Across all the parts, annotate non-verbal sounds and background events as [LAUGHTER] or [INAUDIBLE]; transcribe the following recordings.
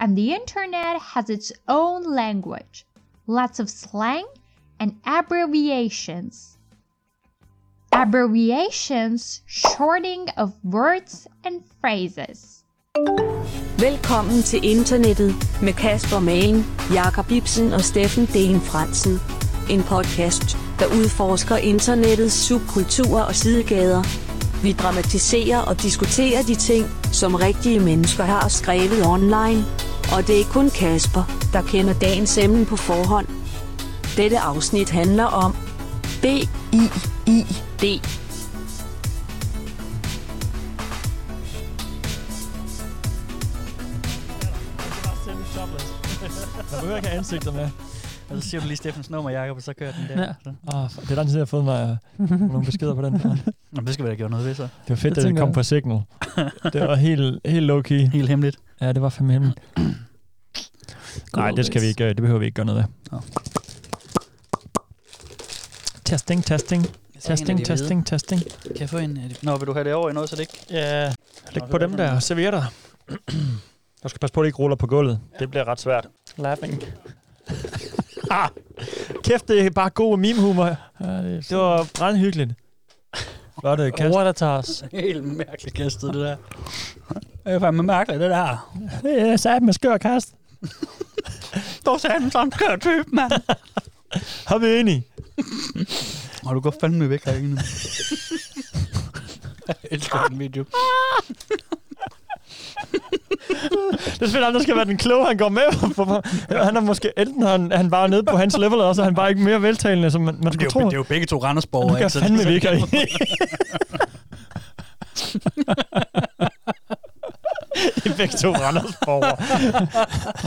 and the internet has its own language, lots of slang and abbreviations. Abbreviations, shorting of words and phrases. Velkommen til internettet med Kasper Malen, Jakob Ibsen og Steffen Dane Fransen. En podcast, der udforsker internettets subkulturer og sidegader. Vi dramatiserer og diskuterer de ting, som rigtige mennesker har skrevet online. Og det er kun Kasper, der kender dagens emne på forhånd. Dette afsnit handler om B-I-I-D. Man behøver ikke have ansigter med. Og så siger du lige Steffens nummer, Jacob, og så kører den der. Ja. Så. Åh, oh, det er lang tid, jeg har fået mig øh, nogle [LAUGHS] beskeder på den. Der. Nå, men det skal vi da gøre noget ved, så. Det var fedt, Det at det tænker kom jeg. på Signal. Det var helt, helt low-key. Helt hemmeligt. Ja, det var fandme hemmeligt. Nej, det skal vi days. ikke. øh, Det behøver vi ikke gøre noget ved. Nå. Testing, testing, testing, testing, testing. Kan jeg få en af de... Nå, vil du have det over i noget, så det ikke... Ja, læg Nå, på det dem var der sådan. servietter. [CLEARS THROAT] Du skal passe på, at det ikke ruller på gulvet. Det bliver ret svært. Laughing. ah, kæft, det er bare god meme-humor. Ja, det er Det var brandhyggeligt. Flot øh, kast. Overdatars. [LAUGHS] Helt mærkeligt kastet, det der. Det er fandme mærkeligt, det der. Det er sat med skør kast. Du sagde den sådan skør type, mand. [LAUGHS] Har vi enig? Og du går fandme væk herinde nu. [LAUGHS] Jeg elsker den [LAUGHS] video. Det er selvfølgelig ham, der skal være den kloge, han går med. på. han er måske, enten har han, han bare nede på hans level, og så er han bare ikke mere veltalende, som man, man Det er, skulle jo, tro. det er jo begge to Randersborg, Det gør fandme vi ikke. [LAUGHS] [LAUGHS] [LAUGHS] I er begge to [LAUGHS] Randersborger.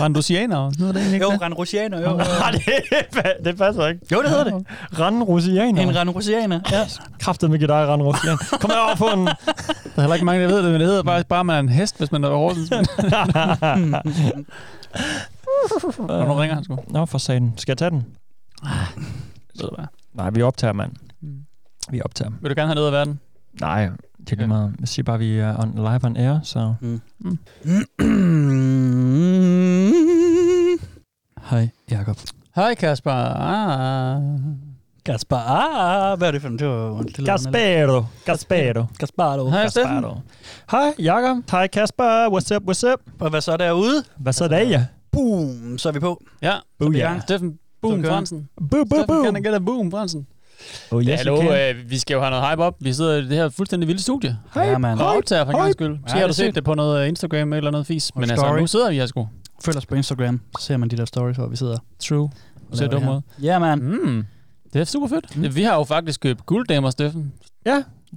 Randusianer, nu er det egentlig Jo, ikke det. Randrusianer, jo. Nej, det, det passer ikke. Jo, det hedder det. Randen Rusianer. En Randrusianer. ja. Kraftet med dig, Randen Rusianer. Kom herover på en... Der er heller ikke mange, der ved det, men det hedder bare, bare at man er en hest, hvis man er over Og nu ringer han sgu. Øh, Ah, Nå, for satan. Skal jeg tage den? Ved du hvad? Nej, vi optager, mand. Mm. Vi optager. Vil du gerne have noget af verden? Nej, det er lige meget. Jeg siger bare, at vi er on, live on air, så... Mm. [LAUGHS] Hej, Jakob. Hej Kasper. Ah. Gaspar, ah, hvad er det for en? Det var det lyder underligt. Gaspero. Gaspero. Gasparo. Hej Steffen. Gaspero. Hej, Jakob. Hej, Kasper. What's up, what's up? Og hvad så derude? Hvad så der, ja? Boom, så er vi på. Ja, Boom, i ja. gang. Steffen. Boom, Så kører Fransen. Boo, boo, Steffen, boo. kan den gælde Boom, Fransen? Oh, Ja, yes, Hallo, you can. øh, vi skal jo have noget hype op. Vi sidder i det her fuldstændig vilde studie. Hej, Ja, mand. Og optager for en Hype. gang skyld. Måske Ja, har det du er set sygt. det på noget øh, Instagram eller noget fis. Og Men altså, story. nu sidder vi her sgu. Følg os på Instagram, så ser man de der stories, hvor vi sidder. True. Du ser laver dum det her. ud. Ja, mand. Mm. Det er super fedt. Mm. Vi har jo faktisk købt gulddamer, Steffen.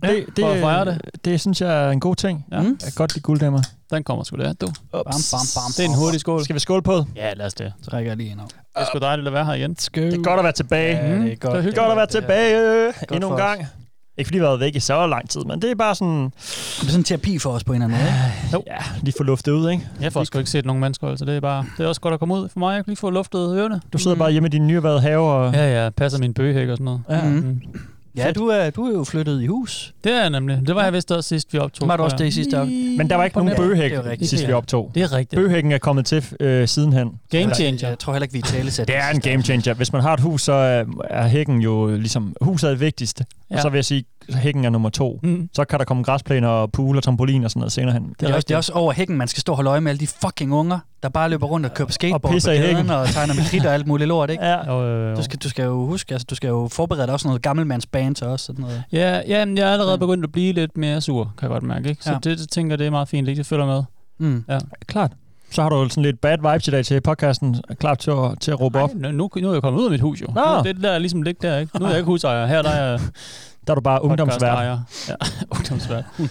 Det, det, for at fejre det. det synes jeg er en god ting. Ja. Mm. Jeg kan godt lide gulddammer. Den kommer sgu der, du. Bam, bam, bam. Det er en hurtig skål. Skal vi skåle på? Ja, lad os det. Så rækker jeg lige ind over. Det er sgu dejligt at være her igen. Mm. Det er godt at være tilbage. Ja, det er det er godt. Det er godt at være tilbage Godt endnu en for os. gang. Ikke fordi vi har været væk i så lang tid, men det er bare sådan, Det er sådan en terapi for os på en eller anden måde. ikke? Øh, ja, lige få luftet ud, ikke? Jeg får sgu ikke set nogen mennesker, altså det er bare, det er også godt at komme ud for mig. Jeg kan lige få luftet ørerne. Du sidder bare hjemme i din nyerværede have og... Ja, ja, passer min bøgehæk og sådan noget. Ja. Mhm. Mm. Ja, du er, du er jo flyttet i hus. Det er jeg nemlig. Det var jeg vist også sidst, vi optog. Var du også tror det jeg. i sidste aften? Men der var ikke nogen Ja, bøgehæk, det er jo rigtigt. sidst vi optog. Det er rigtigt. Bøgehækken er kommet til øh, sidenhen. Game changer. Jeg tror heller ikke, vi er [LAUGHS] talesat. Det er en game changer. Hvis man har et hus, så er- er hækken jo ligesom... Huset er det vigtigste. Ja. Og Ja. så vil jeg sige, at hækken er nummer to. Mm. Så kan der komme græsplæner og pool og trampolin og sådan noget senere hen. Det er, også, det er også over hækken, man skal stå og holde øje med alle de fucking unger, der bare løber rundt og køber skateboard pisser på i hækken. gaden og tegner med kridt og alt muligt lort, ikke? Ja. Jo, jo, jo. Du skal, du skal jo huske, altså, du skal jo forberede dig også noget gammelmandsband til os. Sådan noget. Ja, ja men jeg er allerede begyndt at blive lidt mere sur, kan jeg godt mærke. Ikke? Så Ja. det, det, tænker jeg, det er meget fint, ikke? Det følger med. Mm. Klart. Så har du sådan lidt bad vibes i dag til podcasten. Klar til at, til at råbe op. Ej, nu, nu, nu er jeg kommet ud af mit hus, jo. Nå. Nu, det der er ligesom ligge der, ikke? Nu er jeg ikke husejer. Her der er jeg Der er du bare ungdomsvært. podcastejer. Ja, [LAUGHS] ungdomsvært. Mm.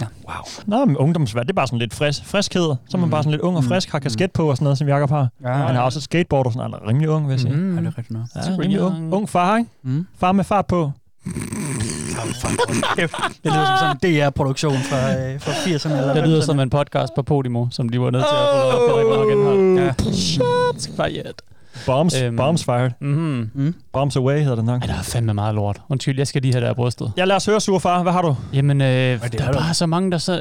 Ja, wow. Nå, men ungdomsvært, det er bare sådan lidt frisk, friskhed. Så er man Mm. bare sådan lidt ung og Mm. frisk, har kasket på og sådan noget, som Jacob har. Ja, Han har også et skateboard og sådan noget. Han er rimelig ung, vil jeg sige. Mm. Ja, det er rigtigt nok. Ja, Super rimelig young. ung. Ung [LAUGHS] far, ikke? Mm. Far med fart på. Det lyder som sådan en DR-produktion fra, øh, fra 80'erne. Eller Det lyder som 90'erne. Oh. en podcast på Podimo, som de var nødt til at få lavet for rigtig meget genhold. Ja. Shots fired. Bombs, Øhm. bombs fired. Mm-hmm. Mm. Bombs away hedder den nok. Ej, der er fandme meget lort. Undskyld, jeg skal lige have det af brystet. Ja, lad os høre, surfar. Hvad har du? Jamen, øh, er det der er er der. bare så mange, der så...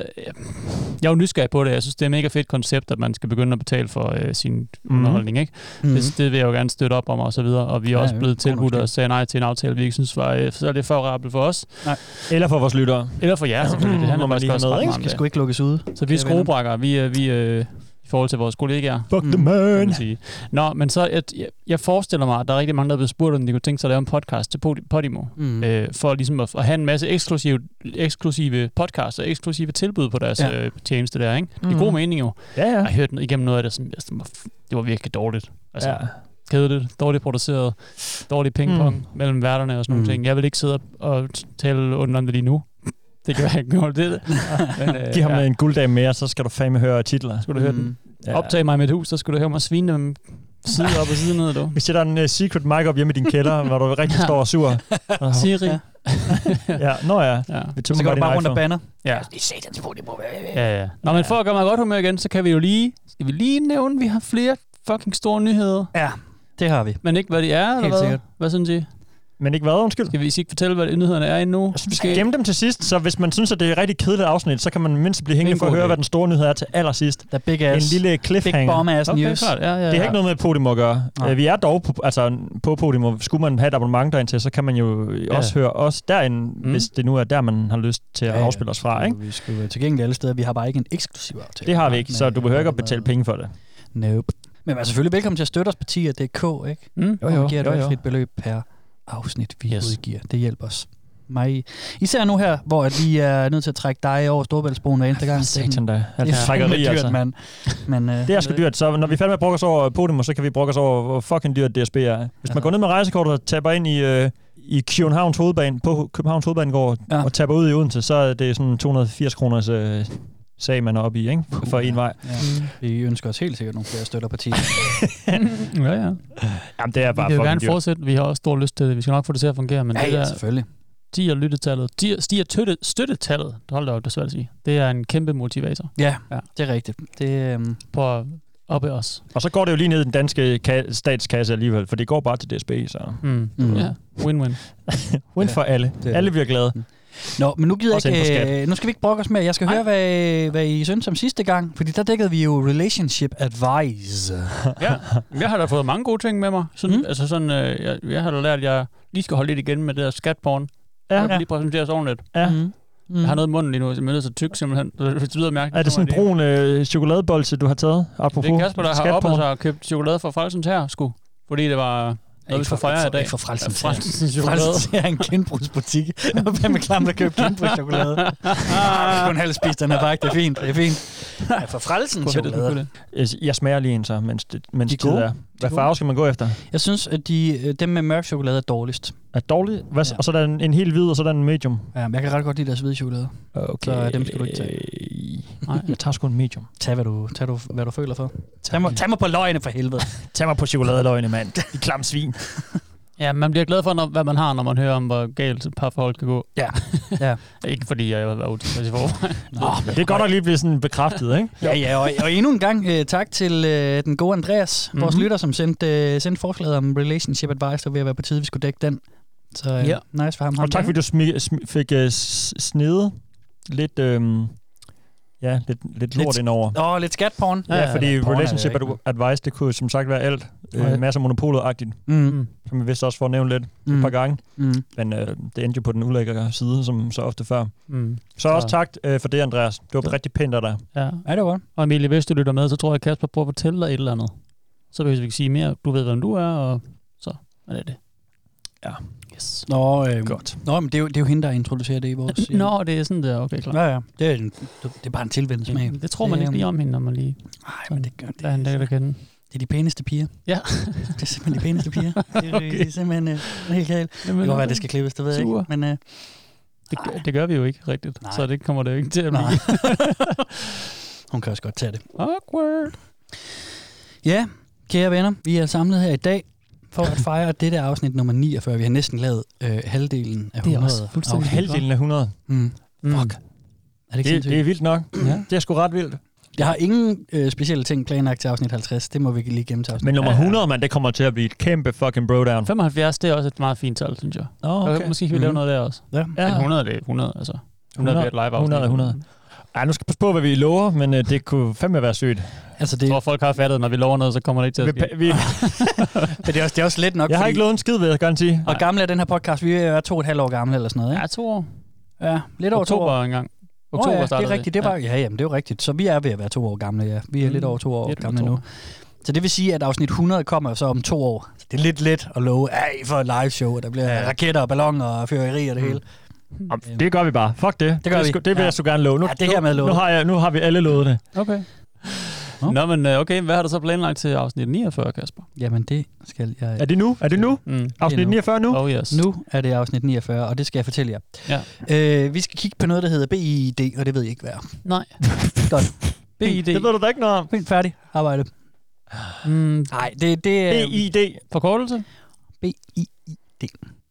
Jeg er jo nysgerrig på det. Jeg synes, det er et mega fedt koncept, at man skal begynde at betale for øh, sin Mhm. underholdning, ikke? Mhm. Mm-hmm. Det, det vil jeg jo gerne støtte op om, og så videre. Og vi er Ja, ja, også ja. blevet God nok tilbudt idé. og sagde nej til en aftale, vi ikke synes var øh, så er det favorabelt for os. Eller for vores lyttere. Eller for jer, selvfølgelig. Det handler Må man faktisk lige også have med, ret ikke? meget om Skal det. sgu ikke lukkes ude. Så vi er Kære venner. skruebrækkere, vi, er- vi øh, i forhold til vores kollegaer. Fuck Mm. the man. kan man sige. Nå, men så, jeg, jeg, jeg forestiller mig, at der er rigtig mange, der er blevet spurgt, om de kunne tænke sig at lave en podcast til Pod- Podimo, Mm. øh, for ligesom at, at have en masse eksklusive, eksklusive podcasts og eksklusive tilbud på deres Ja. ja. øh, tjeneste der, ikke? Det er god Mhm. mening jo. Ja, ja. Jeg har hørt noget- igennem noget af det, som, jeg- som var, f- det var virkelig dårligt. Altså, ja. ja. kedeligt, dårligt produceret, dårlig pingpong Mm. mm. mellem værterne og sådan Mm. nogle ting. Jeg vil ikke sidde og, og tale under om det lige nu. Det kan være, jeg går [LAUGHS] [LAUGHS] det. Men, øh, Giv ham ja. en gulddame mere, så skal du fandme høre titler. Mm. Skulle du høre den? Ja. Optag mig i mit hus, så skulle du høre mig svine dem side op og side ned, du. Vi sætter en uh, secret mic op hjemme i [LAUGHS] din kælder, hvor du rigtig står og sur. Siri. Ja. Ja, nå ja. Ja. Vi Så går du bare rundt og banner. Ja. [LAUGHS] ja, ja. Nå, men for at gøre mig i godt humør igen, så kan vi jo lige, skal vi lige nævne, at vi har flere fucking store nyheder, Ja, det har vi. men ikke hvad de er, eller Helt hvad? sikkert. Hvad synes I? Men ikke hvad, undskyld? Skal vi ikke fortælle, hvad nyhederne er endnu? Jeg synes, Altså, vi skal gemme dem til sidst, så hvis man synes, at det er et rigtig kedeligt afsnit, så kan man mindst blive hængende Det er en for at god høre, idé. hvad den store nyhed er til allersidst. Der big ass. En lille big cliffhanger. bomb ass Okay, news. klart. Ja, ja, Det har ja. ikke noget med Podimo at gøre. Nej. Øh, Vi er dog på, altså, på Podimo. Skulle man have et abonnement derind til, så kan man jo også høre os derinde, mm. Mm. hvis det nu er der, man har lyst til at Ja, ja. afspille os fra. Ikke? Vi skal være tilgængelige alle steder. Vi har bare ikke en eksklusiv aftale. Det har vi ikke, Men- så du behøver ikke at betale penge for det. Nope. Men man er selvfølgelig velkommen til at støtte os på tier.dk, ikke? Mm? Jo, jo, og giver et jo, jo. valgfrit beløb per afsnit, vi yes. Yes. udgiver. Det hjælper os. Mig. Især nu her, hvor at vi er nødt til at trække dig over Storbæltsbroen hver eneste gang. Satan da. Det Altså, er fandme trækkeri, dyrt, altså. mand. Men, øh, Det er sgu dyrt, så når vi er fandme brokker os over Podimo, så kan vi brokke os over, hvor fucking dyrt DSB er. Hvis man går ned med rejsekortet og taber ind i, øh, i Københavns hovedbane, på Københavns hovedbanegård, Ja. ja. og taber ud i Odense, så er det sådan 280 kroners øh, sag, man er oppe i, ikke? For en vej. Ja, vi ønsker os helt sikkert nogle flere støtter [LAUGHS] på tier. Ja, ja. Jamen, det er Vi bare kan jo fucking gerne dyrt. fortsætte. Vi har også stor lyst til det. Vi skal nok få det til at fungere, men Ja, det ja, der selvfølgelig. stiger lyttetallet, stiger- stiger tøtte- støttetallet, hold da op, det er svært at sige. Det er en kæmpe motivator Ja, Ja. det er rigtigt. Det, øhm, på at oppe os. Og så går det jo lige ned i den danske ka- statskasse alligevel, for det går bare til DSB, så... Mm. Mm. Mm. Ja, win-win. Win [LAUGHS] Ja, for alle. er det. Alle bliver glade. Nå, men nu, gider Også jeg inden for ikke, øh, nu skal vi ikke brokke os mere. Jeg skal Ej. høre, hvad, hvad I synes om sidste gang, fordi der dækkede vi jo Relationship Advice. Ja, jeg har da fået mange gode ting med mig. Sådan, Mm. mm. altså sådan, øh, jeg, jeg har da lært, at jeg lige skal holde lidt igen med det der skatporn. Ja, ja. lige præsentere sådan lidt. Ja. Mm. Mm. Jeg har noget i munden lige nu, som er så tyk simpelthen. Det lyder mærkeligt. Er det sådan en brun øh, chokoladebolse, du har taget? Det er Apropos Kasper, der har skatporn. oppet sig og købt chokolade fra Frelsens her, sgu. Fordi det var noget, vi skulle fejre i dag. Ikke for frelsens Ja, ja, Frelsens chokolade. Frelsens er en genbrugsbutik. Jeg var fandme klam, der købte genbrugschokolade. Jeg kunne halv spise den her bakke. Det er fint. Det er fint. Ja, for frelsens chokolade. Jeg- Jeg smager lige en så, mens, det, mens De er tid gode. er. Hvad gode. farve skal man gå efter? Jeg synes, at de, øh, dem med mørk chokolade er dårligst. Er det dårlig? Hvad, Ja. ja. Og så er der en, en helt hvid, og så er der en medium. Ja, men jeg kan ret godt lide deres hvide chokolade. Okay. Så øh, dem skal du ikke tage. Nej, jeg tager sgu en medium. Tag, hvad du, tag du, hvad du føler for. Tag mig, tag mig på løgene for helvede. [LAUGHS] Tag mig på chokoladeløgne, mand. I klam svin. Ja, man bliver glad for, når, hvad man har, når man hører om, hvor galt et parforhold kan gå. [LAUGHS] Ja. Ja. Ikke fordi jeg har været utilfreds i forvejen. [LAUGHS] Nå, Det er godt nok lige blive sådan bekræftet, ikke? Ja, ja, og, og endnu en gang øh, tak til øh, den gode Andreas, mm-hmm. vores Mhm. lytter, som sendte, øh, sendte forslaget om Relationship Advice, der ved at være på tide, vi skulle dække den. Så øh, Ja. nice for ham. ham Og tak, der. fordi du smi- smi- fik uh, snede lidt, øhm, ja, lidt, lidt lort Lidt- indover. Åh, lidt skatporn. Ja, fordi porno er det relationship jo ikke. ad- advice, det kunne som sagt være alt. Nej. Øh, masser af monopolet-agtigt, Mm, som vi vist også får nævnt lidt mm. mm, et par gange. mm. Men øh, det endte jo på den ulækre side, som så ofte før. Mm. Så også Så- tak øh, for det, Andreas. Det var Ja. rigtig pænt af dig. Ja. Ja, det var godt. Og Emilie, hvis du lytter med, så tror jeg, at Kasper prøver at fortælle dig et eller andet. Så hvis vi kan sige mere, du ved, hvem du er, og så er det det. Ja. Yes. Nå, øh, Godt. Nå men det, er jo, det er jo hende, der introducerer det i vores... øh, Nå, det er sådan der, okay, klar. Ja, ja. Det er, en, det er bare en tilvændelsmag. Det tror man Det, ikke lige om hende, når man lige Øhm. Nej, men det gør det. lader hende lægge det kende. Det er de pæneste piger. Ja. det er simpelthen de pæneste [LAUGHS] piger. Det, er, det er simpelthen øh, helt galt. Det Jamen, kan godt være, det skal klippes, det ved jeg ikke. Sure. Men, øh, Det, gør, det gør vi jo ikke rigtigt, Nej. Nej. så det kommer det jo ikke til at blive. nej. [LAUGHS] [LAUGHS] Hun kan også godt tage det. Awkward. Ja, kære venner, vi er samlet her i dag for [LAUGHS] at fejre dette afsnit nummer 49. Vi har næsten lavet øh, halvdelen af 100. Det er også fuldstændig afsnit. Halvdelen af 100. Mm. Mm. Fuck. Er det ikke Det, det er vildt nok. Ja. Det er sgu ret vildt. Jeg har ingen øh, specielle ting planlagt til afsnit 50. Det må vi lige gemme til afsnit. Men nummer 100, mand, det kommer til at blive et kæmpe fucking brodown. 75, det er også et meget fint tal, synes jeg. Nå, Og okay. Måske kan vi lave Mhm. noget der også. Mm-hmm. Ja. Men 100 det er 100, altså. 100 bliver et live 100 er 100. Ej, nu skal vi passe på, hvad vi lover, men øh, det kunne fandme være sygt. Altså, Jeg tror, folk har fattet, når vi lover noget, så kommer det ikke til at Vi, ske. vi, [LAUGHS] [LAUGHS] Men det er også, det er også lidt nok, jeg har ikke lovet en skid, vil jeg gerne sige. Og gamle er den her podcast, vi er to og et halvt år gamle eller sådan noget, Ja, ikke? to år. Ja, ja lidt over to Oktober år. engang. Nå Oktober ja, det startede er vi. rigtigt. Det var, ja, jamen, det er jo rigtigt. Så vi er ved at være to år gamle, ja. Vi er mm, lidt over to år lidt over gamle to nu. år. Så det vil sige, at afsnit 100 kommer så om to år. Så det er lidt let at love, ej, for et live show, der bliver Ja. ja. raketter og balloner og fyrværkeri Mm. og det hele. Jamen, det gør vi bare. Fuck det. Det gør vi. sgu- Det vil Ja. jeg så gerne love. Nu, Ja, det her med nu, love. nu, har jeg, nu har vi alle lovet det. Okay. Nå. Nå, men øh, okay, hvad har du så planlagt til afsnit 49, Kasper? Jamen, det skal jeg... Er det nu? Er det nu? Mm. Afsnit nu. 49 nu? Oh yes. Nu er det afsnit 49, og det skal jeg fortælle jer. Ja. Øh, vi skal kigge på noget, der hedder BID, og det ved jeg ikke, hvad er. [LAUGHS] Nej. Godt. BID. Det ved du da ikke noget om. Fint, færdig. Arbejde. Mm, Nej, det, det er... BID. forkortelse? BID.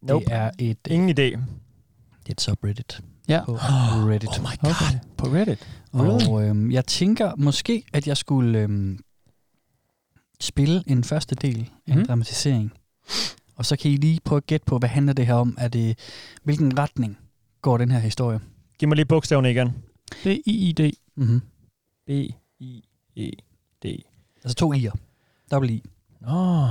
Nope. Det er et, det Ingen idé. er et subreddit Ja. [GASPS] på Reddit. Oh my god. Okay. På Reddit. Og øhm, jeg tænker måske, at jeg skulle øhm, spille en første del af en Mhm. dramatisering. Og så kan I lige prøve at gætte på, hvad handler det her om? Er det, hvilken retning går den her historie? Giv mig lige bogstaverne igen. B-I-I-D. Mm-hmm. B-I-E-D. Altså to i'er. Dobbelt [LAUGHS] i. Nå.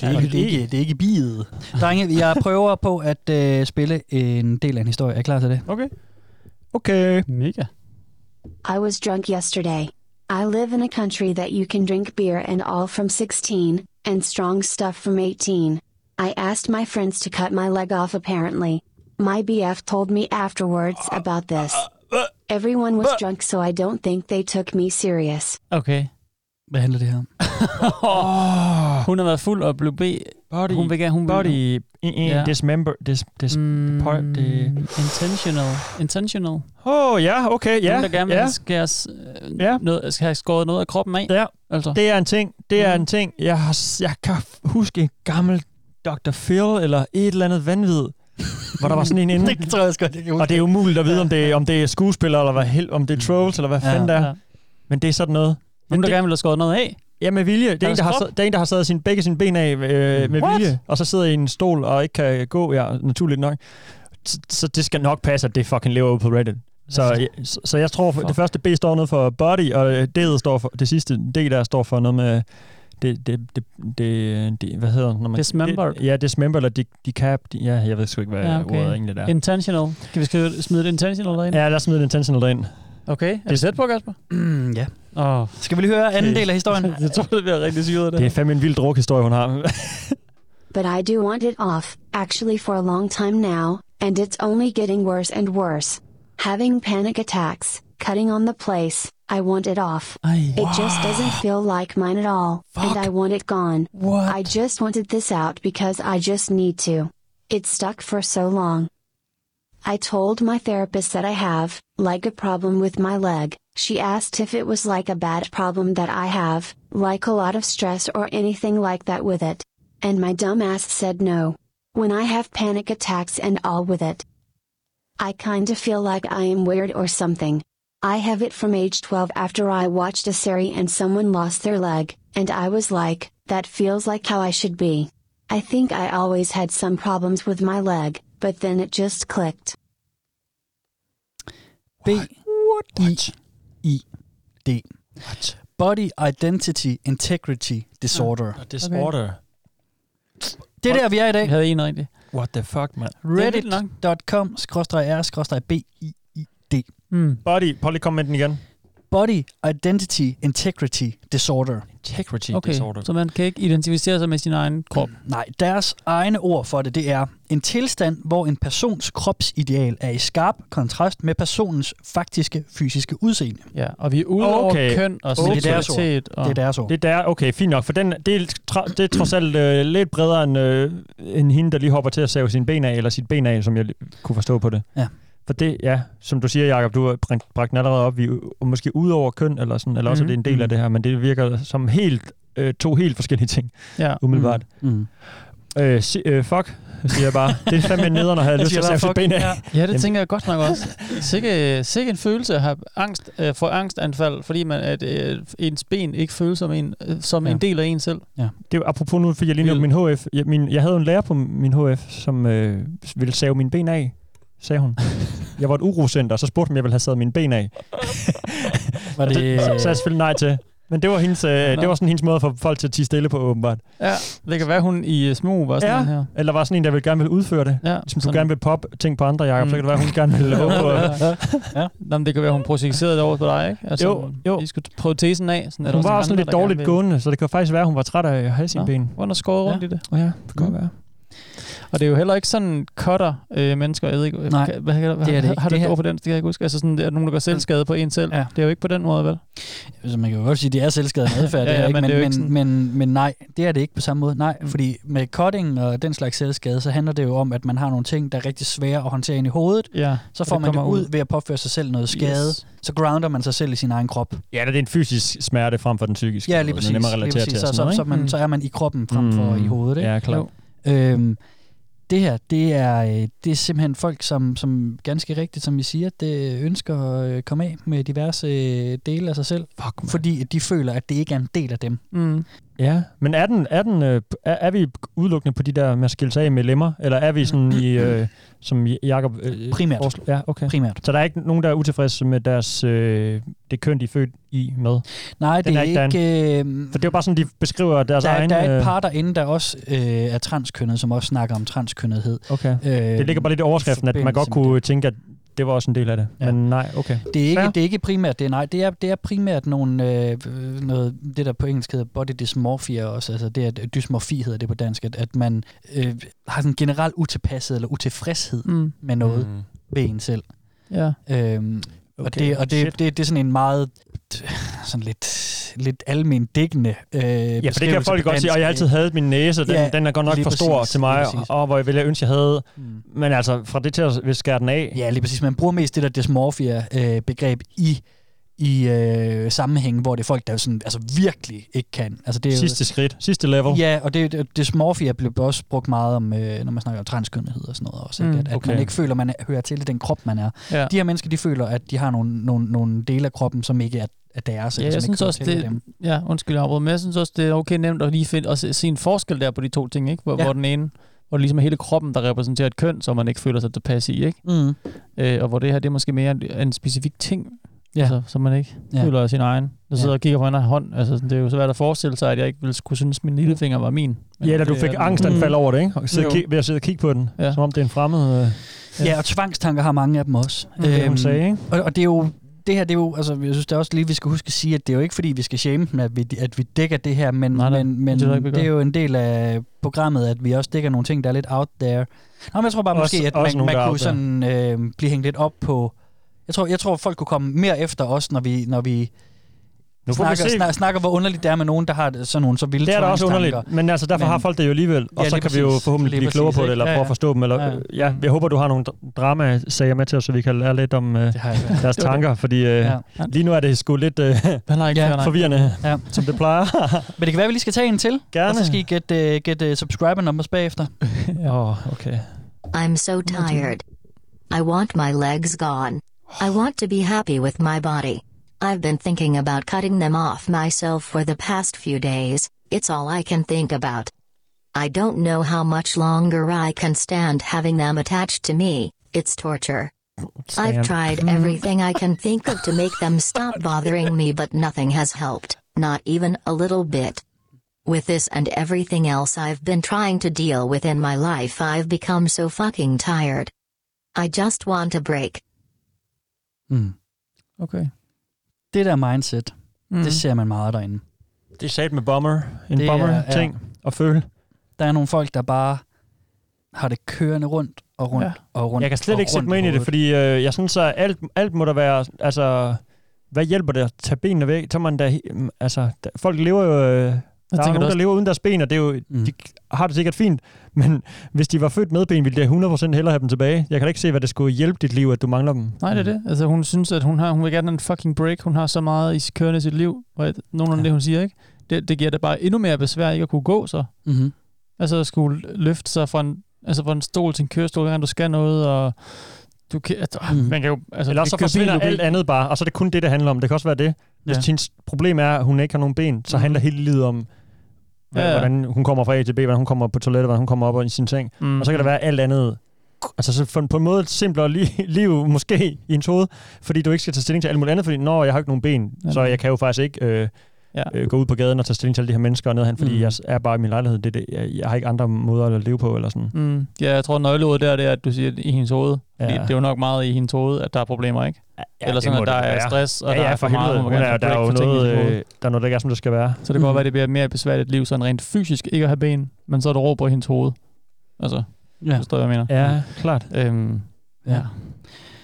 Det er, ikke, det, er ikke, det er ikke biet. Drenge, jeg prøver på at øh, spille en del af en historie. Er I klar til det? Okay. Okay. Mega. I was drunk yesterday. I live in a country that you can drink beer and all from 16, and strong stuff from 18. I asked my friends to cut my leg off apparently. My BF told me afterwards about this. Everyone was drunk, so I don't think they took me serious. Okay. Hvad handler det her [LAUGHS] om? Oh. Hun har været fuld og blev B. Body. Hun vil gerne... Hun vil- Body. In, in, Ja. Dismember. Dis, dis. Mm, part, det- intentional. Intentional. Åh, oh, ja, okay, ja. Hun, der gerne vil ja. skæres, øh, Ja. noget, skal have skåret noget af kroppen af. Ja. Altså. Det er en ting. Det er Mm. en ting. Jeg, har, s- jeg kan f- huske en gammel Dr. Phil eller et eller andet vanvid, hvor der var [LAUGHS] sådan en inde. Det tror jeg også godt, jeg kan huske. Mm. Og det er umuligt at vide, om det, om det er skuespillere, eller hvad, hel- om det er trolls, eller hvad Ja, fanden det er. ja. Men det er sådan noget. Hun, Men der det- gerne vil have skåret noget af. Ja, med vilje. Det er, Er der en, der har, strop? sad- det er en, der har siddet sin, begge sine ben af øh, med Hmm. What? vilje, og så sidder i en stol og ikke kan gå, ja, naturligt nok. Så, så det skal nok passe, at det fucking lever ud på Reddit. Så, jeg, så, så jeg tror, for, det Altså, Fuck. første B står noget for body, og øh, D'et står for, det sidste D der står for noget med, det, det, det, det, det hvad hedder det, når man... Dismembered. Det, ja, dismember, eller de, decap, de, ja, jeg ved sgu ikke, hvad Ja, ja, okay. okay. ordet egentlig er. Intentional. Kan vi skrive, smide et intentional derind? Ja, lad os smide et intentional derind. Okay. Er det sæt på, Kasper? Mm, [CLEARS THROAT] ja. Åh, oh, Skal vi lige høre anden del af historien? [LAUGHS] jeg tror, det bliver rigtig syret, det. Øh, Det er fandme en vild drukhistorie, hun har. But I do want it off, actually, for a long time now, and it's only getting worse and worse. Having panic attacks, cutting on the place, I want it off. Ej. It just doesn't feel like mine at all, and I want it gone. I just wanted this out because I just need to. It's stuck for so long. I told my therapist that I have, like a problem with my leg. She asked if it was like a bad problem that I have, like a lot of stress or anything like that with it. And my dumbass said no. When I have panic attacks and all with it. I kinda feel like I am weird or something. I have it from age 12 after I watched a series and someone lost their leg, and I was like, that feels like how I should be. I think I always had some problems with my leg, but then it just clicked. B I I D. Body Identity Integrity Disorder. Disorder. Det er der, vi er i Vi dag. havde en rigtig. What the fuck, man? vildt nok. Reddit.com-r-b-i-i-d. Mm. Body, prøv lige at komme med den igen. Body Identity Integrity Disorder. Integrity Okay, så man kan ikke identificere sig med sin egen krop. Nej, deres egne ord for det, det er en tilstand, hvor en persons kropsideal er i skarp kontrast med personens faktiske fysiske udseende. Ja, og vi er ude okay. over Okay. køn og Okay. Det er deres ord. seksualitet. Og... Det er deres ord. Det der, okay, fint nok, for den, det, er, tro- det er trods alt øh, lidt bredere end, øh, end hende, der lige hopper til at save sine ben af, eller sit ben af, som jeg li- [LAUGHS] kunne forstå på det. Ja. For det, ja, som du siger, Jacob, du har br- bragt den allerede op, vi er jo måske ud over køn, eller, sådan, eller også Mhm. mm. er det en del Mm-hmm. af det her, men det virker som helt, øh, to helt forskellige ting, Ja. umiddelbart. Mm. Mm. Øh, si, øh, fuck, siger jeg bare. Det er fandme nederen at [LAUGHS] have lyst til at sætte ben af. Ja, Jamen, det tænker jeg godt nok også. Sikke, sikke en følelse at have angst, øh, for angstanfald, fordi man, at øh, ens ben ikke føles som en, øh, som Ja. ja. en del af en selv. Ja. Det er apropos nu, fordi jeg lige nævnte min HF. Jeg, min, jeg havde jo en lærer på min HF, som øh, ville save mine ben af, sagde [LAUGHS] hun. Jeg var et urocenter, og så spurgte hun, om jeg ville have savet mine ben af. Var Og det- så, så sagde jeg selvfølgelig nej til. Men det var, hendes, øh, det var sådan hendes måde at få folk til at tige stille på, åbenbart. Ja, det kan være, hun i øh, smug var sådan Ja, en her. eller var sådan en, der vil gerne vil udføre det. Ja, Som du gerne vil poppe ting på andre, Jacob, mm. så kan det være, hun gerne [LAUGHS] vil håbe på. ja. Nå, men det kan være, hun projicerede det over på dig, ikke? Jo, jo. I skulle prøve tesen af. Sådan, at der Hun var også sådan nogle lidt andre, der dårligt gerne vil- gående, så det kan faktisk være, at hun var træt af at have sine Nå, ben. Hvor er der skåret rundt Ja. i det? Mm. Ja, det kan godt være. Og det er jo heller ikke sådan cutter øh, mennesker, jeg ved ikke, Nej, kan- hvad, hvad, det er det ikke. har du Det et her- ord på den, det kan jeg ikke huske. Altså sådan, er der nogen, der gør selvskade på en selv? Ja. Det er jo ikke på den måde, vel? Altså, man kan jo godt sige, at det er selvskadende adfærd, det Ja, ja, ja, her, ikke? men Men, det er jo men, ikke men, men, men nej, det er det ikke på samme måde. Nej, mm. fordi med cutting og den slags selvskade, så handler det jo om, at man har nogle ting, der er rigtig svære at håndtere ind i hovedet. Ja, så og får det man det kommer ud ud. ved at påføre sig selv noget skade. Yes. Yes. Så grounder man sig selv i sin egen krop. Ja, det er en fysisk smerte frem for den psykiske. Ja, du lige ved, præcis. Den er nemmere lige relateret præcis. til. og sådan så, så, noget, så, ikke? man, så er man i kroppen frem for Mm. i hovedet. Ikke? Ja, klart. Jo. Øhm, det her, det er, øh, det er simpelthen folk, som, som ganske rigtigt, som I siger, det ønsker at øh, komme af med diverse øh, dele af sig selv, Fuck, fordi at de føler, at det ikke er en del af dem. Mm. Ja, men er, den, er, den, øh, er, er vi udelukkende på de der med at skille sig af med lemmer, eller er vi sådan i, øh, som Jacob øh, Mm. Primært. foreslår? Ja, okay. Primært. Så der er ikke nogen, der er utilfredse med deres, øh, det køn, de er født i med? Nej, det er ikke, Øh, For det er jo bare sådan, de beskriver deres der, er, egen... der er øh, et par derinde, der også øh, er transkønnet, som også snakker om transkønnethed. Okay. Øh, det ligger bare lidt i overskriften, at man godt kunne tænke, at det var også en del af det. Ja. Men nej, okay. Det er ikke, Fair. det er ikke primært det, er- nej. Det er, det er primært nogle, øh, noget, det der på engelsk hedder body dysmorphia også. Altså det er, dysmorfi hedder det på dansk, at, at man øh, har sådan generel utilpasset eller utilfredshed Mm. mm. med noget Mm. mm. ved en selv. Ja. Øhm, okay, og Okay, det, og shit. det, det, det er sådan en meget sådan lidt, lidt almindelig dækkende øh, Ja, for det kan folk godt sige, og jeg har altid havde min næse, den, ja, Ja, den er godt nok lige for stor præcis, til mig, lige præcis. og hvor jeg ville jeg ønske, jeg havde. Mm. Men altså, fra det til at vil skære den af. Ja, lige præcis. Man bruger mest det der dysmorphia-begreb øh, begreb i i øh, sammenhæng, hvor det er folk, der jo sådan, altså virkelig ikke kan. Altså, det er Sidste skridt, sidste level. Ja, og det, det, dysmorphia blev også brugt meget om, øh, når man snakker om transkønnethed og sådan noget også. Ikke? Mm, at, at okay. man ikke føler, man er, hører til i den krop, man er. Ja. De her mennesker, de føler, at de har nogle, nogle, nogle dele af kroppen, som ikke er, er deres. Ja, eller jeg som ikke synes hører også, til dem. det, ja, undskyld, jeg afbryder, men jeg synes også, det er okay nemt at lige finde, at se, se en forskel der på de to ting, ikke? Hvor, ja. Ja. hvor den ene, hvor det ligesom er hele kroppen, der repræsenterer et køn, som man ikke føler sig tilpas i, ikke? Mm. Øh, og hvor det her, det er måske mere en, en specifik ting, Ja. altså, som man ikke Ja. ja. føler er sin egen. Der sidder Ja. og kigger på en anden hånd. Altså, sådan, det er jo svært at forestille sig, at jeg ikke ville kunne synes, at min lillefinger var min. Ja, eller du det fik er den. Mm. angstanfald over det, ikke? Og sidde Jo. og kig, ved at sidde og kigge på den, ja. som om det er en fremmed... Øh, Ja, og tvangstanker har mange af dem også. Øhm, Mm, det, hun sagde, ikke? Og, og det er jo det her, det er jo, altså, jeg synes det er også lige, vi skal huske at sige, at det er jo ikke fordi, vi skal shame dem, at vi, at vi dækker det her, men, Nej, nej, men, men det er det, der er ikke, vi gør. det er jo en del af programmet, at vi også dækker nogle ting, der er lidt out there. Nå, men jeg tror bare Også- måske, at også man, nogle, der er man kunne out there. sådan øh, blive hængt lidt op på... Jeg tror, jeg tror, folk kunne komme mere efter os, når vi, når vi Nu får vi snakker, se. snak, snakker, hvor underligt det er med nogen, der har sådan nogle så vilde Det er da også tvangstanker. underligt, men altså derfor men, har folk det jo alligevel, og Ja, ja, så lige kan vi jo præcis. forhåbentlig Lige blive klogere præcis, på det, ikke? eller Ja, prøve at ja. forstå dem. Eller, Ja, ja. ja, ja. jeg håber, du har nogle dr- dramasager med til os, så vi kan lære lidt om øh, [LAUGHS] deres tanker, fordi øh, ja. lige nu er det sgu lidt øh, [LAUGHS] ikke. forvirrende, ja. som det plejer. [LAUGHS] Men det kan være, at vi lige skal tage en til, Gerne. og så skal I gætte uh, get, uh, subscriber numbers [LAUGHS] bagefter. Åh, oh, okay. I'm so tired. I want my legs gone. I want to be happy with my body. I've been thinking about cutting them off myself for the past few days, it's all I can think about. I don't know how much longer I can stand having them attached to me, it's torture. Stand. I've tried everything I can think of to make them stop bothering me, but nothing has helped, not even a little bit. With this and everything else I've been trying to deal with in my life, I've become so fucking tired. I just want a break. Okay. Det der mindset, Mm. mm. det ser man meget derinde. Det er sat med bomber, en Det er- bomber-ting at føle. Der er nogle folk, der bare har det kørende rundt og rundt ja. og rundt. Jeg kan slet og ikke sætte rundt mig ind i det, hovedet. fordi øh, jeg synes, at alt, alt må der være... Altså, hvad hjælper det at tage benene væk? Så man da, mm, altså, der, folk lever jo... Øh, der tænker er nogen, du der også- lever uden deres ben, og det er jo, mm. de har det sikkert fint. Men hvis de var født med ben, ville jeg 100% hellere have dem tilbage. Jeg kan da ikke se, hvad det skulle hjælpe dit liv, at du mangler dem. Nej, det er det. Altså, hun synes, at hun, har, hun vil gerne have en fucking break. Hun har så meget i sit kørende i Mhm. sit liv. Og at- nogenlunde ja. det, hun siger, ikke? Det, det giver da bare endnu mere besvær ikke at kunne gå så. Mm-hmm. Altså at skulle løfte sig fra en, altså fra en stol til en kørestol, hver gang du skal noget, og du kan, altså, Mhm. mm. man kan jo... Altså, Eller også så det kører forsvinder biologi. alt andet bare, og så er det kun det, det handler om. Det kan også være det. Hvis Ja. ja. hendes problem er, at hun ikke har nogen ben, så handler hele livet om, hvad, Ja, ja, ja. ja. hvordan hun kommer fra A til B, hvordan hun kommer på toilettet, hvordan hun kommer op og i sin seng. Mm. Mm. Og så kan der være alt andet. Altså så for, på en måde et simplere li- [LAUGHS] liv, måske, i hendes hoved, fordi du ikke skal tage stilling til alt muligt andet, fordi når jeg har ikke nogen ben, Ja. så jeg kan jo faktisk ikke øh, Ja. ja. øh, gå ud på gaden og tage stilling til alle de her mennesker og nedhen, fordi Mm. mm. jeg s- er bare i min lejlighed. Det, er det, jeg, jeg har ikke andre måder at leve på, eller sådan. Mm. Ja, jeg tror, nøgleordet der det er, at du siger at i hendes hoved. Ja. Ja. Det er jo nok meget i hendes hoved, at der er problemer, ikke? Ja, Eller sådan, må at der det er være. stress, og ja, der ja, er for meget. Hun er, der er jo noget, øh, der er noget, der ikke er, som det skal være. Så det kan godt være, at det bliver mere besværligt liv, sådan rent fysisk ikke at have ben, men så er der ro på hendes hoved. Altså, ja. Ja. forstår du, hvad jeg mener? Mm. Ja, klart. Øhm, ja. Mm.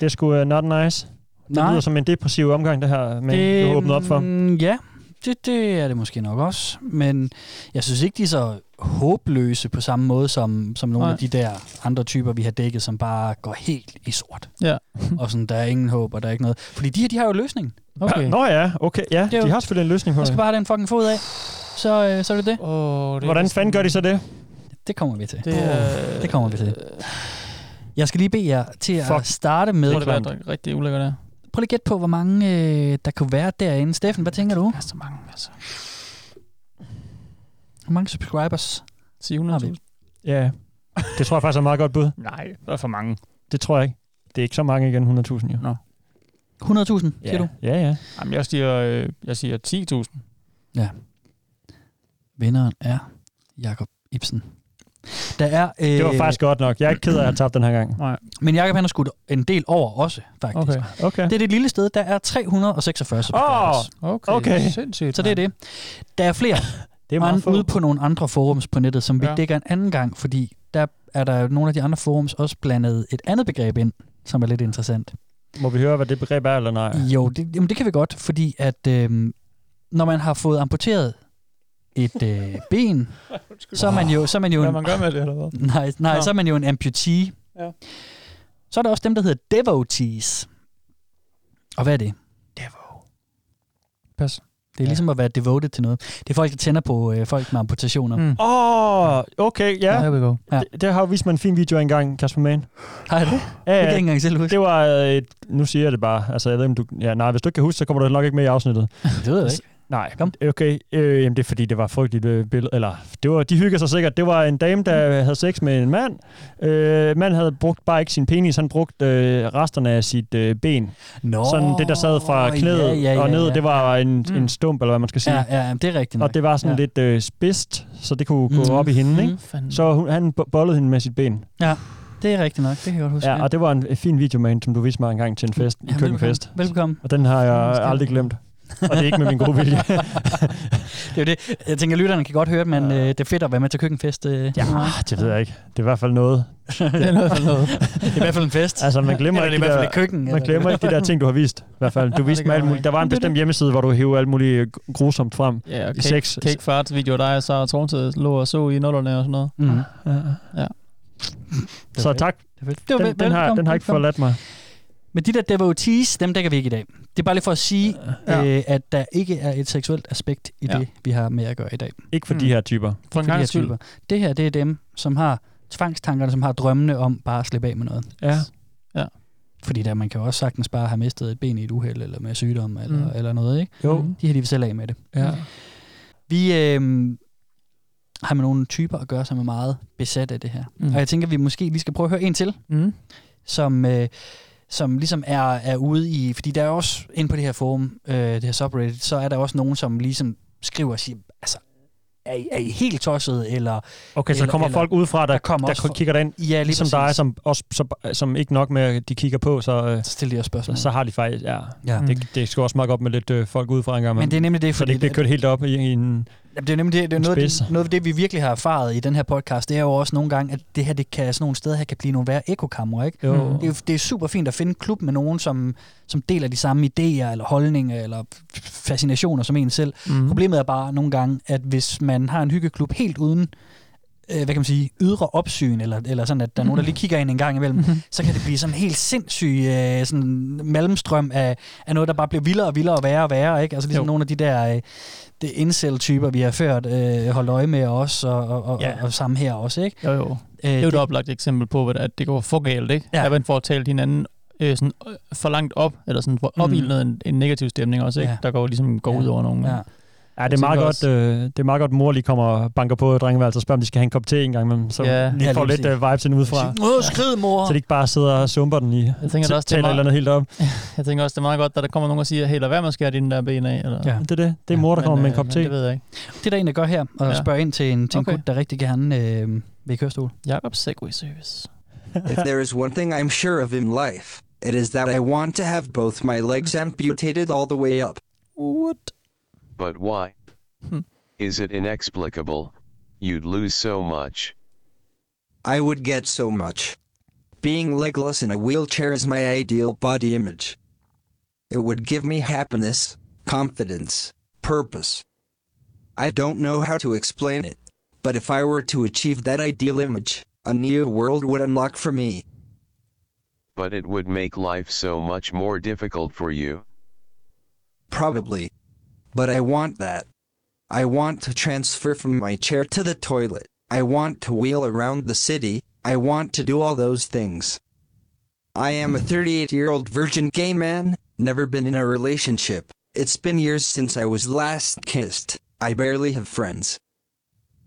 Det er sgu uh, not nice. Det Nej. lyder som en depressiv omgang, det her, men det... du åbner op for. Øhm, Ja, det, det er det måske nok også. Men jeg synes ikke, de er så håbløse på samme måde som, som nogle Nej. Nej. af de der andre typer, vi har dækket, som bare går helt i sort. Ja. [LAUGHS] og sådan, der er ingen håb, og der er ikke noget. Fordi de her, de har jo løsningen. Okay. Nå ja, okay. Ja, er jo- de har selvfølgelig en løsning på Jeg skal det. bare have den fucking fod af. Så, øh, så er det det. Oh, det Hvordan fanden gør de så det? Det kommer vi til. Det, øh, det kommer vi til. Jeg skal lige bede jer til at Fuck. starte Det med... må det være drik- rigtig ulækkert, der. Prøv lige at gætte på, hvor mange øh, der kunne være derinde. Steffen, hvad tænker du? Der er så mange, altså. Hvor mange subscribers? 700.000? Ja, det tror jeg faktisk er et meget godt bud. Nej, der er for mange. Det tror jeg ikke. Det er ikke så mange igen, 100.000 jo. Nå. 100.000, siger Ja. du? Ja, ja. Jamen, jeg siger, øh, jeg siger 10.000. Vinderen er Jakob Ibsen. Der er, øh, Det var faktisk godt nok. Jeg er ikke ked af at have tabt den her gang. Men Jakob han har skudt en del over også, faktisk. Okay. Okay. Det er det lille sted, der er 346 subscribers. Oh, Okay, Okay. sindssygt. så det er det. Der er flere [LAUGHS] Det er er meget an, få. ude på nogle andre forums på nettet, som vi Ja. ja. dækker en anden gang, fordi der er der nogle af de andre forums også blandet et andet begreb ind, som er lidt interessant. Må vi høre, hvad det begreb er, eller nej? Jo, det, jamen det kan vi godt, fordi at øhm, når man har fået amputeret et øh, [LAUGHS] ben, så er man jo, så er man jo Hvad en man gør med det, eller hvad? Nej, nej Nå. så er man jo en amputee. Ja. Så er der også dem, der hedder devotees. Og hvad er det? Devo. Pas. Det er ligesom at være devoted til noget. Det er folk, der tænder på øh, folk med amputationer. Mm. Mm. Åh, oh, okay, ja. There we go. Det, det har jo vist mig en fin video af engang, Kasper Mann. Har jeg det? Ja, Det kan jeg ja, ikke engang selv huske. det var øh, et, nu siger jeg det bare, altså jeg ved ikke, om du, ja, nej, hvis du ikke kan huske, så kommer du nok ikke med i afsnittet. [LAUGHS] Det ved jeg ikke. Nej, Kom. okay, øh, jamen det er fordi, det var et frygteligt øh, billede, eller det var, de hygger sig sikkert, det var en dame, Mm. der havde sex med en mand, øh, manden havde brugt bare ikke sin penis, han brugte øh, resterne af sit øh, ben, Nå, oh, sådan det, der sad fra knæet ja, ja, ja, og ned, ja. det var en, Mm. mm. en stump, eller hvad man skal sige, Ja, ja, ja, jamen, det er rigtigt. og det var sådan Ja. ja. lidt øh, spidst, så det kunne gå Mm. op i hende, ikke? Mm. Fanden. Så hun, han bo- bollede hende med sit ben. det er rigtigt nok. Det kan jeg godt huske. Ja, og det var en øh, fin video med hende, som du viste mig engang til en fest, i Mm. Jamen, køkkenfest. Velbekomme. velbekomme. Og den har jeg aldrig glemt. Og det er ikke med min gode vilje. [LAUGHS] Det er jo det. Jeg tænker, lytterne kan godt høre, men øh, det er fedt at være med til køkkenfest. Øh, [LAUGHS] Ja, det ved jeg ikke. Det er i hvert fald noget. det er noget for noget. det er i hvert fald en fest. Altså, man glemmer Eller det er i ikke de hvert fald et der, køkken. man eller- glemmer ikke de der ting, du har vist. I hvert fald. Du viste gør mig alt man muligt. ikke. Der var en bestemt hjemmeside, hvor du hævde alt muligt øh, grusomt frem. Ja, og I cake, sex. cake farts video, der er så og Tornted lå og så i nullerne og sådan noget. Mm. [LAUGHS] Oh. Så tak. Det var Den, den, har, den har ikke forladt mig. Men de der devotees, dem dækker vi ikke i dag. Det er bare lige for at sige, ja. øh, at der ikke er et seksuelt aspekt i Ja. ja. det, vi har med at gøre i dag. For Ikke for Mm. de her typer. For en de her gang skyld. typer. Det her, det er dem, som har tvangstankerne, som har drømmene om bare at slippe af med noget. Ja. Fordi der, man kan jo også sagtens bare have mistet et ben i et uheld, eller med sygdom, eller, Mm. mm. eller noget, ikke? Jo. De her, de vil selv af med det. Ja. Vi øh, har med nogle typer at gøre, som er meget besat af det her. Mm. Mm. Og jeg tænker, vi måske lige skal prøve at høre en til, Mm. som, øh, som ligesom er, er ude i, fordi der er også, inde på det her forum, øh, det her subreddit, så er der også nogen, som ligesom skriver og siger, altså, er I, er I helt tosset, eller Okay, så der Eller- kommer eller- folk udefra, der, Der kommer der, også der folk- kigger derind. ja, lige Ligesom præcis. dig, som, også, som, som ikke nok med, at de kigger på, så, øh, Så stiller de også spørgsmål. så har de faktisk... Ja. ja. Mm. Mm. Det, det skal også meget op med lidt øh, folk udefra en gang. Men det er nemlig det, så det fordi ikke bliver kørt helt op i, i en... Jamen, det er nemlig det, det er noget, af Spids. det, noget af det, vi virkelig har erfaret i den her podcast, det er jo også nogle gange, at det her, det kan, sådan nogle steder her kan blive nogle værre ekokammer, ikke? Jo. Det er, jo- det er super fint at finde en klub med nogen, som, som deler de samme idéer, eller holdninger, eller fascinationer som en selv. Mm. Problemet er bare nogle gange, at hvis man har en hyggeklub helt uden øh, hvad kan man sige, ydre opsyn, eller, eller sådan, at der er nogen, der lige kigger ind en gang imellem, så kan det blive sådan en helt sindssyg øh, sådan mellemstrøm af, af noget, der bare bliver vildere og vildere og værre og værre. Ikke? Altså ligesom Jo. jo. nogle af de der øh, det incel-typer, vi har ført, øh, holdt øje med os og, og, og, ja. Ja. og sammen her også. Ikke? Jo, jo. Øh, Det er jo et oplagt eksempel på, hvordan det går for galt, ikke? Ja. Ja. At man får talt hinanden øh, sådan, øh, for langt op, eller sådan for Mm. opildnet mm. en, en negativ stemning også, ikke? Ja. Ja. Der går ligesom går Ja. ja. ud over nogen. Ja. Ja. Ja, det er, meget tænker godt, øh, det er meget godt, mor lige kommer og banker på drengeværelset og spørger, om de skal have en kop te en gang imellem, så Ja. ja, Ja, de får lige lidt øh, vibes ind udefra. Åh, skrid, mor! Så de ikke bare sidder og sumper den i. Jeg tænker da også, det er taler et meget- eller andet helt op. [LAUGHS] Jeg tænker også, det er meget godt, at der kommer nogen og siger, hey, lad være med at skære dine der ben af. Eller, Ja. Det er det. [LAUGHS] Det er mor, der kommer med en øh, kop men te. Det ved jeg ikke. Det er der en, der gør her, og ja. Ja. spørger ind til en, til en okay. Okay. gut, der rigtig gerne øh, vil i kørestol. Jakob Segway [LAUGHS] Service. if there is one thing I'm sure of in life, it is that I want to have both my legs amputated all the way up. What? But why? Hmm. Is it inexplicable? You'd lose so much. I would get so much. Being legless in a wheelchair is my ideal body image. It would give me happiness, confidence, purpose. I don't know how to explain it, but if I were to achieve that ideal image, a new world would unlock for me. But it would make life so much more difficult for you. Probably. But I want that. I want to transfer from my chair to the toilet. I want to wheel around the city. I want to do all those things. I am a 38 year old virgin gay man, never been in a relationship. It's been years since I was last kissed. I barely have friends.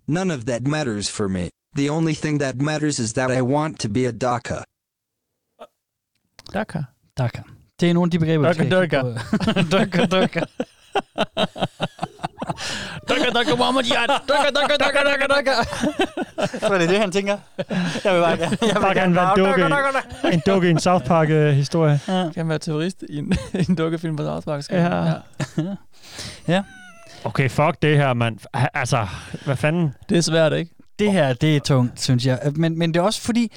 None of that matters for me. The only thing that matters is that I want to be a DACA. Dakar. Daka. Det er nogle af de begreber, Daka, daka. Daka, daka. [LAUGHS] Dakar, Dakar, Mohammed Jad. Dakar, Dakar, Dakar, Dakar, [LAUGHS] Dakar. Var det det, han tænker? Jeg vil bare gerne. Jeg Bare gerne være en dukke. i- En dukke i en South øh, Park-historie. Kan være terrorist i en, [LAUGHS] i en dukkefilm på South Park. skal man? Ja. Ja. Okay, fuck det her, mand. Ha- Altså, hvad fanden? Det er svært, ikke? Det her, det er tungt, synes jeg. Men, men det er også fordi...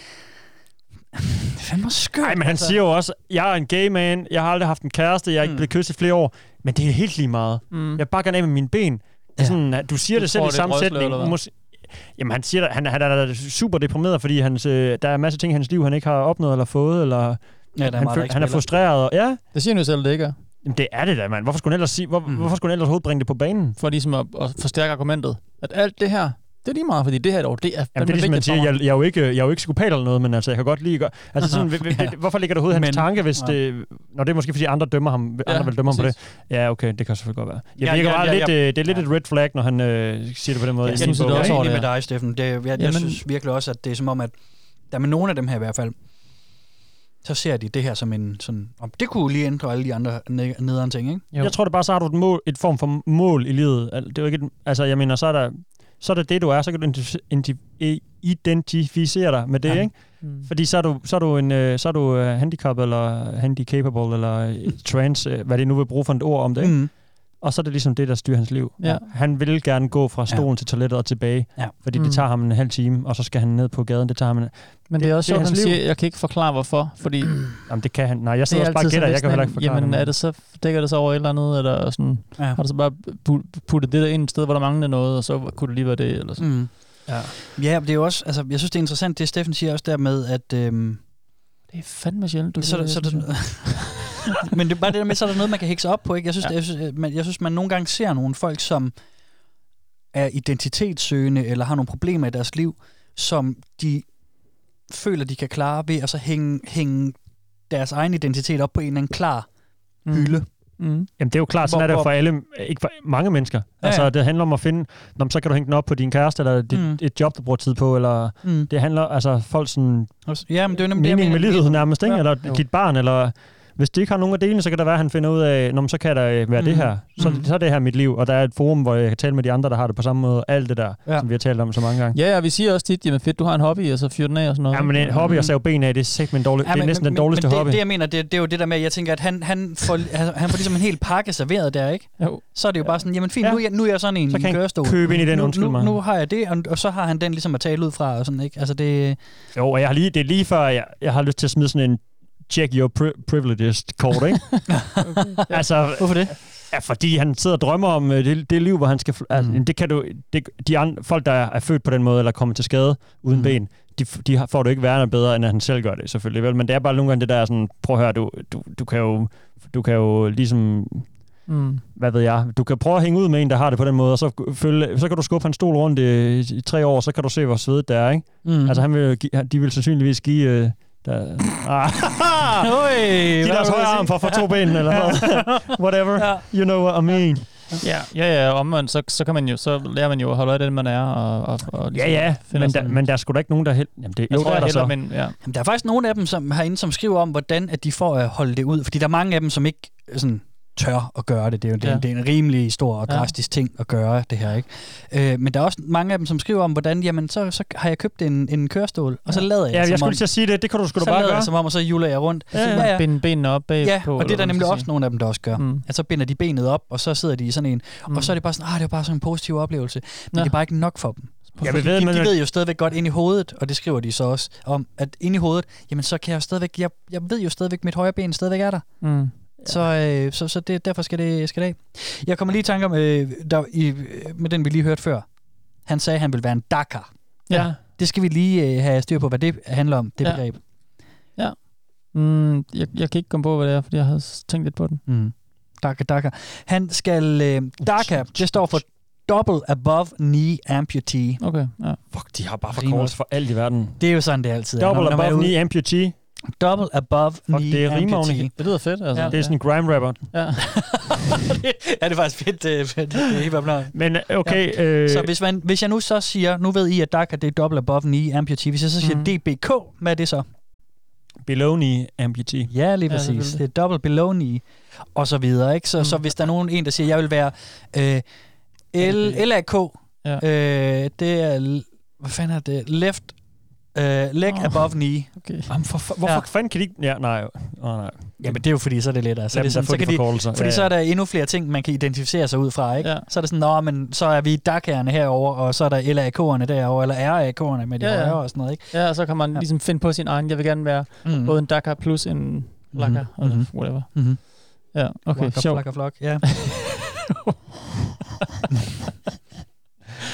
Det er fandme skørt. altså. Nej, men han siger jo også, jeg er en gay man, jeg har aldrig haft en kæreste, jeg er ikke Mm. blevet kysset i flere år, men det er helt lige meget. Mm. Jeg vil bare gerne af med mine ben. Ja. Ja. Sådan, at du siger Du tror, det selv i det er samme et røgslør, sætning. eller hvad? Mås- Jamen, han siger, at han, han er da super deprimeret, fordi hans, øh, der er masser af ting i hans liv, han ikke har opnået eller fået, eller ja, der er han, meget, der føl- ikke han er spiller. frustreret. Og, ja, Det siger han jo selv, det ikke er. Jamen, det er det da, mand. Hvorfor skulle han ellers, sige, hvor, Mm. mm. hvorfor skulle han ellers overhovedet bringe det på banen? For ligesom at, at forstærke argumentet. At alt det her, det er lige meget, fordi det her dog, det er Jamen, det er ligesom, man siger, jeg, jeg, er jo ikke, jeg er jo ikke psykopat eller noget, men altså, jeg kan godt lide... at gøre- Altså, sådan, ja. det, hvorfor ligger det overhovedet i hans Men- tanke, hvis Ja. det... Nå, det er måske, fordi andre dømmer ham, andre Ja, vil dømme ham præcis. på det. Ja, okay, det kan selvfølgelig godt være. Jeg Ja, ja, virker ja, bare ja, lidt... ja. Øh, det er lidt et red flag, når han øh, siger det på den måde. Ja, i jeg sin synes, det er bog. også Jeg er over enig det med dig, Steffen. Det, jeg, jeg Jamen- synes virkelig også, at det er som om, at der med nogle af dem her i hvert fald, så ser de det her som en sådan... om Det kunne jo lige ændre alle de andre ned- nederen ting, ikke? Jo. Jeg tror det bare, så har du et, mål, et form for mål i livet. Al- Det er jo ikke et, altså, jeg mener, så er, der, så er det det, du er. Så kan du identif- inti- i- identificere dig med det, Ja. ja. ikke? Mm. Fordi så er du, så er du, en, øh, så er du øh, handicapped, eller handicapable, eller øh, trans, øh, hvad det nu vil bruge for et ord om det, ikke? Mm. Og så er det ligesom det, der styrer hans liv. Ja. Han vil gerne gå fra Ja. stolen ja. til toilettet og tilbage, Ja. fordi Mm. det tager ham en halv time, og så skal han ned på gaden. Det tager ham en... Men det er også Det er sjovt, at han hans liv. siger, jeg kan ikke forklare hvorfor, [CLEARS THROAT] fordi Jamen, det kan han. Nej, jeg det sidder er også bare og altid gætter, sådan jeg kan lidt heller sådan ikke en, forklare Jamen det, er men- det så, dækker det så over et eller andet, eller sådan, Ja. har du så bare pu- puttet det der ind et sted, hvor der manglede noget, og så kunne det lige være det, eller sådan. Mm. Ja. Ja, men det er jo også, altså, jeg synes, det er interessant, det Steffen siger også der med, at... Øhm, Det er fandme sjældent, du så, siger er der- så, er det, synes jeg. der- [LAUGHS] men det er bare det der med, så er der noget, man kan hekse op på, ikke? Jeg synes, Øh, ja. Ja. det, jeg, synes, øh, man, jeg synes, man nogle gange ser nogle folk, som er identitetssøgende, eller har nogle problemer i deres liv, som de føler, de kan klare ved at så hænge, hænge deres egen identitet op på en eller anden klar Mm. hylde. Mm. Jamen det er jo klart, sådan Hvor- er det jo hvor- for alle, ikke for mange mennesker. Ja, Ja, altså ja. det handler om at finde, nå, men så kan du hænge den op på din kæreste, eller dit, Mm. mm. et job, du bruger tid på, eller Mm. det handler, altså folks sådan, Ja, men det er jo nemlig det, jeg mening med mener. livet nærmest, ikke? Ja. eller Jo. dit barn, eller hvis de ikke har nogen af delene, så kan der være, at han finder ud af, nå, men så kan der øh, være Mm. det her, så, Mm. så er det her mit liv, og der er et forum, hvor jeg kan tale med de andre, der har det på samme måde, alt det der, Ja. ja. som vi har talt om så mange gange. Ja, ja, vi siger også tit, jamen fedt, du har en hobby, og så fyr den af og sådan noget. Mm. Ja, men en hobby at save ben af, det er, sæt med en dårlig, det er men- næsten men- den dårligste men det, hobby. Det, jeg mener, det, det er jo det der med, at jeg tænker, at han, han, får, han- han får ligesom en hel pakke serveret der, ikke? Jo. Så er det jo bare sådan, jamen fint, Ja. nu, er jeg, nu er jeg sådan en Så kan i han kørestol. købe ind i den, nu, undskyld nu, mig. Nu har jeg det, og, og så har han den ligesom at tale ud fra, og sådan, ikke? Altså det... Jo, og jeg har lige, det er lige før, jeg, jeg har lyst til at [LAUGHS] smide sådan en check your pri- privileges kort, ikke? okay, ja. Altså, Hvorfor det? Ja, fordi han sidder og drømmer om øh, det, det liv, hvor han skal... Fl- altså, Mm. det kan du, det, de andre, folk, der er født på den måde, eller kommer til skade uden mm. ben, de, f- de har- får du ikke værre eller bedre, end at han selv gør det, selvfølgelig. Vel? Men det er bare nogle gange det der sådan, prøv at høre, du, du, du, kan, jo, du kan jo ligesom... Mm. Hvad ved jeg? Du kan prøve at hænge ud med en, der har det på den måde, og så, følge, så kan du skubbe hans stol rundt i, i tre år, så kan du se, hvor svedet det er, ikke? Mm. Altså, han vil, jo gi- han- de vil sandsynligvis give... Øh, der, ah, Oi, Giv hvad deres vil højre jeg sige? arm for, for to ben, eller hvad? Whatever. You know what I mean. Ja, ja, ja. Omvendt, så, så, kan man jo, så lærer man jo at holde øje af den, man er. Og, og, og ligesom Ja, ja, finder men, sådan- der, men der er sgu da ikke nogen, der held... Jamen, det, Jeg jo, tror, der jeg er der hælder så. dem ind, ja. Jamen, der er faktisk nogle af dem som herinde, som skriver om, hvordan at de får at holde det ud. Fordi der er mange af dem, som ikke øh, sådan, tør at gøre det. Det er, jo, det, er, Ja. det er en rimelig stor og Ja. drastisk ting at gøre det her. ikke. Øh, men der er også mange af dem, som skriver om, hvordan jamen, så, så har jeg købt en, en kørestol, og så lader jeg, Ja, jeg som skulle om, lige til at sige det. Det kan du sgu da så bare lader gøre. jeg som om, og så juler jeg rundt. Ja, ja, ja. Binde benene op bagpå. Ja, og det eller er hvad der man nemlig skal også sige. nogle af dem, der også gør. Mm. Mm. At så binder de benet op, og så sidder de i sådan en. Mm. Og så er det bare sådan, ah, det var bare sådan en positiv oplevelse. Men Nå. det er bare ikke nok for dem. Jeg Fordi ved, de, men- de ved jo stadigvæk godt ind i hovedet, og det skriver de så også om, at ind i hovedet, jamen så kan jeg jo stadigvæk, jeg, jeg ved jo stadigvæk, mit højre ben stadigvæk er der. Mm. Så, øh, så, så det, derfor skal det, skal det af. Jeg kommer lige i tanke om, øh, der, i, øh, med den vi lige hørte før. Han sagde, at han ville være en Dakar. Ja. Det skal vi lige øh, have styr på, hvad det handler om, det Ja. ja. begreb. Mm, jeg, jeg kan ikke komme på, hvad det er, fordi jeg havde s- tænkt lidt på den. Mm. Daka, daka. Han skal... Øh, daka, det står for Double Above Knee Amputee. Okay, ja. Fuck, de har bare Fordi nu- forkortelse for alt i verden. Det er jo sådan, det altid er. Double Når man er above ude- knee amputee. Double Above Knee det rimer jo Amputee. ikke. Det lyder fedt, altså. Ja. Ja. Det er sådan en grime rapper. [LAUGHS] ja, det er faktisk fedt, øh, fedt, det er helt opnået. Men okay, øh, Så hvis, man, hvis jeg nu så siger, nu ved I, at Daka det er Double Above Knee Amputee. Hvis jeg så siger Mhm. mm. DBK, hvad er det så? below knee amputee. Ja, lige Ja, præcis. selvfølgelig. det er Double Below Knee. Og så videre, ikke? Så, mm. så hvis der er nogen, en, der siger, jeg vil være øh, L- LAK, Ja. ja. øh, det er, l- hvad fanden er det? Left øh, leg Åh. oh. above knee. Okay. Jamen, for, for, hvorfor Ja. fanden kan de ikke... Ja, nej. Åh, nej. Jamen, det er jo fordi, så er det lettere. Så, er Lad Altså, det dem da få de sådan, så kan de, forkortelser. fordi Ja, så ja. er der endnu flere ting, man kan identificere sig ud fra, ikke? Ja. Så er det sådan, nå, men så er vi dakkerne herover og så er der LAK'erne derover eller RAK'erne med de Ja, ja, ja. ja. højre og sådan noget, ikke? Ja, og så kan man ja. ligesom finde på sin egen. Jeg vil gerne være Mm. både en Dakar plus en Laka, Mhm, eller mhm. whatever. Mhm. Ja, okay, Waka, sjovt. flaka, flok, [LAUGHS] ja.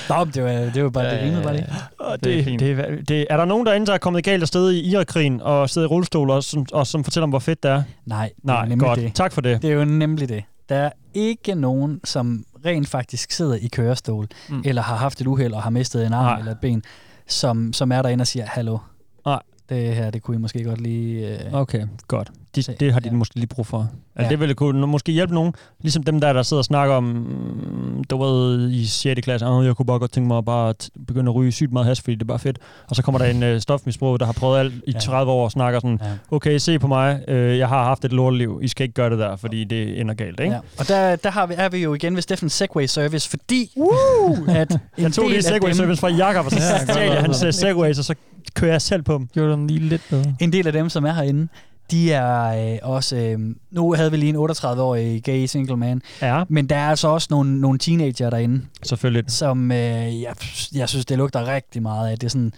Nå, men det var, det var bare, det rimede bare det. Og Det er det, fint. det, er- det, er der nogen derinde, der er kommet galt afsted i Irakkrigen og sidder i rullestol og, som, og som fortæller om, hvor fedt det er? Nej, det var Nej, nemlig godt. det. Tak for det. Det er jo nemlig det. Der er ikke nogen, som rent faktisk sidder i kørestol, Mm. mm. eller har haft et uheld og har mistet en arm Nej. Nej. eller et ben, som, som er derinde og siger, hallo, Nej. det her, det kunne I måske godt lige... Øh, Okay, godt. De, Se, det har de ja. måske lige brug for. Altså, Ja. Det ville kunne måske hjælpe nogen. Ligesom dem der, der sidder og snakker om, mm, du ved, i 6. klasse, oh, jeg kunne bare godt tænke mig at bare t- begynde at ryge sygt meget hash, fordi det er bare fedt. Og så kommer der en øh, stofmisbrug, der har prøvet alt i Ja. 30 år og snakker sådan, Ja. okay, se på mig, øh, jeg har haft et lorteliv, I skal ikke gøre det der, fordi det ender galt, ikke? Ja. Og der, der har vi, er vi jo igen ved Steffens Segway Service, fordi Woo! at en Jeg tog del lige af Segway dem- Service fra Jakob, og så Ja, stjal jeg godt. hans øh, Segways, og så kører jeg selv på dem. Gjorde dem lige lidt bedre. en del af dem, som er herinde, de er øh, også... Øh, nu havde vi lige en 38-årig gay single man, Ja, men der er altså også nogle, nogle teenager derinde, selvfølgelig. som øh, jeg, jeg synes, det lugter rigtig meget af. Det er sådan,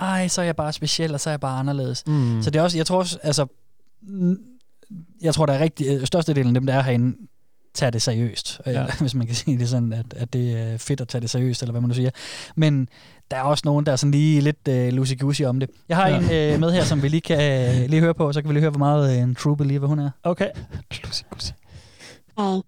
ej, så er jeg bare speciel, og så er jeg bare anderledes. Mm. Mm. Så det er også, jeg tror også, altså, mm, jeg tror, der er rigtig, øh, størstedelen af dem, der er herinde, tager det seriøst. Ja. Ja. [LAUGHS] Hvis man kan sige det sådan, at, at det er fedt at tage det seriøst, eller hvad man nu siger. Men der er også nogen, der er sådan lige lidt øh, loosey-goosey om det. Jeg har Ja. ja. en øh, med her, som vi lige kan øh, lige høre på, og så kan vi lige høre, hvor meget øh, en true believer hun er. [LAUGHS] Okay. A.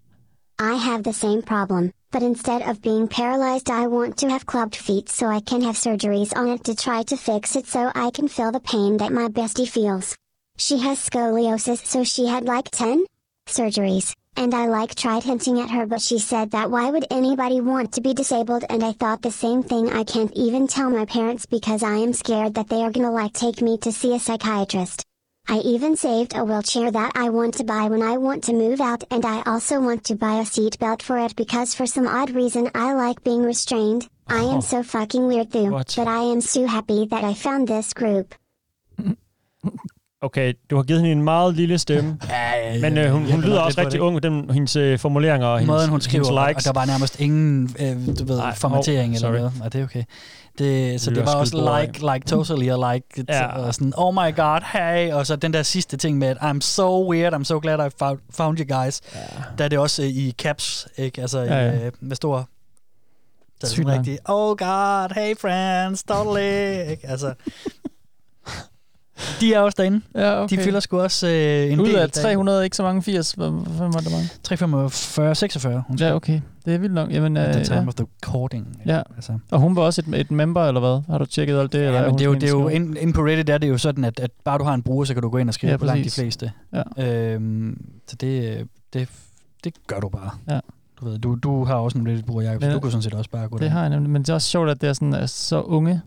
I have the same problem, but instead of being paralyzed, I want to have clubbed feet so I can have surgeries on it to try to fix it so I can feel the pain that my bestie feels. She has scoliosis, so she had like 10 surgeries, and I like tried hinting at her, but she said that why would anybody want to be disabled? And I thought the same thing. I can't even tell my parents because I am scared that they are gonna like take me to see a psychiatrist. I even saved a wheelchair that I want to buy when I want to move out, and I also want to buy a seatbelt for it because for some odd reason I like being restrained. I am so fucking weird, though, What? but I am so happy that I found this group. okay, du har givet hende en meget lille stemme, ja, ja, men øh, hun, Jeg hun kan lyder godt også lidt på rigtig ung, den, hendes øh, formuleringer og hendes, Måden, hun skriver, hendes og likes. der var nærmest ingen øh, du ved, Nej, formatering hov, eller sorry. noget. Og det er okay. Det, så Vi det var var skudt bord også af. like, like totally, og like, it, Ja. ja. og sådan, oh my god, hey, og så den der sidste ting med, at I'm so weird, I'm so glad I found, found you guys. Ja. Der er det også øh, i caps, ikke? Altså Ja, ja, ja. ja. Øh, med stor... Så er det Sygt nok. sådan rigtigt, oh god, hey friends, totally, [LAUGHS] ikke? Altså, de er også derinde. Ja, okay. De fylder sgu også øh, en Ud del. af derinde. 300, ikke så mange 80. Hvad hvad var det mange? 345, 46. Hun ja, okay. Det er vildt nok. Jamen, At the øh, time ja. of the recording. Ja. Altså. Og hun var også et, et member, eller hvad? Har du tjekket alt det? eller Ja, er men hun det er jo, sådan det er en, jo ind, ind på Reddit er det jo sådan, at, at bare du har en bruger, så kan du gå ind og skrive Ja, ja, på langt de præcis. fleste. Ja. Øhm, så det, øh, det, det gør du bare. Ja. Du, ved, du, du har også en Reddit-bruger, Jacob, så Men- du kunne sådan set også bare gå Det derind. har jeg nemlig, men det er også sjovt, at det er sådan, er så unge,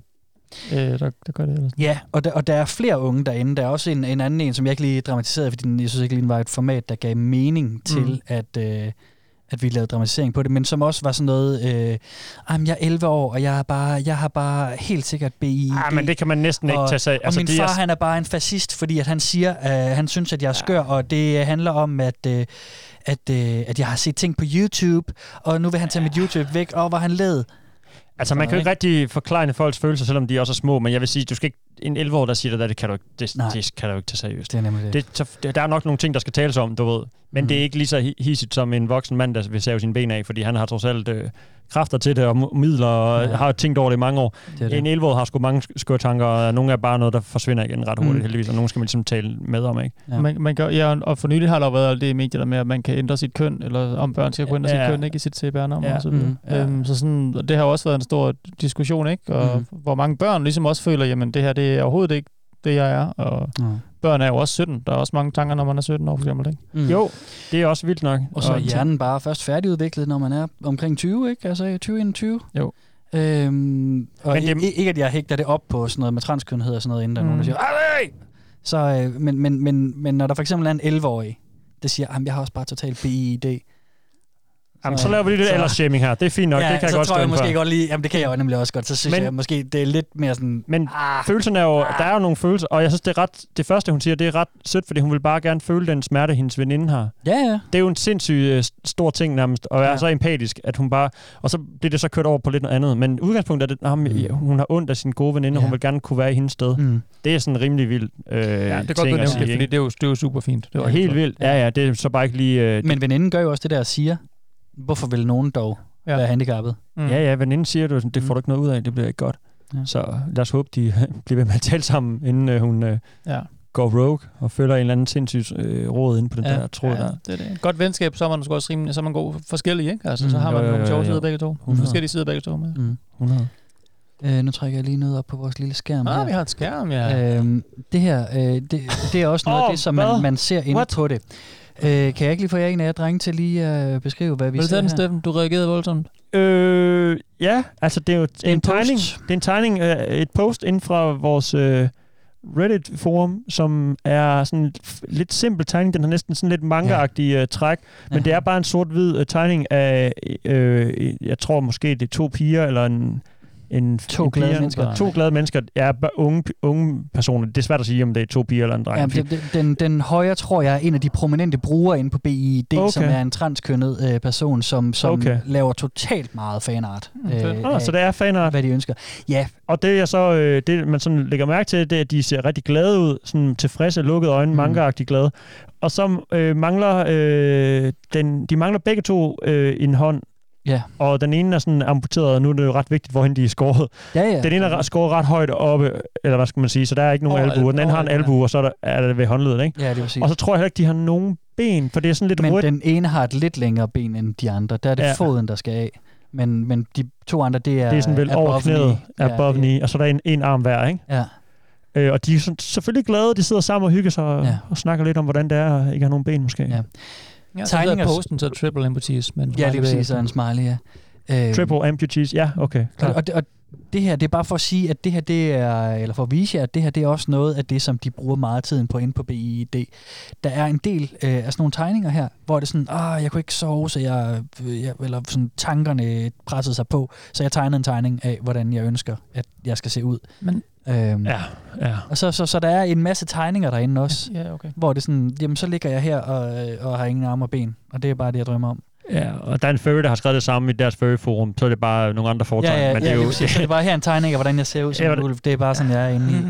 øh, der, der gør det. Eller sådan. Ja, og der, og der er flere unge derinde. Der er også en, en anden en, som jeg ikke lige dramatiserede, fordi den, jeg synes ikke lige den var et format, der gav mening til, Mm. mm. at, øh, at vi lavede dramatisering på det, men som også var sådan noget, øh, "Jamen, jeg er 11 år, og jeg, er bare, jeg har bare helt sikkert BI. Ah, men det kan man næsten ikke og, tage sig af. Og Altså, altså, min det er- far, han er bare en fascist, fordi at han siger, øh, han synes, at jeg er skør, og det øh, handler om, at, øh, at, øh, at jeg har set ting på YouTube, og nu vil han tage mit YouTube væk, og hvor han led. Altså, man kan jo ikke rigtig forklare folks følelser, selvom de også er små, men jeg vil sige, du skal ikke, en 11-årig, der siger det der, det kan du ikke, det, Nej. det kan du ikke tage seriøst. Det er nemlig det. Mhm. det så, der er nok nogle ting, der skal tales om, du ved, men mm. det er ikke lige så hi- hidsigt som en voksen mand, der vil save sine ben af, fordi han har trods alt øh, kræfter til det, og mu- midler, og Ja. ja. har tænkt over det i mange år. Det er det. En 11-årig har sgu mange sk- skøre tanker, og nogle er bare noget, der forsvinder igen ret hurtigt, Mm. mm. heldigvis, og nogen skal man ligesom tale med om, ikke? Ja. Man, man gør, ja, og for nylig har der jo været alt det i medierne med, at man kan ændre sit køn, eller om børn skal kunne ændre Ja. sit køn, ikke i sit CPR-nummer Ja. og så videre. Mm. Mm. Ja. Øhm, så sådan, og det har jo også været en stor diskussion, ikke? Og mm. hvor mange børn ligesom også føler, jamen det her, det er overhovedet ikke det, jeg er. Og Ja. børn er jo også 17. Der er også mange tanker, når man er 17 år, for eksempel, ikke? Mm. Jo, det er også vildt nok. Og så er hjernen bare først færdigudviklet, når man er omkring 20, ikke? Altså 20, 21. Jo. Øhm, og Men det... ikke, at jeg hægter det op på sådan noget med transkønhed og sådan noget, inden der mm. nogen, der siger, "Ej!" så, øh, men, men, men, men når der for eksempel er en 11-årig, der siger, at jeg har også bare totalt BID. Jamen, så laver vi lige lidt aldersshaming her. Det er fint nok, øh, ja, det kan jeg så godt tror stå jeg inde måske for. godt lige, jamen det kan jeg jo nemlig også godt, så synes Men- men, jeg måske, det er lidt mere sådan, Men ah, følelserne er jo, der er jo nogle følelser, og jeg synes, det, er ret, det første, hun siger, det er ret sødt, fordi hun vil bare gerne føle den smerte, hendes veninde har. Ja, ja. Det er jo en sindssyg øh, stor ting nærmest, og er ja. så empatisk, at hun bare... Og så bliver det så kørt over på lidt noget andet. Men udgangspunktet er, at mm. hun har ondt af sin gode veninde, og hun vil gerne kunne være i hendes sted. Mm. Det er sådan rimelig vildt øh, ja, det er godt, du ting nævnte at det, sige, ikke? fordi det er jo, det er jo super fint. Det var helt rigtig vildt. Ja, ja, det er så bare ikke lige... Øh, men veninden gør jo også det der og siger, hvorfor vil nogen dog Ja. ja. være handicappet? Mm. Ja, ja, veninden siger du, sådan, det får du ikke noget ud af, det bliver ikke godt. Ja. Så lad os håbe, de [LAUGHS] bliver ved med at tale sammen, inden øh, hun øh, Ja. går rogue og følger en eller anden sindssyg øh, råd inde på den ja. der tråd ja. der. Det er det. Godt venskab, så er man sgu også rimelig, så er man god forskellige, ikke? Altså, Mm. så har Jo, man jo, nogle jo, sjove jo. sider begge to. Hundrede. Forskellige sider begge to med. Mm. 100. Øh, nu trækker jeg lige noget op på vores lille skærm her. Ah, vi har et skærm, ja. Øhm, det her, øh, det, det er også noget Åh, af det, som hvad? man, man ser inde What? på det. Øh, kan jeg ikke lige få jer en af jer drenge til lige at beskrive, hvad vi Vil du ser tage den, her? Steffen? Du reagerede voldsomt. Øh, ja, altså det er jo en, en en post. tegning, det er en tegning, øh, et post inden fra vores øh, Reddit-forum, som er sådan en f- lidt simpel tegning. Den har næsten sådan lidt manga-agtige øh, træk, men det er bare en sort-hvid øh, tegning af, øh, jeg tror måske det er to piger, eller en... en To en glade piger- mennesker. To glade mennesker. Ja, bør- unge, unge personer. Det er svært at sige, om det er to piger eller en dreng. Ja, det, det- den, den højre, tror jeg, er en af de prominente brugere inde på BID, okay. som Okay. er en transkønnet øh, person, som, som Okay. okay. laver totalt meget fanart. Mm, øh, fedt. Ah, så det er fanart. Hvad de ønsker. Ja, Og det, jeg så, øh, det, man sådan lægger mærke til, det er, at de ser rigtig glade ud, sådan tilfredse, lukkede øjne, mm. manga-agtigt glade. Og så øh, mangler øh, den, de mangler begge to øh, en hånd. Ja. Og den ene er sådan amputeret, og nu er det jo ret vigtigt, hvorhen de er skåret. Ja, ja. Den ene er re- skåret ret højt oppe, eller hvad skal man sige, så der er ikke nogen Over al- albuer. Den anden har over en albuen, albue, og så er, der, er det ved håndledet, ikke? ja det vil sige. Og så tror jeg heller ikke, de har nogen ben, for det er sådan lidt men rødt. den ene har et lidt længere ben end de andre. Der er det Ja. ja. foden, der skal af. Men, men de to andre, det er Det er sådan vel over above knæet, knee. above det- knee, og så er der en, en arm hver, ikke? Ja. Øh, og de er sådan, selvfølgelig glade, de sidder sammen og hygger sig og, Ja. ja. og snakker lidt om, hvordan det er at ikke have nogen ben måske. Ja. Ja, så Tegninger- hedder posten så triple amputees. Men Ja, lige præcis, og en smiley, ja. Øh, Triple amputees, ja, okay, og, klart. og, og det her, det er bare for at sige, at det her, det er, eller for at vise jer, at det her, det er også noget af det, som de bruger meget tiden på inde på BID. Der er en del øh, af sådan nogle tegninger her, hvor det er sådan, ah, jeg kunne ikke sove, så jeg, øh, jeg, eller sådan tankerne pressede sig på, så jeg tegnede en tegning af, hvordan jeg ønsker, at jeg skal se ud. Men- øhm, ja, ja. Og så, så, så der er en masse tegninger derinde også, ja, okay. hvor det er sådan, jamen så ligger jeg her og, øh, og har ingen arme og ben, og det er bare det, jeg drømmer om. Ja, og der er en furry, der har skrevet det samme i deres furry-forum, så er det bare nogle andre foretræk. ja, ja, men det er ja, jo, lige præcis. Så det er bare her en tegning af, hvordan jeg ser ud som Ja, en hvordan- ulv. Det er bare sådan, jeg er [LAUGHS] inde i.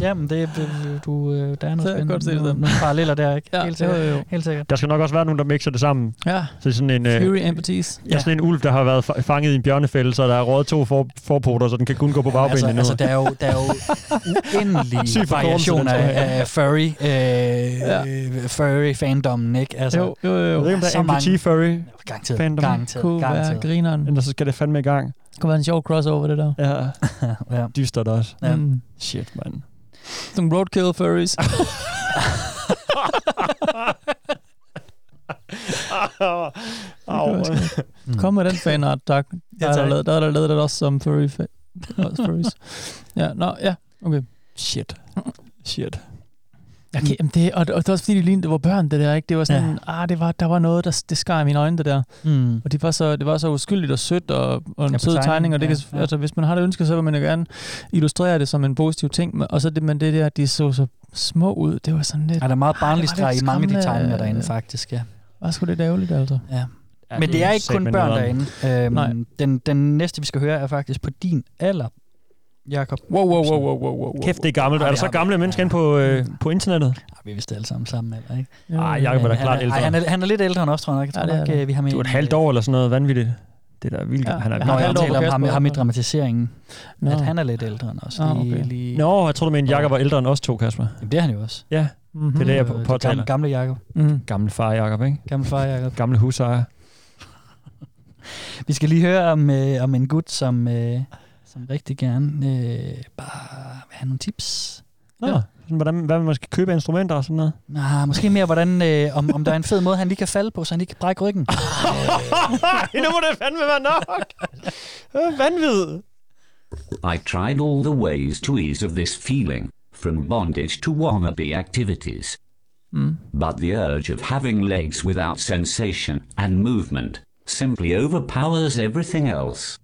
Jamen, det, er- du, øh, der er noget Så jeg kan spændende. godt se det der. Nogle paralleller der, ikke? Ja, helt sikkert. jo, jo. Helt [LAUGHS] sikkert. Der skal nok også være nogen, der mixer det sammen. Ja. Så sådan en, øh, Fury Empathies. Ja, sådan en ulv, der har været fa- fanget i en bjørnefælde, så der er rådet to for- forpoter, så den kan kun gå på bagbenene Altså, nu. altså, der er jo, der er [LAUGHS] jo uendelige Syg variationer forkortelse, den tror af, jeg. af furry, øh, ja. furry-fandommen, ikke? Altså, Jo, jo, jo. Jeg ved ikke, om der så er mange- MPT furry. Garanteret, fandom. garanteret, Kunne garanteret. være grineren. Ellers så skal det fandme i gang. Det kunne være en sjov crossover, det der. Ja. ja. Dyster det også. Ja. Mm. Shit, mand. [LAUGHS] Nogle roadkill furries. [LAUGHS] [LAUGHS] Au. Mm. Kom med den fanart, tak. Der er tak. der lavet, der er der lavet det også som furry fa- også furries. ja, nå, ja, okay. Shit. Shit. Okay, jamen det, og, og det var også fordi, det lignede, det var børn, det der, ikke? Det var sådan, Ja. ah, det var, der var noget, der, det skar i mine øjne, det der. Mm. Og det var, så, det var så uskyldigt og sødt og, og en Ja, ja, på sød tegning, tegningen, og det ja, kan, ja. Altså, hvis man har det ønske, så vil man jo gerne illustrere det som en positiv ting, men- og så det, men det der, at de så så små ud, det var sådan lidt... Ja, der er ah, meget det var barnlig lidt streg i mange af de skræmmende. øh." tegninger derinde, faktisk, ja. Var sgu lidt ærgerligt, altså. Ja. Men det er ikke kun børn derinde. Nej. Øhm, den, den næste, vi skal høre, er faktisk på din alder, Jakob. Wow, wow, wow, wow, wow, wow. Kæft, det er gammelt. Ej, Er der vi så har- gamle mennesker inde på, øh, på internettet? Ej, vi er vist alle sammen sammen, eller ikke? Ej, Jacob er da Men klart han ej, han, ældre. er, han er lidt ældre end os, tror jeg nok. Jeg tror Ja, det er nok, han. øh, vi har med Du er et halvt år eller sådan noget vanvittigt. Det er da vildt. Ja, Han er jeg Når har jeg halvt år på taler om ham, Kasper. ham i dramatiseringen, Nå. at han er lidt ældre end os. Nå, Lige, okay. lige, Nå, jeg tror du mener, Jakob var ældre end os to, Kasper. Jamen, det er han jo også. Ja, det er det, jeg Øh, på- Gamle, påtaler. gamle Jakob. Mm. Gamle far Jakob, ikke? Gamle far Jakob. Gamle husejer. [LAUGHS] Vi skal lige høre om, øh, om en gut, som, øh, som rigtig gerne øh, bare vil have nogle tips. Nå, sådan, hvordan, hvad man skal købe af instrumenter og sådan noget. Nå, måske mere, hvordan, øh, om, om der er en fed måde, han lige kan falde på, så han lige kan [LAUGHS] brække ryggen. Nej, nu må det fandme være nok. [LAUGHS] Øh, Vanvid. I tried all the ways to ease of this feeling, from bondage to wannabe activities. Mm. But the urge of having legs without sensation and movement simply overpowers everything else.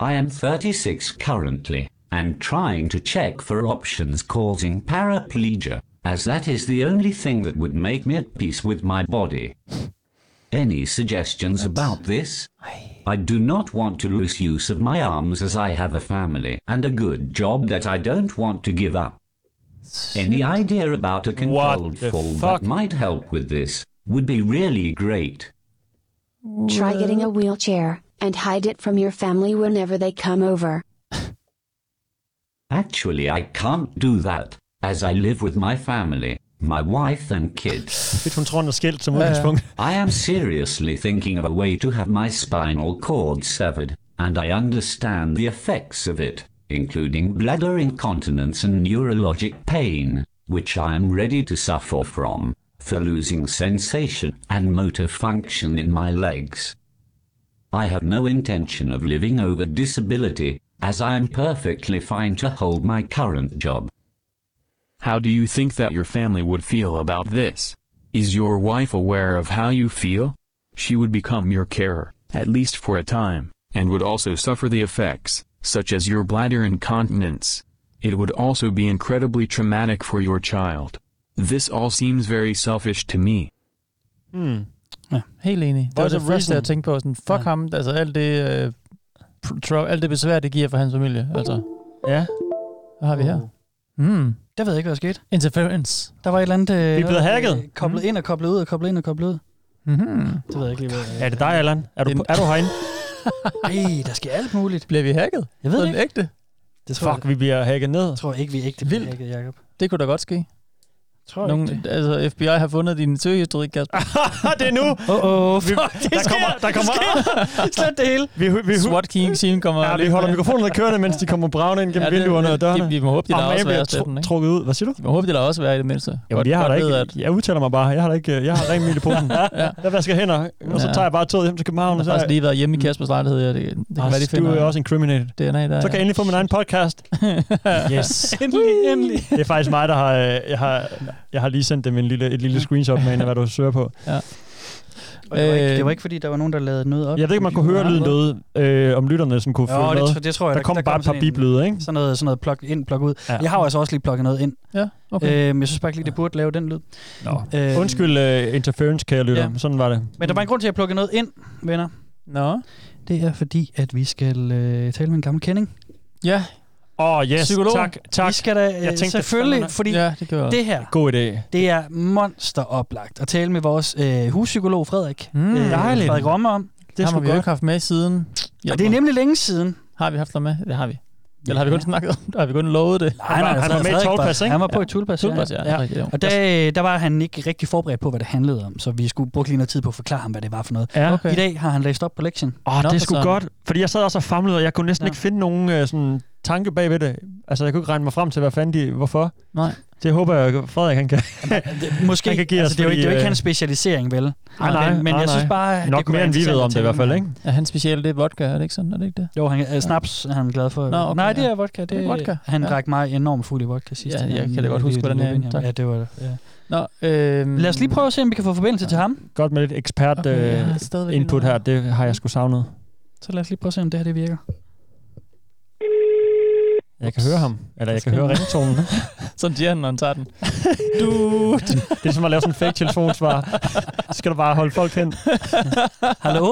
I am 36 currently, and trying to check for options causing paraplegia, as that is the only thing that would make me at peace with my body. Any suggestions about this? I do not want to lose use of my arms as I have a family and a good job that I don't want to give up. Any idea about a controlled the fall fuck? that might help with this would be really great. Try getting a wheelchair and hide it from your family whenever they come over. Actually, I can't do that, as I live with my family, my wife, and kids. Fedt, hun tror, hun er skilt som udgangspunkt. I am seriously thinking of a way to have my spinal cord severed, and I understand the effects of it, including bladder incontinence and neurologic pain, which I am ready to suffer from, for losing sensation and motor function in my legs. I have no intention of living over disability, as I am perfectly fine to hold my current job. How do you think that your family would feel about this? Is your wife aware of how you feel? She would become your carer, at least for a time, and would also suffer the effects, such as your bladder incontinence. It would also be incredibly traumatic for your child. This all seems very selfish to me. Hmm. Ja. Helt enig. Det var Voice det of første, reason. jeg tænkte på. Sådan, fuck ja. ham, altså alt det, øh, pr- tro, alt det besvær, det giver for hans familie. Altså, Ja. hvad har vi her? Mm. Oh. Der ved jeg ikke, hvad der skete. Interference. Der var et eller andet... Øh, Hmm. Vi er blevet hacket. Hmm. øh, Koblet ind og koblet ud og koblet ind og koblet ud. Mm-hmm. Det ved jeg ikke lige, hvad... Er det dig, Allan? Er du, Det- på- er du herinde? [LAUGHS] Ej, der sker alt muligt. Bliver vi hacket? Jeg ved det Sådan ikke. ægte? Det tror Fuck, jeg, vi bliver hacket ned. jeg tror ikke, vi er ægte Vildt. Vildt. Jacob. Det kunne da godt ske. Tror Nogen, altså, FBI har fundet din søgehistorik, Kasper. [LAUGHS] det er nu! Åh, oh, der kommer, der kommer, [LAUGHS] Slet det hele. Vi, vi, SWAT King team kommer ja, vi løbende. holder mikrofonerne kørende, mens de kommer bravende ind gennem Ja, ja, det- vinduerne og det- dørene. vi må håbe, de Og lader os Mabe være er i steppen, ikke? trukket ud. Hvad siger du? Jeg håber, det lader også være i det mindste. Jamen, jeg, har da godt ikke, ved, jeg udtaler mig bare. Jeg har da ikke, jeg har rent mel [LAUGHS] i posen. Ja. Jeg vasker hænder, og så Ja. tager jeg bare toget hjem til København. Jeg har faktisk lige været hjemme i Kaspers lejlighed. Ja. Det, det kan Ah, være, de Mm. du finder. er jo også incriminated. DNA, der, Så kan jeg endelig få min egen [LAUGHS] podcast. [LAUGHS] Yes. endelig, endelig. Det er faktisk mig, der har, øh, jeg har, jeg har lige sendt dem en lille, et lille screenshot med en af, hvad du søger på. Ja. Og det, var ikke, Øh, det var ikke, fordi der var nogen, der lavede noget op. Jeg ved ikke, om man kunne høre lyden derude, øh, om lytterne sådan kunne følge Jo, det, med. tr- det tror jeg. der, kom bare et par sådan en- biblyde, ikke? Sådan noget, sådan noget plug ind, plug ud. Ja. Ja. Jeg har jo altså også lige plugget noget ind. Ja, okay. Øhm, jeg synes bare ikke lige, det burde lave den lyd. Nå. Øhm, Undskyld uh, interference, kære lytter. ja. Sådan var det. Men der var en grund til, at jeg plukkede noget ind, venner. Nå. Det er fordi, at vi skal øh, tale med en gammel kending. Ja. Åh, oh, yes. Psykolog. Tak, tak. Vi skal da, øh, Jeg tænkte selvfølgelig, fandme nok. fordi Ja, det gjorde jeg. det her- God idé. Det er monsteroplagt at tale med vores øh, huspsykolog Frederik. Hmm, Øh, Mm, dejligt. Frederik Romme om. Det har vi jo ikke haft med siden. Og det er nemlig længe siden. Har vi haft dig med? Det har vi. Eller har vi kun snakket om det? Har vi kun lovet det? Nej, nej, Frederik var- Han var på i Tulpas. Tulpas, ja. ja. Rigtigt, jo. Og der, øh, der var han ikke rigtig forberedt på, hvad det handlede om, så vi skulle bruge lige noget tid på at forklare ham, hvad det var for noget. Ja. Okay. I dag har han læst op på lektien. Åh, oh, det er sgu godt. Fordi jeg sad også og famlede, og jeg kunne næsten ja. ikke finde nogen øh, sådan, tanke bagved det. Altså, jeg kunne ikke regne mig frem til, hvad fanden de... Hvorfor? Nej. Det håber jeg, Frederik han kan, Måske, han kan give os. altså, det, er jo ikke, det fordi, er jo ikke øh, hans specialisering, Ah, vel? Nej, nej, men, men nej, jeg synes nej. bare, at Nok det kunne mere, være end vi ved interessant om at det i tale hvert fald, med ikke? ham. Er han specielt det er vodka, er det ikke sådan? Er det ikke det? Jo, han, øh, snaps er han glad for. Nå, okay, nej, det ja. er vodka. Det, Det er vodka, Han ja. rakte mig enormt fuld i vodka sidst. Ja, jeg kan da godt huske, hvordan det er. Ja, det var det. Ja. Nå, øh, Lad os lige prøve at se, om vi kan få forbindelse til ham. Godt med lidt ekspert Okay, jeg har okay, stadigvæk øh, lige input noget. her. Det har jeg sgu savnet. Så lad os lige prøve at se, om det her det virker. Jeg kan høre ham. Eller jeg kan høre [LAUGHS] ringtonen. Sådan siger han, når han tager den. Du. [LAUGHS] Det er som at lave sådan en fake telefonsvar. Så skal du bare holde folk [LAUGHS] hen. Hallo?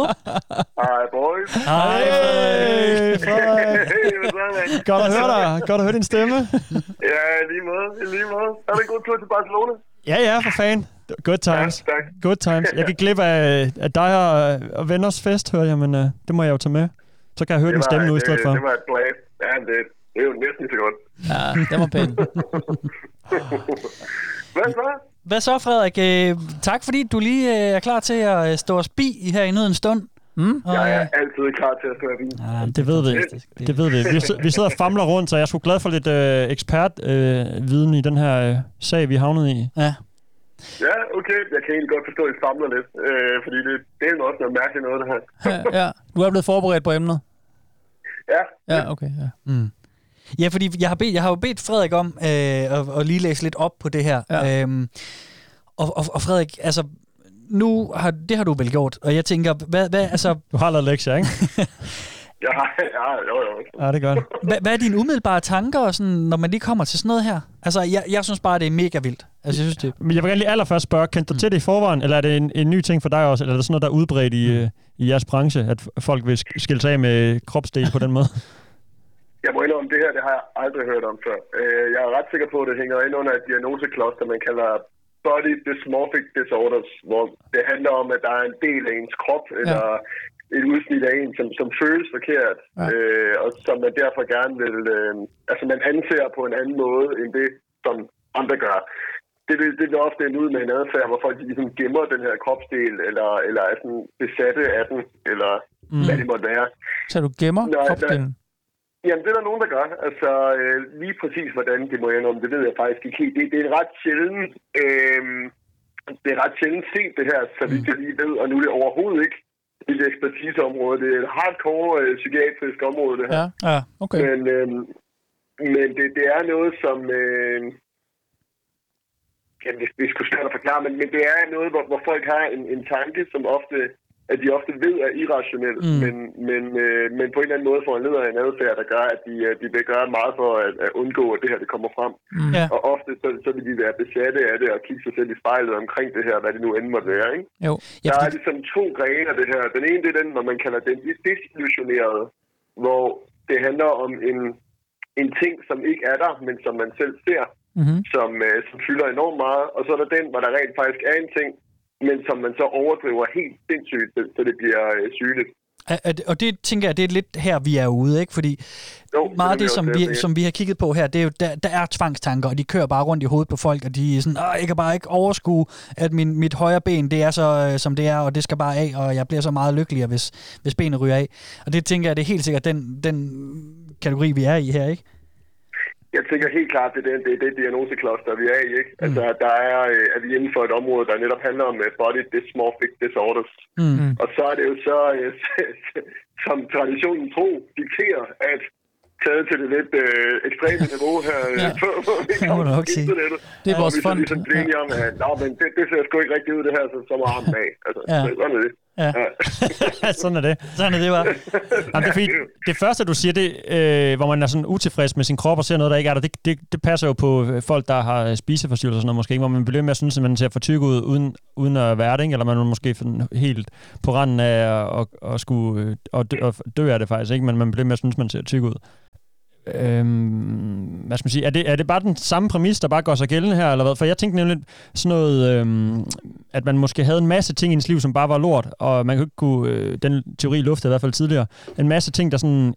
Hi, boys. Hej, Frederik. [LAUGHS] Hey, what's up, man? Godt at høre dig. Godt at høre din stemme. Ja, i lige måde. i Lige måde. Er det en god tur til Barcelona? Ja, ja, for fanden. Good times. Ja, tak. Good times. Jeg gik glip af, af dig og, og venners fest, hørte jeg, men uh, det må jeg jo tage med. Så kan jeg høre Det din var- stemme nu i det- stedet for. Det var et blast. Ja, det, det er jo næsten så godt. Ja, det var [LAUGHS] pænt. Hvad så? Hvad så, Frederik? Øh, tak, fordi du lige øh, er klar til at øh, stå os bi her i nødens stund. Mm? Jeg er altid klar til at stå i bilen. Det ved vi. Det ved vi. Vi, sid- vi sidder og famler rundt, så jeg er sgu glad for lidt øh, ekspertviden øh, viden i den her øh, sag, vi havnede i. Ja. Ja, okay. Jeg kan egentlig godt forstå, at I samler lidt. Øh, fordi det, det er jo også noget mærkeligt noget, det her. ja, du er blevet forberedt på emnet. Ja. Ja, okay. Ja. Mm. Ja, fordi jeg har, bedt, jeg har jo bedt Frederik om øh, at, at lige læse lidt op på det her. Ja. Øhm, og, og, og Frederik, altså, nu har, det har du vel gjort, og jeg tænker, hvad, hvad, altså, [LAUGHS] Du har lavet lektier, [LAUGHS] ikke? Ja, ja, jo, jo. Ja, det er godt. hvad, hvad er dine umiddelbare tanker, og sådan, når man lige kommer til sådan noget her? Altså, jeg, jeg synes bare, det er mega vildt. Altså, jeg synes, det, Men jeg vil gerne lige allerførst spørge, Mm. kendte du til det i forvejen, eller er det en, en ny ting for dig også, eller er det sådan noget, der er udbredt Mm. i, øh, i jeres branche, at f- folk vil sk- skille sig af med kropsdel på [LAUGHS] den måde? Jeg må indrømme, det her det har jeg aldrig hørt om før. Øh, jeg er ret sikker på, at det hænger ind under et diagnoseklods, der man kalder body dysmorphic disorders, hvor det handler om, at der er en del af ens krop, eller et udsnit af en, som, som føles forkert, ja. øh, og som man derfor gerne vil... Øh, altså, man anser på en anden måde, end det, som andre gør. Det, vil, det bliver ofte en ud med en adfærd, hvor folk de ligesom gemmer den her kropsdel, eller, eller er sådan besatte af den, eller Mm. mm. hvad det måtte være. Så du gemmer Nej, kropsdelen? Jamen, det er der nogen, der gør. Altså, øh, lige præcis hvordan det må ende om, det ved jeg faktisk ikke helt. Det, det er ret sjældent, øh, det er ret sjældent set det her, så vidt jeg lige ved, og nu er det overhovedet ikke et ekspertiseområde. Det er et hardcore øh, psykiatrisk område, det her. Ja, ja, okay. Men, øh, men det, det er noget, som... Øh, Jamen, det, det er sgu svært at forklare, men, men det er noget, hvor, hvor folk har en, en tanke, som ofte, at de ofte ved er irrationel, Mm. mm. men, men, øh, men på en eller anden måde foranleder en adfærd, der gør, at de, øh, de vil gøre meget for at, at undgå, at det her det kommer frem. Mm. Ja. Og ofte så, så vil de være besatte af det og kigge sig selv i spejlet omkring det her, hvad det nu end måtte være. Ikke? Jo. Ja, der er ligesom to grene af det her. Den ene, det er den, hvor man kalder den desillusionerede, hvor det handler om en, en ting, som ikke er der, men som man selv ser Mm-hmm. som, øh, som fylder enormt meget. Og så er der den, hvor der rent faktisk er en ting, men som man så overdriver helt sindssygt, så- så det bliver øh, sygeligt. Er- er det- Og det tænker jeg, det er lidt her, vi er ude, ikke? Fordi jo, meget af det, nemlig som også vi, det, det- som vi har kigget på her, det er jo, der, der er tvangstanker, og de kører bare rundt i hovedet på folk, og de er sådan, "Åh, jeg kan bare ikke overskue, at min, mit højre ben, det er så, øh, som det er, og det skal bare af, og jeg bliver så meget lykkeligere, hvis, hvis benet ryger af. Og det tænker jeg, det er helt sikkert den, den kategori, vi er i her, ikke? Jeg tænker helt klart, det er det, det, er det diagnoseklods, der vi er i. Ikke? Mm. Altså, der er, øh, er vi inden for et område, der netop handler om øh, body dysmorphic disorders. Mm. Og så er det jo så, øh, [LAUGHS] som traditionen tro dikterer, at taget til det lidt øh, ekstreme niveau her, øh, [LAUGHS] ja. på, på, Det må man nok sige. Det er vores fond. fond. Vi så ligesom blev enige om, at nå, men det, det ser sgu ikke rigtigt ud, det her, så, så må armen af. Altså, ja. Ja. sådan er det. Ja. [LAUGHS] sådan er det. Sådan er det bare. Jamen, det, er fordi, det første, du siger, det, øh, hvor man er sådan utilfreds med sin krop og ser noget, der ikke er der, det, det, det passer jo på øh, folk, der har øh, spiseforstyrrelser og sådan noget måske, ikke? hvor man bliver med at synes, at man ser for tyk ud, uden, uden at være det, ikke? eller man er måske sådan helt på randen af at, at, at skulle, øh, og dø, og dø af det faktisk, ikke? men man bliver med at synes, at man ser tyk ud. Øhm, hvad skal man sige? Er det, er det bare den samme præmis, der bare går sig gældende her, eller hvad? For jeg tænkte nemlig sådan noget, øhm, at man måske havde en masse ting i ens liv, som bare var lort, og man kunne ikke kunne, øh, den teori luftede i hvert fald tidligere, en masse ting, der sådan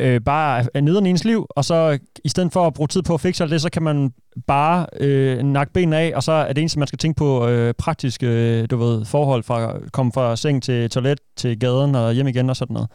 øh, bare er nederen i ens liv, og så øh, i stedet for at bruge tid på at fikse alt det, så kan man bare øh, nakke benene af, og så er det eneste, man skal tænke på øh, praktiske øh, du ved, forhold, fra komme fra seng til toilet, til gaden og hjem igen og sådan noget.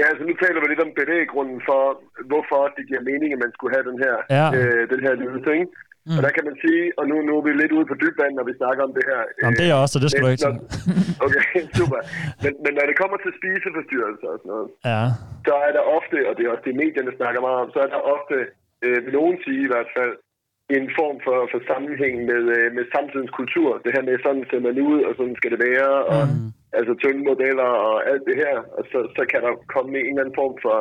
Ja, altså nu taler vi lidt om bevæggrunden for, hvorfor det giver mening, at man skulle have den her, Ja. øh, den her lille ting. Mm. Og der kan man sige, og nu, nu er vi lidt ude på dybvand, når vi snakker om det her. Jamen, det er jeg også, så det skal men du ikke når- Okay, [LAUGHS] super. Men, men når det kommer til spiseforstyrrelser og sådan noget, Ja. så er der ofte, og det er også det, medierne snakker meget om, så er der ofte, øh, vil nogen sige i hvert fald, en form for, for sammenhæng med, øh, med samtidens kultur. Det her med, sådan ser man ud, og sådan skal det være, og mm. altså tyngdemodeller og alt det her. Og så, så kan der komme en eller anden form for,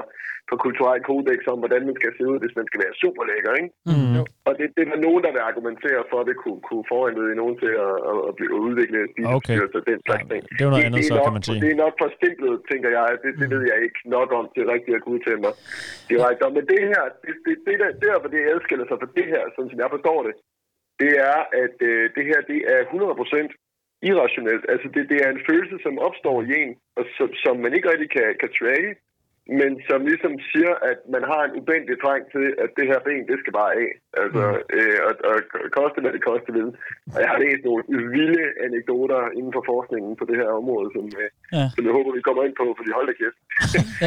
for kulturel kodex om, hvordan man skal se ud, hvis man skal være super lækker, ikke? Mm. Og det, det er der nogen, der vil argumentere for, at det kunne, kunne foranlede nogen til at, at, at blive at udvikle spiseforstyrrelser okay. den slags ting. det er jo noget andet, det er så, nok, kan man sige. Det er nok for stimplet, tænker jeg. Det, det ved jeg ikke nok om til rigtigt at kunne udtale mig direkte om. Men det her, det, det, det der, der, hvor det adskiller sig fra det her, sådan som jeg forstår det, det er, at øh, det her det er 100% irrationelt. Altså det, det er en følelse, som opstår i en, og som, som man ikke rigtig kan, kan tracke, men som ligesom siger, at man har en ubændig trang til, at det her ben, det skal bare af. Altså, mm. øh, og, og koste, hvad det koste vil. Og jeg har læst nogle vilde anekdoter inden for forskningen på det her område, som, øh, Ja. ja. som jeg håber, vi kommer ind på, fordi hold da kæft.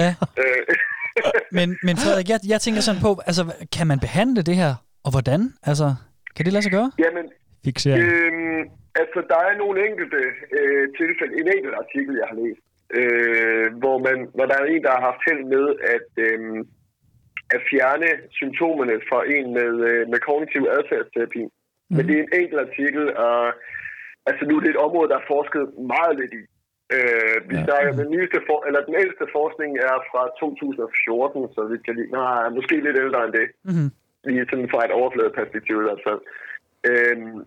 Ja. [LAUGHS] Øh, [LAUGHS] Men, men Frederik, jeg, jeg tænker sådan på, altså, kan man behandle det her, og hvordan? Altså, kan det lade sig gøre? jamen, Fixering. Øhm, altså, der er nogle enkelte øh, tilfælde, en enkelt artikel, jeg har læst, øh, hvor, man, hvor der er en, der har haft held med at, øh, at fjerne symptomerne fra en med, øh, med kognitiv adfærdsterapi. Mm. Men det er en enkelt artikel, og altså, nu er det et område, der er forsket meget lidt i. Øh, vi ja. snakker, den, nyeste for, eller den ældste forskning er fra 2014, så vi kan lige, nej, måske lidt ældre end det Mm-hmm. lige sådan fra et overfladeperspektiv i hvert fald. Øhm,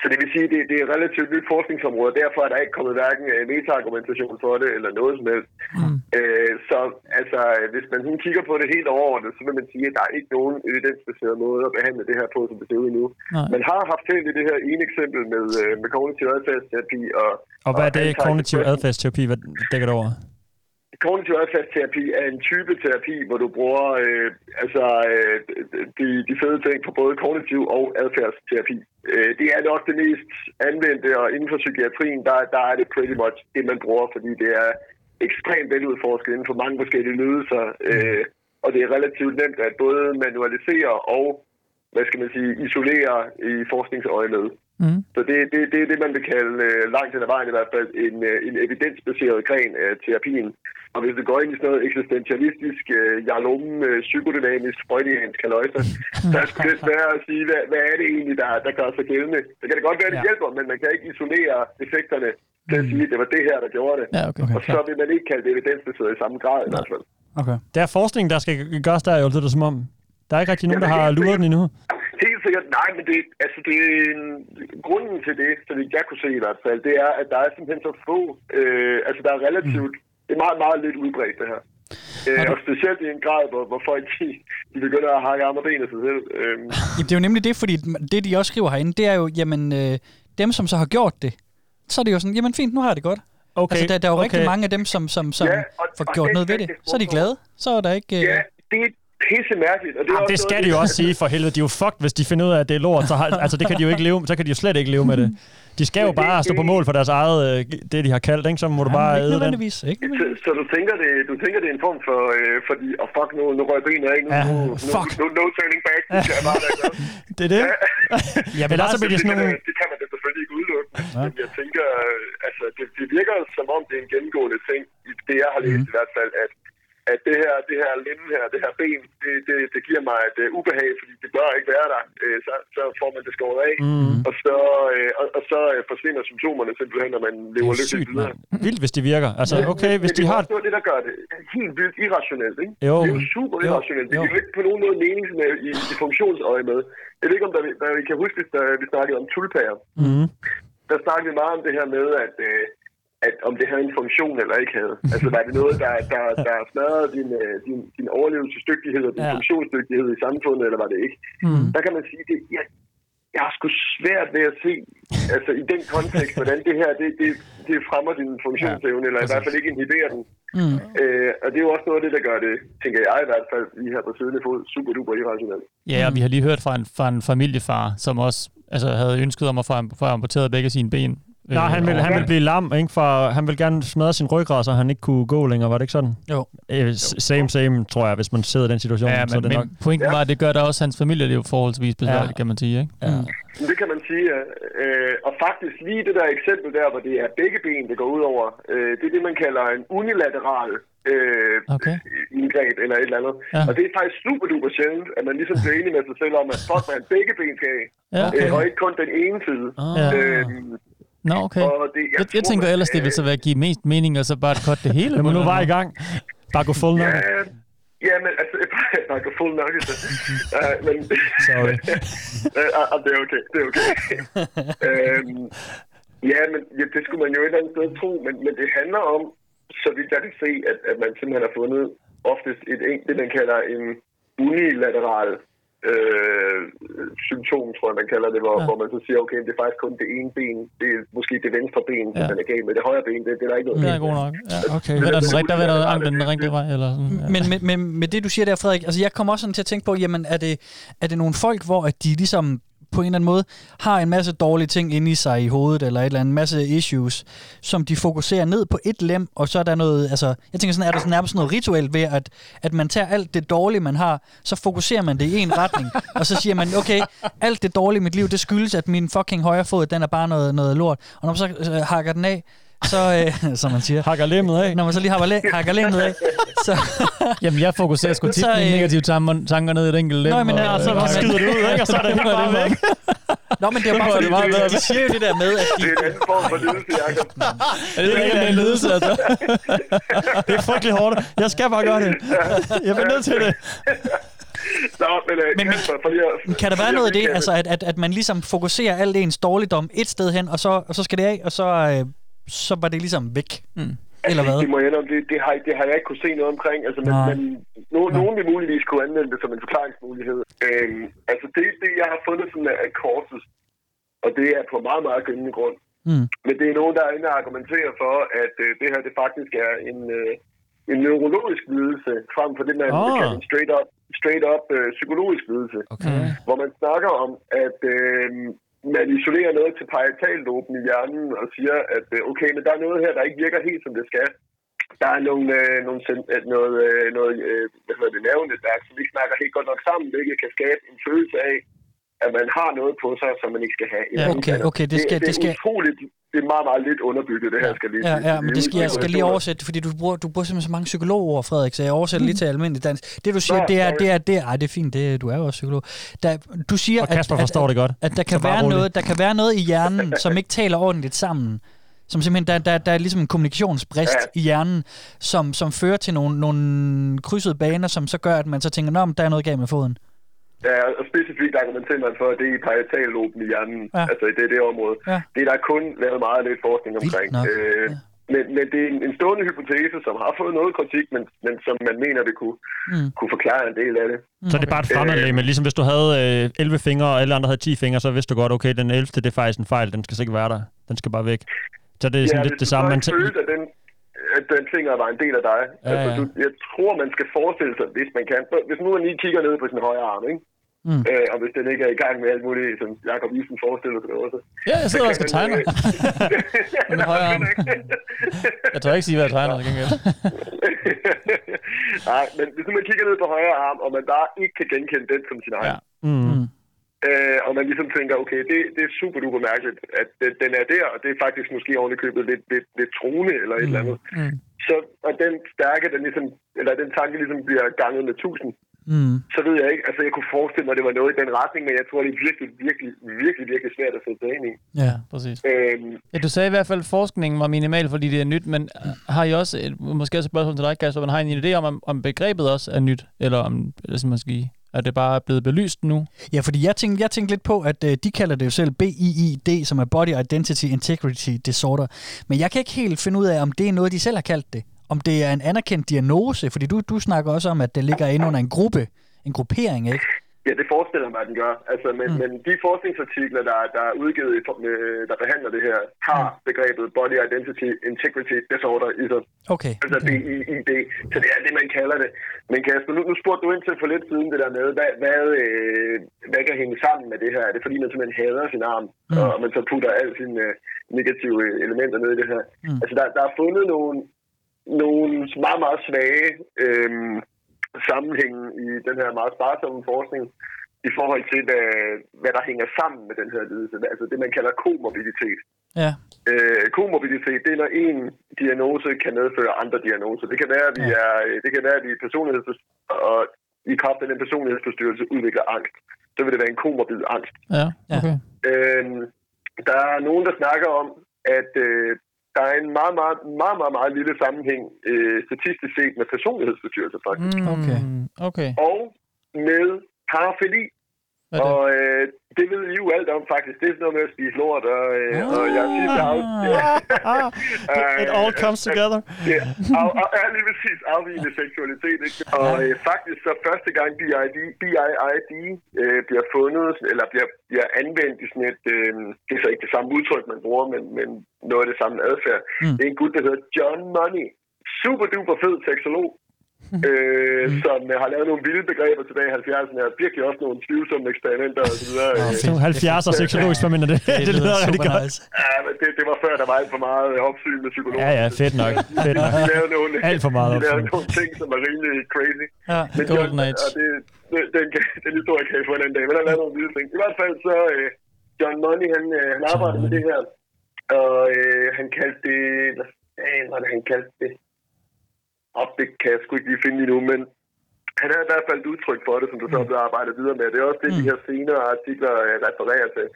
så det vil sige, at det, det er et relativt nyt forskningsområde, og derfor er der ikke kommet hverken øh, meta-argumentation for det eller noget som helst. Mm. Øh, så altså, hvis man sådan kigger på det helt overordnet, så vil man sige, at der er ikke nogen evidensbaseret måde at behandle det her på, som det ser ud nu. Nej. Man har haft held i det her ene eksempel med, øh, med kognitiv adfærdsterapi og... Og hvad er det, anti-depressiv kognitiv adfærdsterapi, hvad dækker det over? Kognitiv adfærdsterapi er en type terapi, hvor du bruger øh, altså, øh, de, de fede ting på både kognitiv og adfærdsterapi. Øh, det er nok det mest anvendte, og inden for psykiatrien, der, der er det pretty much det, man bruger, fordi det er ekstremt veludforsket inden for mange forskellige lidelser, øh, og det er relativt nemt at både manualisere og, hvad skal man sige, isolere i forskningsøjemed. Mm. Så det, det, det er det, man vil kalde øh, langt hen ad vejen i hvert fald en, øh, en evidensbaseret gren af terapien. Og hvis det går ind i sådan noget eksistentialistisk, øh, jarlum, øh, psykodynamisk, freudiansk [LAUGHS] kaløjser, så er det lidt svært at sige, hvad, hvad er det egentlig, der, der gør sig gældende. Det kan da godt være, det Ja. hjælper, men man kan ikke isolere effekterne til at sige, at det var det her, der gjorde det. Mm. Ja, okay. og så vil man ikke kalde det evidensbaseret i samme grad i hvert fald. Okay. Der er forskning, der skal gøres der, jo, lyder det som om. Der er ikke rigtig nogen, der Jamen, har helt luret den endnu. Helt sikkert, nej, men det, altså det er en, grunden til det, så vidt jeg kunne se i hvert fald, det er, at der er simpelthen så få, øh, altså der er relativt, Mm. det er meget, meget lidt udbredt det her. Øh, og specielt i en grad, hvor, hvor folk de, de begynder at hakke arme og ben af sig selv. Øh, Jamen, det er jo nemlig det, fordi det, de også skriver herinde, det er jo, jamen, øh, dem, som så har gjort det, så er det jo sådan, jamen fint, nu har jeg det godt. Okay, altså, der, der er jo okay. rigtig mange af dem, som, som, som Ja, ja, og- får og gjort det- noget ved det- det. det- Så er de glade. Så er der ikke... Ja, Øh, det er pisse mærkeligt. Og det, er Jamen, også det noget, skal de jo også sige for helvede. De er jo fucked, hvis de finder ud af, at det er lort. Så, har, altså, det kan de jo ikke leve, så kan de jo slet ikke leve med det. De skal jo bare stå på mål for deres eget, øh, det de har kaldt, [LAUGHS] ikke? Så må du bare æde den. Ikke så, så du, tænker det, du tænker, det er en form for, øh, fordi, oh, fuck, nu, nu røg benet af, ikke? Nu, Ja, nu, fuck. Nu, nu, no turning back, det kan jeg bare lade være. [LAUGHS] Det er det. Ja, men så bliver de det, sådan kan, nogle... man- det kan man da selvfølgelig ikke udelukke, men jeg tænker, øh, altså, det, det virker som om, det er en gennemgående ting, i det jeg har læst Mhm. mm. i hvert fald, at, at det her, det her linde her, det her ben, det, det, det giver mig et uh, ubehag, fordi det bør ikke være der. Øh, så, så får man det skåret af, Mhm. og så, øh, og, og så øh, forsvinder symptomerne simpelthen, når man lever Det er lykkeligt sygt, videre. mand. Vildt, hvis de virker. Altså, Men- okay, men- hvis men det de er har... også noget af det, der gør det helt vildt irrationelt, ikke? Jo. Det er jo super Jo. irrationelt. Det er jo ikke på nogen måde mening med, i, i funktionsøje med. Jeg ved ikke, om der, der, vi kan huske, hvis der, vi snakkede om tulpager. Mm. Der snakkede vi meget om det her med, at, øh, at om det havde en funktion eller ikke havde. Altså, var det noget, der, der, der smadrede din, øh, din, din overlevelsesdygtighed og din Ja. ja. funktionsdygtighed i samfundet, eller var det ikke? Mm. Der kan man sige, det, jeg, jeg har sgu svært ved at se, altså i den kontekst, hvordan det her, det, det, det fremmer din funktionsevne, ja, eller i hvert fald ikke inhiberer den. Mm. Øh, og det er jo også noget af det, der gør det, tænker jeg i hvert fald, lige her på siddende fod, super duper irrationelt. Ja, og vi har lige hørt fra en, fra en familiefar, som også altså, havde ønsket om at få am- få amputeret begge sine ben. Øh, Nej, han vil, han vil blive lam, ikke? For han vil gerne smadre sin ryggrad, så han ikke kunne gå længere. Var det ikke sådan? Jo. Øh, s- Same, same, tror jeg, hvis man sidder i den situation. Ja, så er men, det nok. men pointen var, at det gør da også hans familieliv forholdsvis besværligt, Ja. ja. kan man sige. Ikke? Mm. Ja. Men det kan man sige, ja. øh, og faktisk lige det der eksempel der, hvor det er begge ben, det går ud over, øh, det er det, man kalder en unilateral øh, Okay. indgreb eller et eller andet. Ja. Ja. Og det er faktisk super duper sjældent, at man ligesom bliver enig med sig selv om, at fuck man, begge ben skal af, Ja, okay. Ah. øh, og ikke kun den ene side. Ja. Øhm, Nå, okay. Og det- jeg jeg, jeg tror, tænker man- ellers, det vil så være at give mest mening, og så bare cut det [LAUGHS] hele. Lad mig nu bare i gang. Bare gå fuld nok. Ja, ja, men altså, [LAUGHS] jeg kan fuld nok. Altså. uh, men, [LAUGHS] Sorry. uh, det er okay, det er okay. øhm, ja, men ja, det skulle man jo et eller andet sted tro, men, men det handler om, så vidt jeg kan se, at, at man simpelthen har fundet oftest et, en- det, man kalder en unilateral øh, symptom, tror jeg, man kalder det, hvor, ja. hvor man så siger, okay, det er faktisk kun det ene ben, det er måske det venstre ben, ja. man er gal med, det højre ben, det, det er der ikke noget Det er galt med. god nok. Ja. Okay. Hvad er den rigtige, hvad er der anklen den rigtige vej? Eller Mm, sådan. Ja. Men, men, men med det, du siger der, Frederik, altså jeg kommer også sådan til at tænke på, jamen er det, er det nogle folk, hvor at de ligesom på en eller anden måde har en masse dårlige ting inde i sig i hovedet, eller et eller andet en masse issues, som de fokuserer ned på et lem, og så er der noget, altså, jeg tænker sådan, er der sådan nærmest noget rituelt ved, at, at man tager alt det dårlige, man har, så fokuserer man det i en retning, og så siger man, okay, alt det dårlige i mit liv, det skyldes, at min fucking højre fod, den er bare noget, noget lort, og når man så øh, hakker den af, så, øh, [LAUGHS] som man siger, hakker lemmet af. Når man så lige hakker, læ- hakker lemmet af, så, Jamen, jeg fokuserer sgu tit Så, mine øh, negative tanker, tanker ned i et enkelt lem. Nå, men og- øh, altså, hvor skider det ud, ikke? Og så er [LAUGHS] det hele bare væk. Nå, men det er Hvor bare er fordi, det meget bedre. de, de siger jo det der med, at de... Det er en anden form for lidelse, Jacob. Er det ikke en ledelse, altså? [LAUGHS] det er frygtelig hårdt. Jeg skal bare gøre det. Jeg bliver nødt til det. [LAUGHS] Nå, men, øh, Men- Kasper, for lige at, Kan der for være lige noget af at det, recappe. altså, at, at, at man ligesom fokuserer alt ens dårligdom et sted hen, og så, og så skal det af, og så, øh, så var det ligesom væk? Mm. Eller Altså, hvad? Det, må jeg indrømme, det, det, har, det har jeg ikke kunne se noget omkring. Altså, men, Nej. men no, nogen vil muligvis kunne anvende det som en forklaringsmulighed. Øhm, altså, det, det, jeg har fundet sådan er kortet, og det er på meget, meget gyngende grund. Mm. Men det er nogen, der er inde og argumenterer for, at øh, det her det faktisk er en, øh, en neurologisk lidelse, frem for det, man Ah. oh. kalder en straight up, straight up øh, psykologisk lidelse. Okay. Hvor man snakker om, at øh, man isolerer noget til parietallåben i hjernen og siger, at øh, okay, men der er noget her, der ikke virker helt, som det skal. Der er nogle, øh, nogle sen- øh, noget, øh, noget øh, hvad hedder det, nervenetværk, som ikke snakker helt godt nok sammen, hvilket kan skabe en følelse af, at man har noget på sig, som man ikke skal have. Ja, okay, okay, det skal- det, det skal- er utroligt, det er meget, meget lidt underbygget, det her, skal lige sige. Ja, ja, men det skal, jeg skal lige er- oversætte, fordi du bruger, du bruger simpelthen så mange psykologord, Frederik, så jeg oversætter lige til almindelig dansk. Det du siger, Mm. Nå, det er, sorry. det er, det er, ej, det er fint, det, du er jo også psykolog. Der, du siger, Og Kasper at, at, forstår det godt. at der Så kan, bare være rolig. noget, der kan være noget i hjernen, som ikke taler ordentligt sammen. Som simpelthen, der, der, der er ligesom en kommunikationsbrist ja. i hjernen, som, som fører til nogle, nogle krydsede baner, som så gør, at man så tænker, nå, men der er noget galt med foden. Ja, og specifikt argumenterer man for, at det er i parietallåben i hjernen, Ja. ja. altså i det, det område. Ja. Det er der kun lavet meget lidt forskning omkring. nok. Øh, men, men det er en, en stående hypotese, som har fået noget kritik, men, men som man mener, det kunne, Mm. kunne forklare en del af det. Øh, Så er det bare et Øh. fremmedlæme. Ligesom hvis du havde øh, 11 fingre, og alle andre havde 10 fingre, så vidste du godt, okay, den 11. det er faktisk en fejl. Den skal så ikke være der. Den skal bare væk. Så det er sådan ja, ja, lidt hvis det du samme. så Man ikke tæ- følte, at den, at den ting var en del af dig. Ja, Ja, altså, ja. du, jeg tror, man skal forestille sig, hvis man kan. Så, Hvis nu man lige kigger ned på sin højre arm, ikke? Mm. Mm. Øh, og hvis den ikke er i gang med alt muligt, som Jacob Isen forestiller sig det også. [LAUGHS] Ja, jeg sidder så og skal kan tegne. man, [LAUGHS] Med min højre arm. Jeg tør ikke sige, hvad jeg tegner. til gengæld. øh, Nej, men hvis nu man kigger ned på højre arm, og man bare ikke kan genkende den som sin egen, ja. Mm. Øh, og man ligesom tænker, okay, det, det er super duper mærkeligt, at den, den er der, og det er faktisk måske oven i købet lidt, lidt, lidt truende eller et eller andet. Mm. Så, og den stærke, den, ligesom, eller den tanke ligesom bliver ganget med tusind, Mm. så ved jeg ikke, altså jeg kunne forestille mig, at det var noget i den retning, men jeg tror, det er virkelig, virkelig, virkelig, virkelig svært at sætte sig ind i. Ja, præcis. Øhm, Ja, du sagde i hvert fald, at forskningen var minimal, fordi det er nyt, men har I også, et, måske også et spørgsmål til dig, Kasper, men har I en idé om, om, om begrebet også er nyt, eller om eller sådan måske, er det bare blevet belyst nu? Ja, fordi jeg tænkte, jeg tænkte lidt på, at øh, de kalder det jo selv BIID, som er Body Identity Integrity Disorder. Men jeg kan ikke helt finde ud af, om det er noget, de selv har kaldt det. Om det er en anerkendt diagnose, fordi du, du snakker også om, at det ligger inde under en gruppe, en gruppering, ikke? Ja, det forestiller jeg mig, at den gør. Altså, men, mm. men de forskningsartikler, der, der er udgivet, i for- øh, der behandler det her, har begrebet Body Identity Integrity Disorder i sig. Okay. Altså okay. BIID. Så det er det, man kalder det. Men Kasper, nu, nu spurgte du ind til for lidt siden det der med, hvad, hvad, øh, hvad kan hænge sammen med det her? Er det fordi, man simpelthen hader sin arm, Mm. mm. og man så putter alle sine øh, negative øh, elementer ned i det her? Mm. Mm. Altså, der, der er fundet nogle, nogle meget, meget svage øh, sammenhænge i den her meget sparsomme forskning i forhold til, hvad, hvad der hænger sammen med den her lidelse. Altså det, man kalder komorbiditet. Ja. Øh, komorbiditet, det er, når en diagnose kan medføre andre diagnoser. Det kan være, at vi er, øh, det kan være, at vi er personlighedsforstyrrelse, og i kraft af den personlighedsforstyrrelse udvikler angst. Så vil det være en komorbid angst. Ja, okay. Øhm, der er nogen, der snakker om, at øh, der er en meget, meget, meget, meget, meget lille sammenhæng øh, statistisk set med personlighedsforstyrrelser, faktisk. Mm, okay. Okay. Og med parafili. Hvad er det? Og øh, det ved I jo alt om, faktisk. Det er sådan noget med at spise lort, og, øh, og jeg siger til Audi... Ah. It all comes together. [LAUGHS] Ja, og, og er lige præcis afvigende seksualitet, ikke? Og øh, faktisk så første gang BID, BIID øh, bliver fundet, eller bliver, bliver anvendt i sådan et... Øh, det er så ikke det samme udtryk, man bruger, men, men noget af det samme adfærd. Mm. Mm. Det er en gut, der hedder John Money. Super duper fed seksolog Mm. øh, som øh, har lavet nogle vilde begreber tilbage i 70'erne, og virkelig også nogle tvivlsomme eksperimenter og så videre. Nå, Øh, fedt. Nogle 70'er seksologieksperimenter, det- [LAUGHS] det lyder rigtig godt. Ja, men det, det var før, der var alt for meget øh, opsyn med psykologer. Ja, ja, fedt [LAUGHS] nok. Fedt nok. De lavede nogle, Alt for meget de lavede opsyn. nogle ting, som var rimelig crazy. Ja, Golden John, Age. Og det, det, den, kan- den historie kan I få en anden dag, men der er lavet nogle vilde ting. I hvert fald så, øh, John Money, han, øh, han arbejder med det her, og øh, han kaldte det, hvad fanden var det, han kaldte det? Op, det kan jeg sgu ikke lige finde endnu, men han havde i hvert fald et udtryk for det, som du så Mm. blev arbejdet videre med. Det er også det, de her senere artikler øh, refererer til.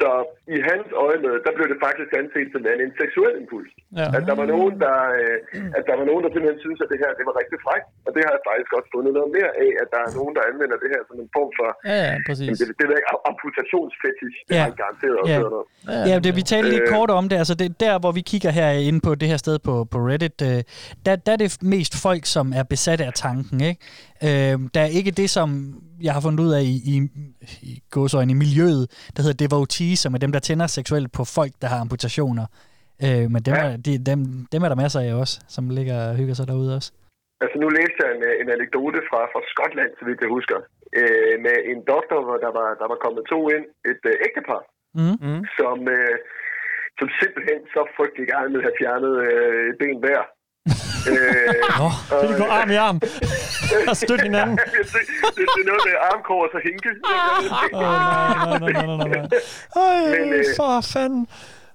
Så i hans øje med, der blev det faktisk anset som værende en seksuel impuls. Ja. Ja. At, der var nogen, der, øh, at der var nogen, der simpelthen synes, at det her det var rigtig frækt. Og det har jeg faktisk også fundet noget mere af, at der er nogen, der anvender det her som en form for... Ja, ja, præcis. Jamen, Det, det ved jeg ikke, amputationsfetish. Det Ja. har jeg garanteret også Ja. hørt om. Øh, Ja, det, vi talte lidt kort om det. Altså, det, der, hvor vi kigger her inde på det her sted på, på Reddit, øh, der, der er det mest folk, som er besatte af tanken. Ikke? Øh, der er ikke det, som jeg har fundet ud af i, i, i gåsøjne i miljøet, der hedder devotee, som er dem, der tænder seksuelt på folk, der har amputationer. Øh, men dem, ja. er, de, dem, dem er der masser af også, som ligger og hygger sig derude også. Altså nu læste jeg en, øh, en anekdote fra, fra Skotland, så vidt jeg husker, øh, med en doktor, hvor der var, der var kommet to ind, et øh, ægtepar, Mm. som, øh, som simpelthen så frygtelig gerne ville have fjernet øh, et ben [LAUGHS] hver. øh, Nå, så de går arm i arm. og [LAUGHS] støtte hinanden. det, det, det er noget med armkår og så hinke. [LAUGHS] Åh, nej, nej, nej, nej, nej, nej. Men, Øj, øh, for fanden.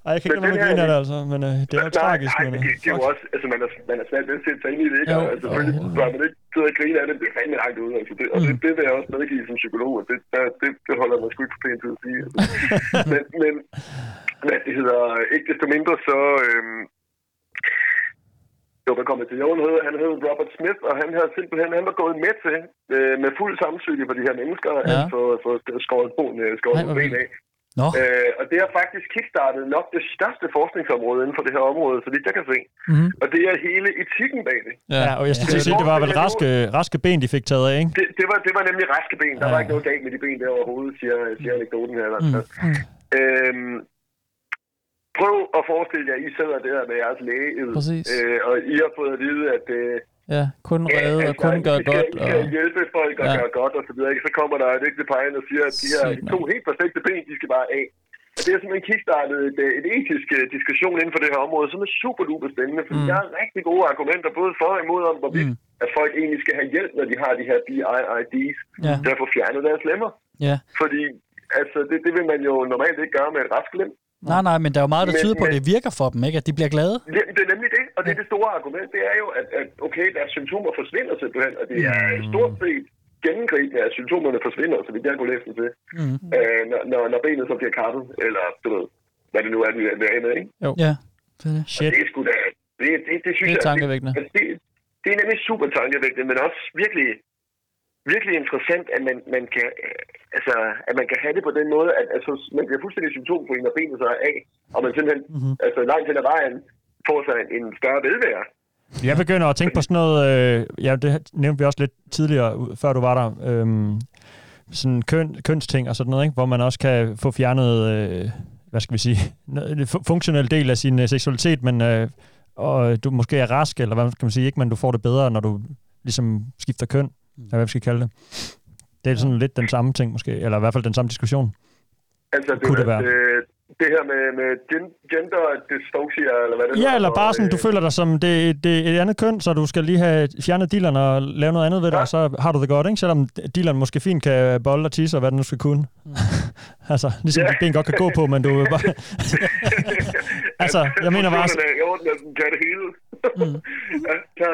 Ej, jeg kan ikke men lade den være med her- at grine af det, altså. Men øh, det er jo tragisk. Nej, men, det, øh, det, er jo også, altså man er, man er svært ved at sætte sig ind i det, ikke? Jo, Jo, altså, selvfølgelig bør man ikke sidde og grine af det, det er fandme langt ude, altså. Det, og det, det vil jeg også medgive som psykolog, og det, der, det, det holder jeg mig sgu ikke for pænt til at sige. Altså. men, men, hvad det hedder, ikke desto mindre, så, øhm, jo, velkommen til. Jo, han hed, han hed Robert Smith, og han havde simpelthen han var gået med til, øh, med fuld samtykke for de her mennesker, ja. at få, få skåret på en skåret Ej, hvor nogle ben vildt. af. Nå. Øh, og det har faktisk kickstartet nok det største forskningsområde inden for det her område, så vidt jeg kan se. Mhm. Og det er hele etikken bag det. Ja, og jeg skulle til at sige, det var vel raske, raske ben, de fik taget af, ikke? Det, det, var, det var nemlig raske ben. Der var ikke noget galt med de ben der overhovedet, siger, siger anekdoten her. Mm. Øhm, prøv at forestille jer, I sidder der med jeres læge, Præcis. øh, og I har fået at vide, at øh, Ja, kun redde og kun gøre I skal, godt. I Og... skal hjælpe folk og Ja. ja. gøre godt og så videre. ikke? Så kommer der et ægte par ind og siger, at de her Sygt, de to helt perfekte ben, de skal bare af. Og det er simpelthen kickstartet et, øh, et etisk øh, diskussion inden for det her område, som er super duper spændende, fordi Mm. mm. der er rigtig gode argumenter, både for og imod, om hvorvidt mm. at folk egentlig skal have hjælp, når de har de her BIIDs, Ja. til at få fjernet deres lemmer. Ja. Fordi altså, det, det vil man jo normalt ikke gøre med et rask lem. Nej, nej, men øh, der er jo meget, der Men- tyder på, at men- det virker for dem, ikke? At de bliver glade. Ja, Det er nemlig det, og det er det store argument, det er jo, at, at okay, deres symptomer forsvinder simpelthen, og det er Mm. stort set gennemgribende, at symptomerne forsvinder, så vidt jeg kunne læse det til, Mm. øh, når, når, når benet så bliver kappet, eller du ved, hvad det nu er, vi er vi er med, ikke? Jo. Ja. Shit. Det er sgu da, det, det, det synes Det er jeg... tankevækkende. Det, det, det er nemlig super tankevækkende, men også virkelig, virkelig interessant, at man, man kan, øh, altså, at man kan have det på den måde, at altså, man bliver fuldstændig symptomfri, når benet så er af, og man simpelthen, mm-hmm. altså langt hen ad vejen, får sig en, en større velvære. Jeg begynder at tænke på sådan noget, øh, ja, det nævnte vi også lidt tidligere, u- før du var der, øhm, sådan køn, kønsting og sådan noget, ikke? hvor man også kan få fjernet, øh, hvad skal vi sige, noget- en fu- funktionel del af sin øh, seksualitet, men øh, og du måske er rask, eller hvad skal man sige, ikke? men du får det bedre, når du ligesom skifter køn, eller hvad vi skal kalde det. Det er sådan lidt den samme ting måske, eller i hvert fald den samme diskussion. Altså, det, Kunne det det, være? det, det her med, med gen- gender dysphoria, eller hvad det Ja, hedder, eller og, bare sådan, du øh, føler dig som det, det et andet køn, så du skal lige have fjernet dilleren og lave noget andet ved dig, og så har du det godt, ikke? Selvom dilleren måske fint kan bolle og tisse og hvad den nu skal kunne. [LAUGHS] altså, ligesom Mm. Ja. yeah. ben godt kan gå på, men du er [LAUGHS] bare... altså, jeg mener bare... Funktionerne er I orden, at den kan det hele. Mm. [LAUGHS] altså,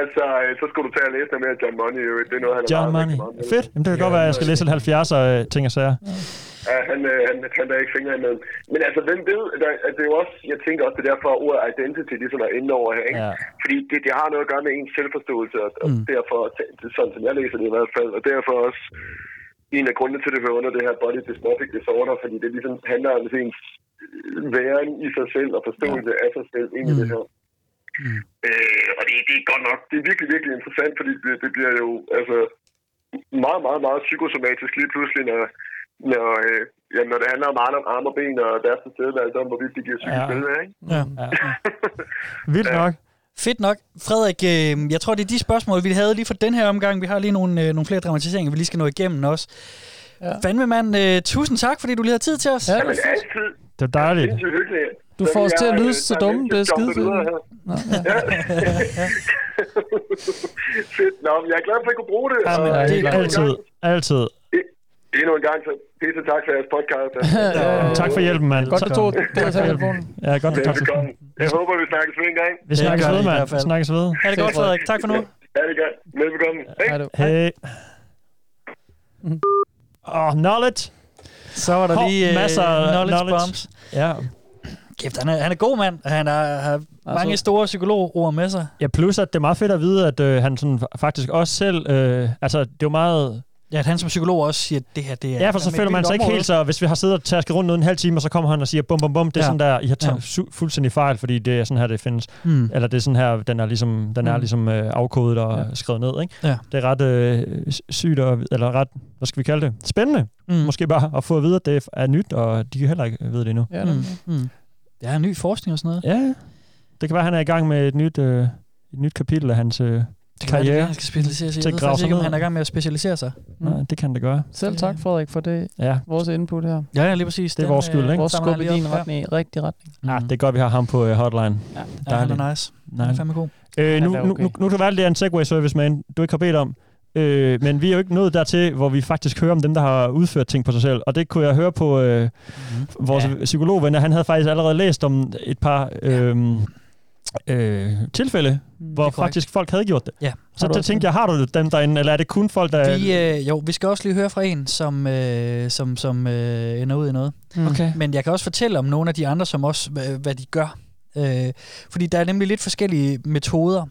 altså, øh, så skulle du tage og læse noget mere John Money, jo. Det er noget, han John er meget, Money. rigtig meget med. Fedt. Jamen, det kan godt være, at jeg skal læse lidt 70'er øh, ting og sager. Ja, han, øh, han, han er ikke fingre imellem. Men altså, hvem ved, der, at det er jo også, jeg tænker også, det er derfor, at ordet identity ligesom er inde over her, ikke? Ja. Fordi det, det har noget at gøre med ens selvforståelse, og, og Mm. derfor, sådan som jeg læser det i hvert fald, og derfor også en af grundene til, at det hører under det her body dysmorphic disorder, fordi det ligesom handler om ens øh, væren i sig selv og forståelse ja. af sig selv ind i mm. det her. Mm. Øh, og det, det er godt nok, det er virkelig, virkelig interessant, fordi det, det bliver jo altså, meget, meget, meget psykosomatisk lige pludselig, når, når, øh, jamen, når det handler om arme, arme og ben og deres tilstedeværelse, om hvorvidt de giver psykisk Ja. ja. velvære, ikke? Ja. [LAUGHS] Vildt nok. Fedt nok. Frederik, øh, jeg tror, det er de spørgsmål, vi havde lige for den her omgang. Vi har lige nogle, øh, nogle flere dramatiseringer, vi lige skal nå igennem også. Ja. Fandme mand, øh, tusind tak, fordi du lige har tid til os. Ja, Jamen, altid. Det er dejligt. Sindssygt hyggeligt. Du får os til at lyde øh, så tager dumme, lidt det er jobbet skidefedt. videre her. Ja. [LAUGHS] Fedt. Nå, men jeg er glad for, at I kunne bruge det. Jamen, og, det er øh, altid, altid. Endnu en gang, så pisse tak for jeres [LAUGHS] podcast. Tak for hjælpen, mand. Godt, du tog det. Tak for hjælpen. Ja, godt, du tog Velbekomme. Jeg håber, vi snakkes ved en gang. Vi snakkes ved, mand. Vi snakkes ved. Ha' det godt, Frederik. Tak for nu. Ja, det gør. Velbekomme. Hej. Hey. Mm. Åh, oh, knowledge. Så var der Hov, lige øh, masser af knowledge, knowledge. bombs. Ja. Kæft, han er, han er god mand. og Han har, har Altså. mange store psykologord med sig. Ja, plus at det er meget fedt at vide, at øh, han sådan faktisk også selv... Øh, altså, det er jo meget... Ja, at han som psykolog også siger, at det her det er... Ja, for så fandme et føler man vildt sig ikke område. helt så... Hvis vi har siddet og tasket rundt noget en halv time, og så kommer han og siger, bum, bum, bum, det er Ja. sådan der, I har Ja. taget su- fuldstændig fejl, fordi det er sådan her, det findes. Mm. Eller det er sådan her, den er ligesom, den er Mm. ligesom øh, afkodet og ja. skrevet ned, ikke? Ja. Det er ret øh, sygt, og, eller ret, hvad skal vi kalde det? Spændende, mm. måske bare at få at vide, at det er nyt, og de kan heller ikke ved det endnu. Ja, mm. Mm. Der er ny forskning og sådan noget. Ja, det kan være, at han er i gang med et nyt, øh, et nyt kapitel af hans øh, karriere. Det kan være, det er det, han skal specialisere sig. i. Til at Jeg ved grave faktisk sig ikke, om ned. han er i gang med at specialisere sig. Mm. Nej, det kan det gøre. Selv tak, Frederik, for det, Ja. vores input her. Ja, ja, lige præcis. øh, Det er vores skyld, ikke? Vores samler skub i han lige din op. Ja. Mhm. retning, rigtig retning. Mm. Ah, det er godt, vi har ham på øh, hotline. Ja, Ja, han er nice. Han er fandme god. Øh, nu, er nu, okay. nu, nu kan være, at det er en segway service, man. Du ikke har bedt om. Øh, men vi er jo ikke nået dertil, hvor vi faktisk hører om dem, der har udført ting på sig selv. Og det kunne jeg høre på øh, Mhm. mm-hmm. vores ja. psykologvenner. Han havde faktisk allerede læst om et par øh, øh, tilfælde, Mm, hvor faktisk folk havde gjort det. Ja. Så Har du der også tænkte jeg, har du dem derinde, eller er det kun folk, der... Vi, øh, jo, vi skal også lige høre fra en, som, øh, som, som øh, ender ud i noget. Mm. Okay. Men jeg kan også fortælle om nogle af de andre, som også, hvad, hvad de gør. Øh, fordi der er nemlig lidt forskellige metoder.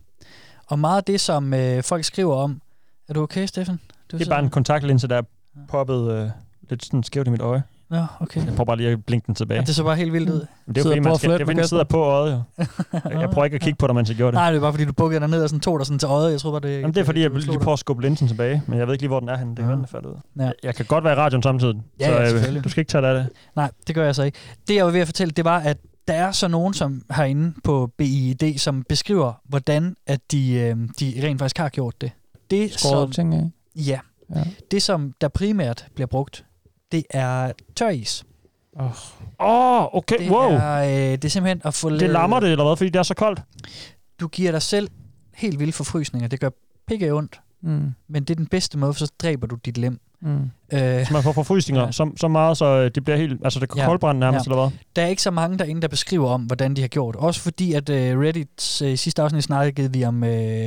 Og meget af det, som øh, folk skriver om... Er du okay, Steffen? Du det er sidder- bare en kontaktlinse, der er poppet øh, lidt sådan skævt i mit øje. Nå, okay. Jeg prøver bare lige at blinke den tilbage. Ja, det så bare helt vildt ud. Men Det er jo Sidder fordi, på man, at skal, det flirte er, med fordi, man sidder Kasper. på øjet, jo. [LAUGHS] Jeg jeg prøver ikke at kigge på dig, mens jeg gjorde det. Nej, det er bare fordi, du bukkede dig ned og sådan tog dig sådan til øjet. Jeg troede bare, det... Jamen, det er fordi, jeg du lige slog dig. prøver at skubbe linsen tilbage, men jeg ved ikke lige, hvor den er henne. Det er ja. den er faldet ud. Ja. Ja. Jeg kan godt være i radioen samtidig, Ja, ja, så øh, selvfølgelig. du skal ikke tage dig af det. Nej, det gør jeg så ikke. Det, jeg var ved at fortælle, det var, at der er så nogen som herinde på BID, som beskriver, hvordan at de, øh, de rent faktisk har gjort det. det Skåret ting af. Ja. Ja. ja. Det, som der primært bliver brugt, det er tør is. Åh, oh. oh, okay, Det, wow. er, øh, det er simpelthen at få Det lammer det, eller hvad, fordi det er så koldt? Du giver dig selv helt vilde forfrysninger. Det gør pikke ondt, Mm. men det er den bedste måde, for så dræber du dit lem. Mm. Øh, Så man får forfrysninger ja. så, så meget, så øh, det bliver helt... Altså, det går ja. koldbrændt nærmest, ja. eller hvad? Der er ikke så mange derinde, der beskriver om, hvordan de har gjort. Også fordi, at øh, Reddits øh, sidste afsnit snakkede vi om øh,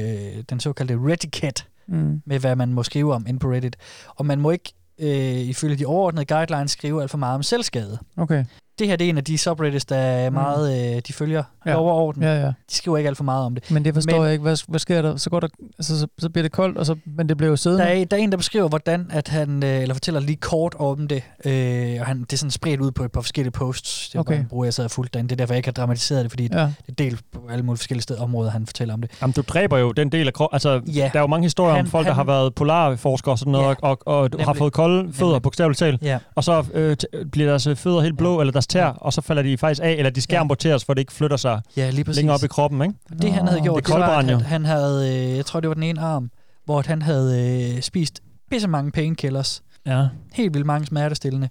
den såkaldte Reddicat, Mm. mm. med hvad man må skrive om inde på Reddit. Og man må ikke, øh, ifølge de overordnede guidelines, skrive alt for meget om selvskade. Okay. Det her det er en af de subreddits, der er Mm. meget, øh, de følger Ja. ja. lov og orden. Ja, ja. De skriver ikke alt for meget om det. Men det forstår men, jeg ikke. Hvad, hvad sker der? Så, går der altså, så, så bliver det koldt, og så, men det bliver jo siddende. Der er, der er en, der beskriver, hvordan at han, øh, eller fortæller lige kort om det, øh, og han, det er sådan spredt ud på et par forskellige posts. Det er Okay. okay. en bruger, jeg sad og fulgte derinde. Det er derfor, jeg ikke har dramatiseret det, fordi Ja. ja. det er delt på alle mulige forskellige steder, områder, han fortæller om det. Jamen, du dræber jo den del af kroppen. Altså, ja. Ja. der er jo mange historier han, Han- om folk, der han- har været polarforskere og sådan noget, ja. og, og, og har Nemlig. fået kolde fødder, Nemlig. bogstaveligt talt. Ja. Og så øh, t- bliver deres øh, fødder helt blå, ja. eller deres tær, ja. og så falder de faktisk af, eller de skal ja. amputeres, for det ikke flytter sig Ja, lige præcis. længere op i kroppen, ikke? Det han havde gjort, det det, det var, koldbrand at jo. han, han havde, øh, jeg tror det var den ene arm, hvor at han havde øh, spist pisse mange painkillers. Ja. Helt vildt mange smertestillende.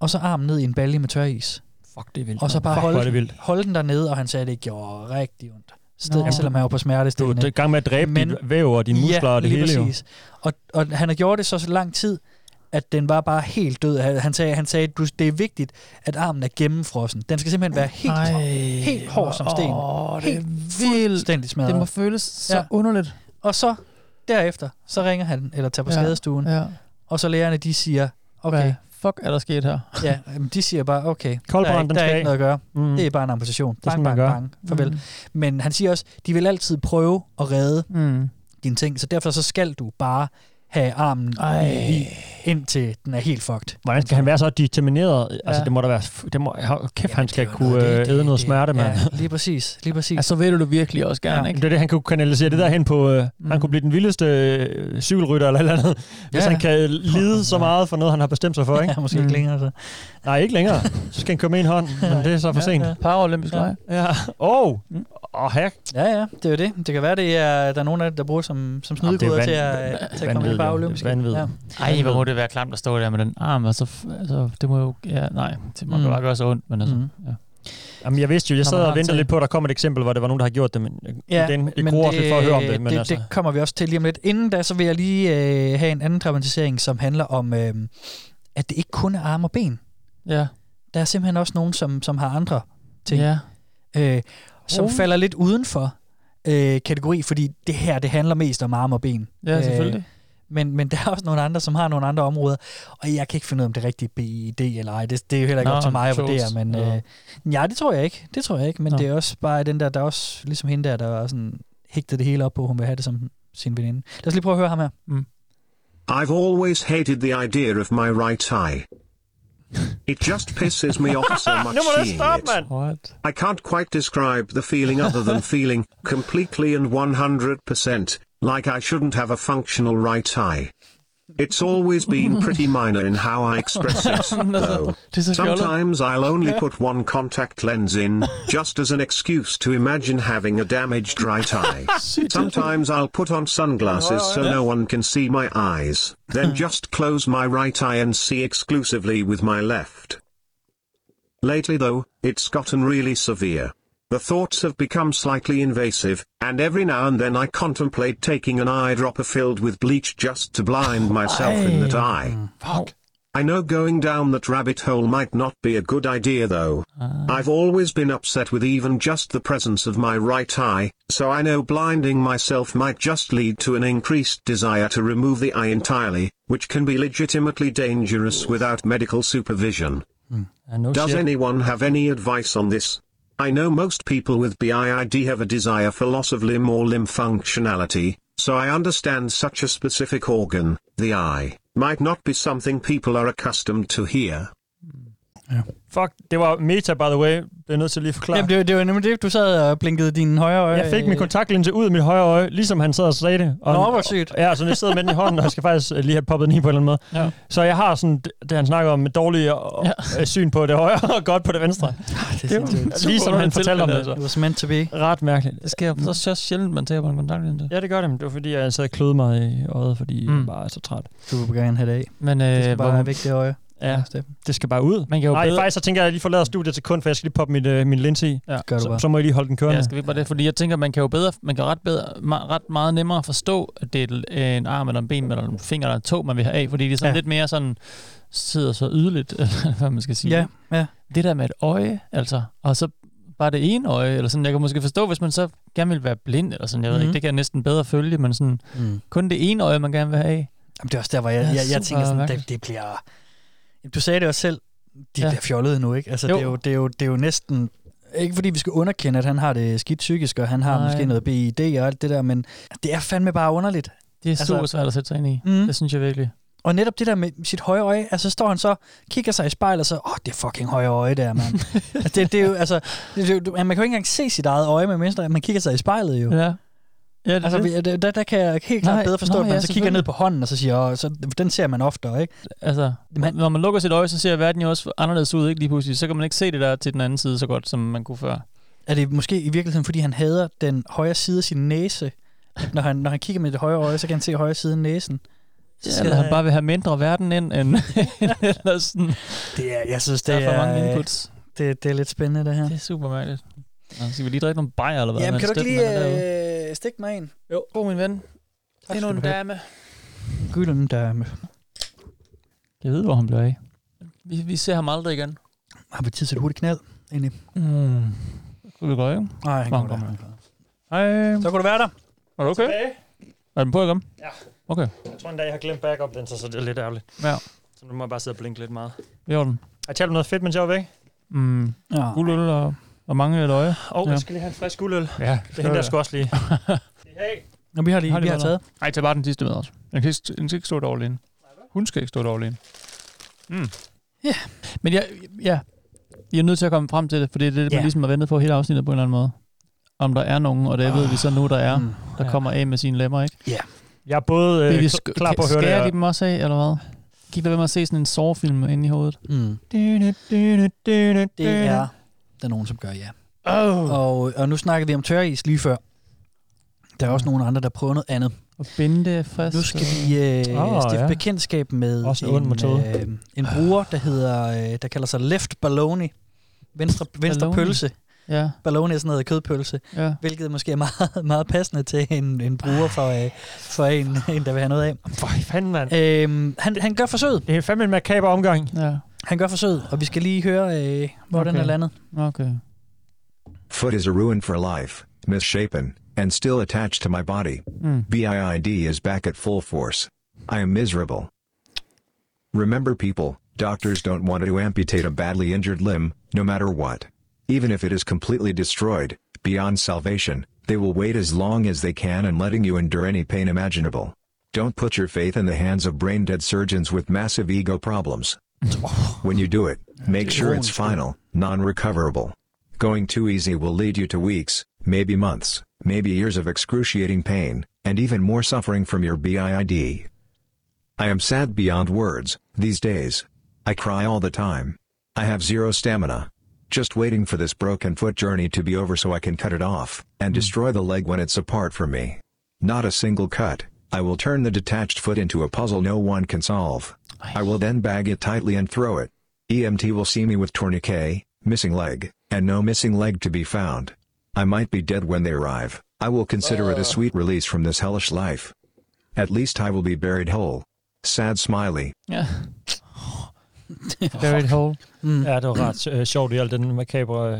Og så armen ned i en balje med tør is. Fuck, det er vildt. Og så mand. bare Fuck, hvor er holde, det vildt. holde den dernede, og han sagde, at det gjorde rigtig ondt. Sted, Nå. selvom han var på Du, smertestillende. det er i gang med at dræbe Men, dit væv og dine muskler ja, og det lige hele jo. præcis. Og, og han har gjort det så, så lang tid, at den var bare helt død. Han han sagde, han sagde du, det er vigtigt, at armen er gennemfrossen. Den skal simpelthen være helt, Ej, helt hård som Åh, sten. det er helt vildt. fuldstændig smadret. Det må føles så ja. underligt. Og så derefter, så ringer han, eller tager på Ja, ja, skadestuen, ja. og så lægerne, de siger, okay. Hvad fuck er der sket her? ja, jamen, de siger bare, okay, [LAUGHS] Koldbrand, den der er ikke, der er skal ikke noget at gøre. af. Mm. Mm. Det er bare en amputation. er sådan, man Bang, bang, gør. bang. Farvel. Mm. Mm. Men han siger også, de vil altid prøve at redde mm. dine ting, så derfor så skal du bare have armen Ej. i, i, indtil den er helt fucked. Hvordan skal han være så determineret? Altså, Ja. det må da være... f- Det må, hold kæft, han skal kunne øh, æde noget smerte, mand. Ja, lige præcis, lige præcis. Altså, vil du det virkelig også gerne, Ja, ikke? Det er det, han kunne kanalisere det der hen på. Øh, mm. Han kunne blive den vildeste øh, cykelrytter eller et eller andet, hvis Ja. han kan lide så meget for noget, han har bestemt sig for. Ikke? Ja, Mm. måske ikke længere så. Nej, ikke længere. Så skal han køre med en hånd, men det er så for sent. Ja, Paralympisk ja. lege. Mm. ja. Oh. Oh, hack. Ja, ja, det er jo det. Det kan være, det er, der er nogen af det, der bruger som, som Jamen, det er snydekoder til vanv- at, til at komme vanvid, i bare jo. olympiske. Vanvid. Ja. Ej, hvor må det være klamt at stå der med den arm, og så, f- altså, det må jo, ja, nej, det må mm. Mm. bare gøre så ondt, men altså, mm. ja. Jamen, jeg vidste jo, jeg Når sad man og har ventede tid. lidt på, at der kom et eksempel, hvor det var nogen, der har gjort det, men øh, ja, det, er en- det men gruer også lidt for at høre om det. Men det, altså, det kommer vi også til lige om lidt. Inden da, så vil jeg lige øh, have en anden dramatisering, som handler om, øh, at det ikke kun er arme og ben. Ja. Der er simpelthen også nogen, som, som har andre ting, Ja. øh, som Oh. oh. falder lidt uden for øh, kategori, fordi det her, det handler mest om arme og ben. Øh, Ja, selvfølgelig. men, men der er også nogle andre, som har nogle andre områder, og jeg kan ikke finde ud af, om det er rigtigt BID eller ej. Det, det er jo heller ikke Nå, Nå, op til mig at tjos. vurdere, men Ja. øh, ja, det tror jeg ikke. Det tror jeg ikke, men Nå. Nå. det er også bare den der, der er også ligesom hende der, der var sådan hægtede det hele op på, hun vil have det som sin veninde. Lad os lige prøve at høre ham her. Mm. I've always hated the idea of my right eye. It just pisses me [LAUGHS] off so much Nu må du seeing stoppe, it. I can't quite describe the feeling other than feeling completely and 100% like I shouldn't have a functional right eye. It's always been pretty minor in how I express it, though. This is your look. Sometimes I'll only put one contact lens in, just as an excuse to imagine having a damaged right eye. Sometimes I'll put on sunglasses so no one can see my eyes, then just close my right eye and see exclusively with my left. Lately, though, it's gotten really severe. The thoughts have become slightly invasive, and every now and then I contemplate taking an eyedropper filled with bleach just to blind myself in that eye. Fuck. I know going down that rabbit hole might not be a good idea though. I've always been upset with even just the presence of my right eye, so I know blinding myself might just lead to an increased desire to remove the eye entirely, which can be legitimately dangerous without medical supervision. Does anyone have any advice on this? I know most people with BIID have a desire for loss of limb or limb functionality, so I understand such a specific organ, the eye, might not be something people are accustomed to hear. fuck, det var meta, by the way. Det er nødt til lige at forklare. Jamen, det, var- det var nemlig det, du sad og blinkede dine højre øje. Jeg fik min kontaktlinse ud af mit højre øje, ligesom han sad og sagde det. Og Nå, hvor sygt. Ja, så jeg sidder med den i hånden, og jeg skal faktisk øh, lige have poppet den i på en eller anden måde. Ja. Så jeg har sådan, det- det han snakker om, med dårlige ja. øh, syn på det højre og godt på det venstre. det er ligesom han fortalte om det. It was meant to be. Ret mærkeligt. Det sker så, så sjældent, man tager på en kontaktlinse. Ja, det gør det, men det var fordi, jeg sad og kløede mig i øjet, fordi mm. altså. Mm. jeg bare er så træt. Du vil gerne have det af. Men, øh, det skal bare hvor- være væk det øje. Ja, det skal bare ud. Man kan jo Nej, bedre- faktisk så tænker jeg, at jeg lige forlader studiet til kun, for jeg skal lige poppe mit, øh, min linse i. Ja. Gør du så, bare. så, må jeg lige holde den kørende. Ja, skal vi ikke bare det? Fordi jeg tænker, man kan jo bedre, man kan ret, bedre, ma- ret meget nemmere forstå, at det er et- en arm eller en ben eller en finger eller en tå, man vil have af, fordi det er sådan Ja. ja. lidt mere sådan, sidder så ydeligt, eller [LAUGHS] hvad man skal sige. Ja, ja. Det der med et øje, altså, og så bare det ene øje, eller sådan, jeg kan måske forstå, hvis man så gerne vil være blind, eller sådan, jeg ved Mhm. ikke, det kan jeg næsten bedre følge, men sådan, Mm. kun det ene øje, man gerne vil have af. Jamen, det er også der, hvor jeg, Ja, jeg, jeg, super tænker sådan, det, mærkeligt. det bliver... Du sagde det også selv, de Ja. ja. bliver fjollede nu, ikke? Altså, jo. Det, er jo, det, er jo, det er jo næsten... Ikke fordi vi skal underkende, at han har det skidt psykisk, og han har Nej. Nej. måske noget BID og alt det der, men det er fandme bare underligt. Det er altså, super svært at sætte sig ind i. Mm. Det synes jeg virkelig. Og netop det der med sit højre øje, altså står han så, kigger sig i spejlet og så, åh, oh, det er fucking højre øje der, mand. [LAUGHS] altså, det, det, er jo, altså, det, er jo, du- man kan jo ikke engang se sit eget øje, medmindre man kigger sig i spejlet jo. Ja. Ja, det, Altså, det. vi- der, der kan jeg helt klart Nej, bedre forstå, nå, at man ja, så kigger selvfølgelig. ned på hånden, og så siger, åh, så, den ser man oftere, ikke? Altså, man, når man lukker sit øje, så ser verden jo også anderledes ud, ikke lige pludselig. Så kan man ikke se det der til den anden side så godt, som man kunne før. Er det måske i virkeligheden, fordi han hader den højre side af sin næse? At når han, når han kigger med det højre øje, så kan han se højre side af næsen. Ja, eller han bare vil have mindre verden ind, [LAUGHS] end, end eller sådan. Det er, jeg synes, Der det er er... for mange inputs. Det, det er lidt spændende, det her. Det er super mærkeligt. Nå, skal vi lige drikke nogle bajer, eller hvad? Jamen, Mens kan du ikke Steffen, han er derude. lige øh, stikke mig en? Jo. God, min ven. Tak, Endnu en dame. Gylden dame. Jeg ved, hvor han blev af. Vi, vi ser ham aldrig igen. Har vi tid til et hurtigt knald, egentlig? Mm. Kunne vi gå, ikke? Nej, han Nå, kommer der. kommer. Hej. Så kunne du være der. Er du okay? Tilbage. Er den på igen? Ja. Okay. Jeg tror endda, jeg har glemt backup den, så, så det er lidt ærgerligt. Ja. Så nu må jeg bare sidde og blinke lidt meget. I orden. Har jeg talt om noget fedt, mens jeg var væk? Mm. Ja. Guldøl og, og mange et øje. Åh, oh, ja. jeg skal lige have en frisk guldøl. Ja, det henter jeg sgu [LAUGHS] også lige. Nå, vi har lige, har vi har været taget. der. Nej, tag bare den sidste med os. Den kan ikke, den skal ikke stå dårligt ind. Hun skal ikke stå dårligt ind. Mm. Ja. Men jeg, ja, jeg er nødt til at komme frem til det, for det er det, man Ja. ligesom har ventet på hele afsnittet på en eller anden måde. Om der er nogen, og det ved vi så nu, der er, Mm. der Ja. kommer af med sine lemmer, ikke? Jeg er både øh, Vil vi kl- sk- klar på at høre det. skærer de og- dem også af, eller hvad? Kan I være med at se sådan en sårfilm inde i hovedet? Mm. Det er der er nogen, som gør [LAUGHS] ja. Oh. Og, og nu snakkede vi om tørris lige før. Der er også nogle andre, der prøver noget andet. Og binde frisk. Nu skal vi øh, Åh, oh, stifte ja. ja. bekendtskab med Også en ond en, metode. øh, en bruger, der hedder øh, der kalder sig Left Baloney. Venstre, venstre Baloney. pølse. Ja, Baloney er sådan noget kødpølse, ja. hvilket måske er meget, [LAUGHS] meget passende til en, en bruger for, øh, for en, [LAUGHS] en, der vil have noget af. For fanden, mand. Øhm, han, han gør forsøget. Det er fandme en makaber omgang. ja. Han gør forsøget, og vi skal lige høre, øh, hvor okay. den Okay. er landet. Okay. Foot is a ruin for life, misshapen, and still attached to my body. Mm. BIID is back at full force. I am miserable. Remember, people, doctors don't want to amputate a badly injured limb, no matter what. Even if it is completely destroyed, beyond salvation, they will wait as long as they can and letting you endure any pain imaginable. Don't put your faith in the hands of brain dead surgeons with massive ego problems. When you do it, make sure it's final, non recoverable. Going too easy will lead you to weeks, maybe months, maybe years of excruciating pain, and even more suffering from your BIID. I am sad beyond words, these days. I cry all the time. I have zero stamina. Just waiting for this broken foot journey to be over so I can cut it off and destroy the leg when it's apart from me. Not a single cut, I will turn the detached foot into a puzzle no one can solve. I will then bag it tightly and throw it. EMT will see me with tourniquet, missing leg, and no missing leg to be found. I might be dead when they arrive. I will consider it a sweet release from this hellish life. At least I will be buried whole. Sad smiley. Ja. Buried Hole. Mm. Ja, det var ret øh, sjovt i al den makabre... Øh.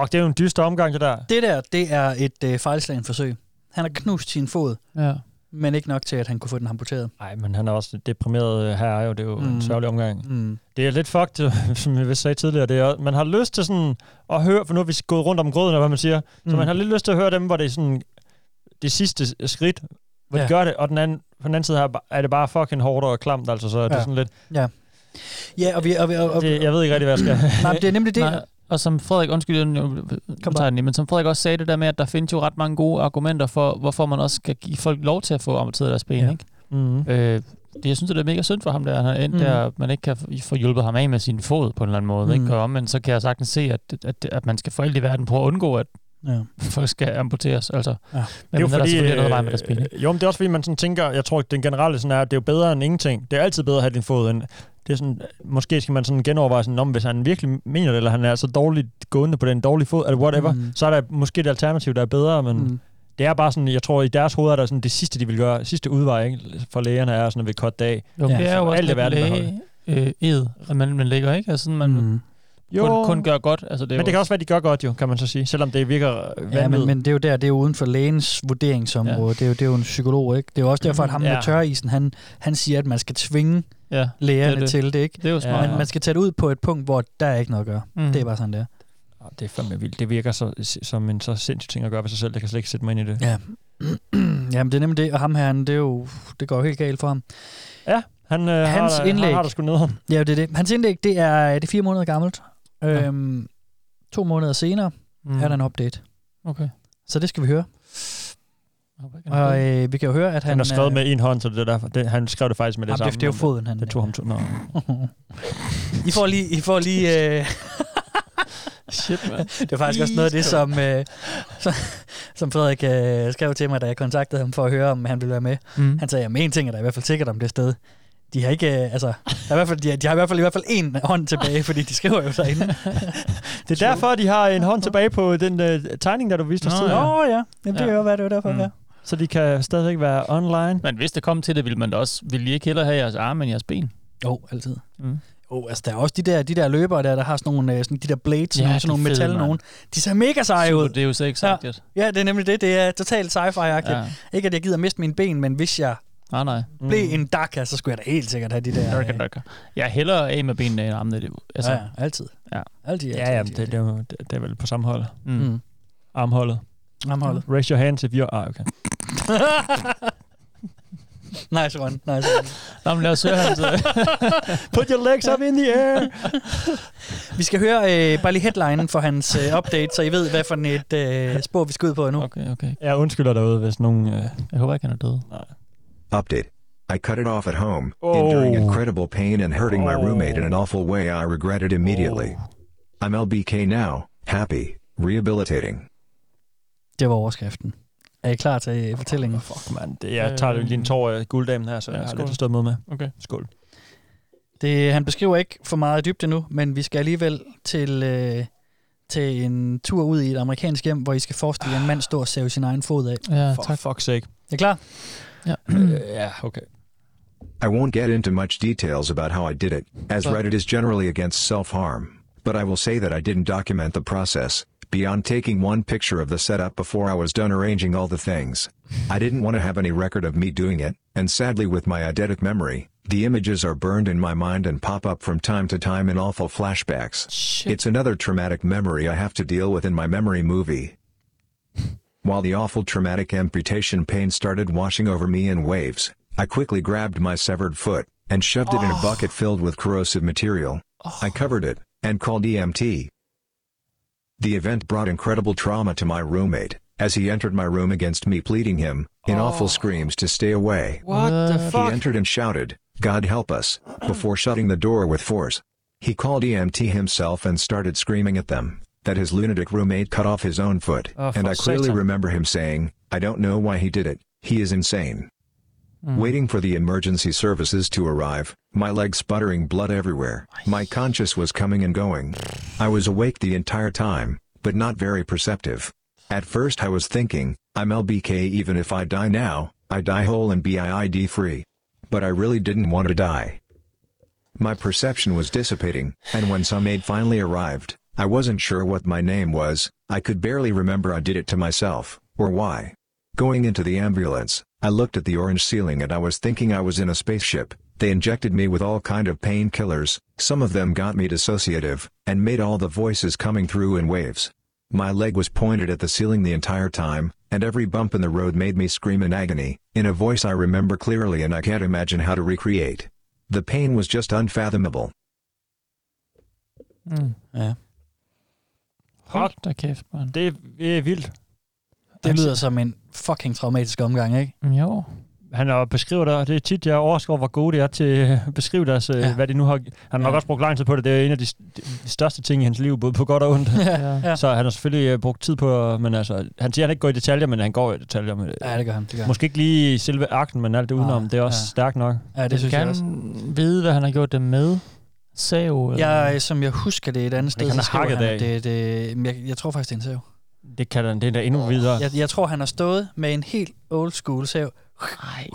Fuck, det er jo en dyster omgang, det der. Det der, det er et øh, fejlslagen forsøg. Han har knust sin fod, Ja. men ikke nok til, at han kunne få den amputeret. Nej, men han er også en deprimeret øh, herre, jo. Det er jo mm. en Mm. sørgelig omgang. Mm. Det er lidt fucked, øh, [LAUGHS] som jeg vist sagde tidligere. Det er, man har lyst til sådan at høre, for nu har vi gået rundt om grøden, eller hvad man siger. Mm. Så Mm. man har lidt lyst til at høre dem, hvor det er sådan det sidste skridt, hvor ja. de Ja. gør det, og den anden, på den anden side her, er det bare fucking hårdt og klamt, altså, så ja. det er Ja. sådan lidt, Ja, og vi... Og vi og, og, det, jeg ved ikke rigtig, hvad jeg skal. nej, men det er nemlig det. Nej. og som Frederik, undskyld, jeg nu- nu tager jeg den lige, men som Frederik også sagde det der med, at der findes jo ret mange gode argumenter for, hvorfor man også skal give folk lov til at få amputeret deres ben, Ja. ja. ikke? Mhm. Mm-hmm. Øh, det, jeg synes, det er mega synd for ham, der han er endt Mhm. mm-hmm. der, at man ikke kan f- få hjulpet ham af med sin fod på en eller anden måde, mm-hmm. Mhm. ikke? Og men så kan jeg sagtens se, at, at, at man skal for alt i verden prøve at undgå, at Ja. ja. folk skal amputeres, altså. Ja. Men det er jo fordi, der er noget vej med deres ben, øh, jo, men det er også fordi, man sådan tænker, jeg tror, at den generelle sådan er, at det er jo bedre end ingenting. Det er altid bedre at have din fod end... Det er sådan, måske skal man sådan genoverveje, sådan, om hvis han virkelig mener det, eller han er så dårligt gående på den dårlige fod, eller whatever, Mm. mm. så er der måske et alternativ, der er bedre, men Mm. mm. det er bare sådan, jeg tror, i deres hoveder er der sådan, det sidste, de vil gøre, sidste udvej ikke, for lægerne er sådan, at vi cut dag. Jo, ja. det er jo også alt det lidt verden læge, øh, ed, at man, man lægger, ikke? Altså, sådan, man mm. kun, kun gør godt. Altså, det er men det jo- kan også være, de gør godt jo, kan man så sige, selvom det virker øh, Ja, vanvid. men, men det er jo der, det er jo uden for lægens vurderingsområde. Ja. Det, er jo, det er jo en psykolog, ikke? Det er jo også derfor, at ham ja. med Mm, Ja. tørisen, han, han siger, at man skal tvinge ja, lægerne det er det. til det, ikke? Det er jo smart. Men man skal tage det ud på et punkt, hvor der er ikke noget at gøre. Mm. Mhm. Det er bare sådan, det er. Det er fandme vildt. Det virker så, som en så sindssyg ting at gøre ved sig selv. Jeg kan slet ikke sætte mig ind i det. Ja. [CLEARS THROAT] Jamen, det er nemlig det, og ham her, han, det er jo, det går jo helt galt for ham. Ja, han, øh, Hans har, indlæg, Han har der sgu nederen. Ja, det er det. Hans indlæg, det er, det er fire måneder gammelt. Nå. Øhm, to måneder senere mm. Mm. er der en update. Okay. Så det skal vi høre. Og øh, vi kan jo høre, at han... Mm-hmm. Han har skrevet øh, med en hånd, så det er derfor. Det, han skrev det faktisk med det Jamen, det er- samme. det er jo men foden, han- Det tog ham to. [LAUGHS] Nå. I får lige... I får lige øh... Shit, man. Det var faktisk også noget af det, som, øh, som- som Frederik øh, skrev til mig, da jeg kontaktede ham for at høre, om han ville være med. Mm. Mm. Han sagde, at en ting er der i hvert fald sikkert om det sted. De har ikke, øh, altså, der er i hvert fald, de, har, de har i hvert fald i hvert fald en hånd tilbage, fordi de skriver jo [LAUGHS] derinde. Det er derfor, de har en hånd tilbage på den øh, tegning, der du viste os Nå, tidligere. ja. Åh oh, ja, Jamen, det kan Ja. jo være, det var derfor, mm. Mm. ja. Så de kan stadigvæk være online. Men hvis det kom til det, ville man da også, ville I ikke hellere have jeres arme end jeres ben? Jo, altid. Mm. Jo, altså der er også de der, de der løbere der, der har sådan nogle, øh, sådan, de der blades, Ja, de ja, nogle, er sådan nogle fede, metal mand. nogen. De ser mega seje Super, ud. det er jo så ikke sagt, ja. Ja, det er nemlig det. Det er totalt sci-fi-agtigt. Ja. Ja. Ikke at jeg gider miste mine ben, men hvis jeg Nej, nej. blev Mm. en Daka, så skulle jeg da helt sikkert have de der... øh, Daka, daka. Jeg er hellere af med benene end armene. Det, altså. Ja, ja, altid. Ja, altid, Ja, ja, men det, det, er, jo- det, det er vel på samme hold. Mm. Armholdet. Armholdet. Raise your hands if you're... Ah, okay. [LAUGHS] nice one, nice one. Nå, men lad os høre øh. ham så. [LAUGHS] Put your legs up in the [LAUGHS] air. vi skal høre øh, bare lige headlinen for hans øh, update, så I ved, hvad for et øh, spor vi skal ud på nu. Okay, okay. Jeg undskylder derude, hvis nogen... Øh... Jeg håber ikke, han er død. Nej. Update. I cut it off at home, enduring Oh. incredible pain and hurting my roommate in an awful way I regret it immediately. I'm LBK now, happy, rehabilitating. Det var overskriften. Er I klar til øh, fortællingen? Fuck, man. Det, jeg tager lige en tår af gulddamen her, så jeg har Øh. skål. lidt at stå med med. Okay. Skål. Det, han beskriver ikke for meget dybt endnu, men vi skal alligevel til, øh, til en tur ud i et amerikansk hjem, hvor I skal forestille jer en mand stå og save sin egen fod af. Ja, For tak. Fuck's sake. Er I klar? Ja. Mm. yeah, Øh, okay. I won't get into much details about how I did it, as But- Reddit is generally against self harm, but I will say that I didn't document the process, beyond taking one picture of the setup before I was done arranging all the things. I didn't want to have any record of me doing it, and sadly, with my eidetic memory, the images are burned in my mind and pop up from time to time in awful flashbacks. It's another traumatic memory I have to deal with in my memory movie. While the awful traumatic amputation pain started washing over me in waves, I quickly grabbed my severed foot and shoved it in Oh. a bucket filled with corrosive material. I covered it and called EMT. The event brought incredible trauma to my roommate as he entered my room against me, pleading him in awful screams to stay away. Oh. What the He entered and shouted, God help us, before shutting the door with force. He called EMT himself and started screaming at them that his lunatic roommate cut off his own foot, Oh, and I for clearly Satan. remember him saying, I don't know why he did it, he is insane. Mm. Waiting for the emergency services to arrive, my leg sputtering blood everywhere, my conscious was coming and going. I was awake the entire time, but not very perceptive. At first I was thinking, I'm LBK even if I die now, I die whole and BIID free. But I really didn't want to die. My perception was dissipating, and when some aid finally arrived, I wasn't sure what my name was, I could barely remember I did it to myself, or why. Going into the ambulance, I looked at the orange ceiling and I was thinking I was in a spaceship. They injected me with all kind of painkillers, some of them got me dissociative, and made all the voices coming through in waves. My leg was pointed at the ceiling the entire time, and every bump in the road made me scream in agony, in a voice I remember clearly and I can't imagine how to recreate. The pain was just unfathomable. Ja. Hold da kæft, mand. Det er vildt. Det lyder som en fucking traumatisk omgang, ikke? Mm, Jo. Mm. Han har beskriver der, det er tit, jeg overrasker over, hvor gode de er til at beskrive deres, ja. hvad de nu har... Han har nok også brugt lang tid på det. Det er en af de, st- de største ting i hans liv, både på godt og ondt. [LAUGHS] Ja. Så han har selvfølgelig øh, brugt tid på... Men altså, han siger, han ikke går i detaljer, men han går i detaljer. Med, Ja, det gør han, det gør han. Ah, Måske ikke lige i selve akten, men alt det udenom, det er også ja. stærkt nok. Ja, det synes jeg også. gerne vide, hvad han har gjort det med. Sav? Eller? Jeg, øh, som jeg husker det et andet Det sted, kan så han skriver hakke han, det at det, det, men jeg, jeg tror faktisk, det er en sav. Det kan den, det er da endnu videre. Jeg, jeg tror, han har stået med en helt old school sav. Ej.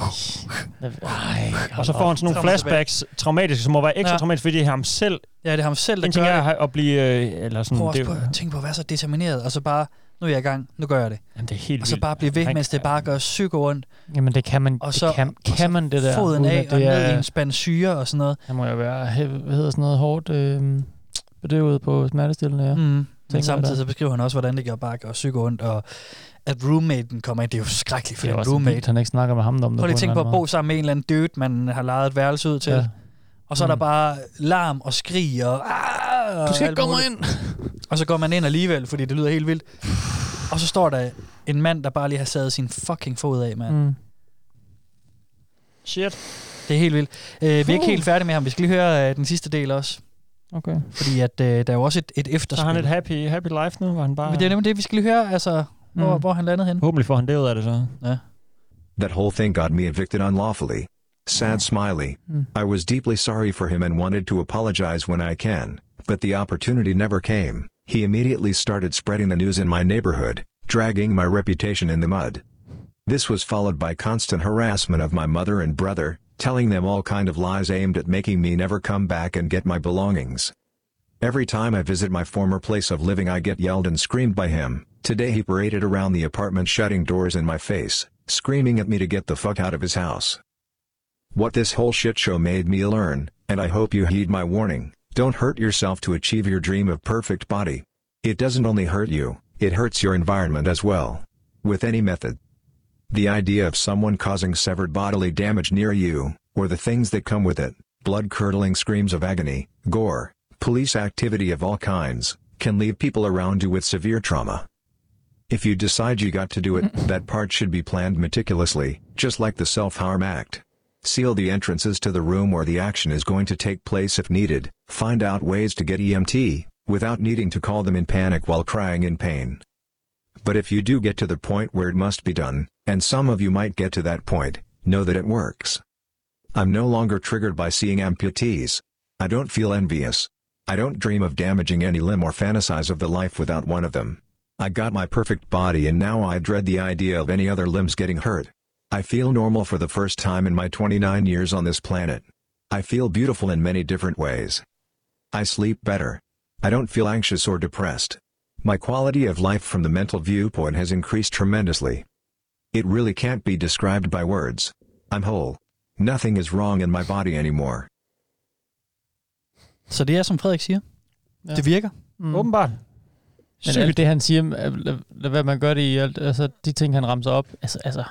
Og så får han sådan nogle flashbacks, traumatiske, som må være ekstra Ja. ja. traumatiske, fordi det er ham selv. Ja, det er ham selv, der En ting gør er at blive... Øh, eller Mm, sådan, Prøv også det, på, tænk på at være så determineret, og så bare, nu er jeg i gang, nu gør jeg det. Jamen, det er helt Og så vildt. bare blive ved, Han- mens det bare gør psyko ondt. Jamen, det kan man, og det så, kan- og så kan man det der, Foden uden af at og det ned i er- en spand syre og sådan noget. Han må jo være, he- hvad hedder sådan noget, hårdt øh, bedøvet på smertestillende. Ja. Mm. Tænker Men jeg samtidig da. så beskriver han også, hvordan det gør bare gør psyko ondt, og at roommaten kommer ind. Det er jo skrækkeligt for Det er en også roommate. vildt, han ikke snakker med ham om det Prøv på lige at en tænke på eller at anden bo sammen med en eller anden dude, man har lejet et værelse ud til. Ja. Mm. Ja. Og så er der bare larm og skrig og... "Ah!" Du skal og ikke alt komme muligt. Og så går man ind alligevel, fordi det lyder [SIGHS] helt vildt. Og så står der en mand, der bare lige har sadet sin fucking fod af, mand. Mm. Shit. Det er helt vildt. Øh, vi er ikke Puh. helt færdige med ham. Vi skal lige høre øh, den sidste del også. Okay. Fordi at, øh, der er jo også et, et efterspil. Så har han et happy, happy life nu, hvor han bare... Men det er nemlig det, vi skal lige høre, altså, hvor, Mm. hvor han landede hen. Forhåbentlig får han det ud af det så. Ja. That whole thing got me evicted unlawfully. Sad smiley. Mm. I was deeply sorry for him and wanted to apologize when I can, but the opportunity never came. He immediately started spreading the news in my neighborhood, dragging my reputation in the mud. This was followed by constant harassment of my mother and brother, telling them all kind of lies aimed at making me never come back and get my belongings. Every time I visit my former place of living, I get yelled and screamed by him. Today, he paraded around the apartment, shutting doors in my face, screaming at me to get the fuck out of his house. What this whole shit show made me learn, and I hope you heed my warning don't hurt yourself to achieve your dream of perfect body. It doesn't only hurt you, it hurts your environment as well. With any method. The idea of someone causing severed bodily damage near you, or the things that come with it, blood curdling screams of agony, gore, police activity of all kinds, can leave people around you with severe trauma. If you decide you got to do it, that part should be planned meticulously, just like the self harm act. Seal the entrances to the room where the action is going to take place if needed, find out ways to get EMT, without needing to call them in panic while crying in pain. But if you do get to the point where it must be done, and some of you might get to that point, know that it works. I'm no longer triggered by seeing amputees. I don't feel envious. I don't dream of damaging any limb or fantasize of the life without one of them. I got my perfect body and now I dread the idea of any other limbs getting hurt. I feel normal for the first time in my 29 years on this planet. I feel beautiful in many different ways. I sleep better. I don't feel anxious or depressed. My quality of life from the mental viewpoint has increased tremendously. It really can't be described by words. I'm whole. Nothing is wrong in my body anymore. Så det er, som Frederik siger. Ja. Det virker. Mm. Åbenbart. Men alt det, han siger, øh, lad, lad være med at gøre det i alt, altså de ting, han ramser op, altså, altså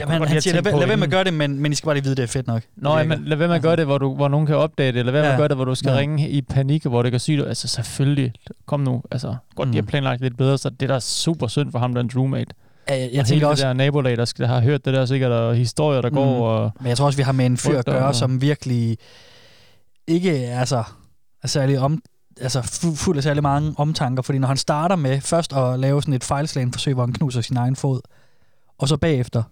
Jamen, han, han siger, lad, være- lad være med at gøre det, men, men I skal bare lige vide, det er fedt nok. Nå, ja, men lad være med at gøre det, hvor, du, hvor nogen kan opdage det. Lad være med Ja. at gøre det, hvor du skal Ja. ringe i panik, og hvor det kan syge dig. Altså selvfølgelig, kom nu. Altså, godt, mm. de har Mm. planlagt lidt bedre, så det er da super synd for ham, der er en roommate. Ja, jeg- jeg Og hele tænker det også- Mm. der nabolag, der, skal, der har hørt det der sikkert, og historier, der går. Og Mhm. Men jeg tror også, vi har med en fyr at rygter gøre, og- som virkelig ikke altså, er særlig om, altså fu- fuld af særlig mange omtanker, fordi når han starter med først at lave sådan et fejlslagende forsøg, hvor han knuser sin egen fod, og så bagefter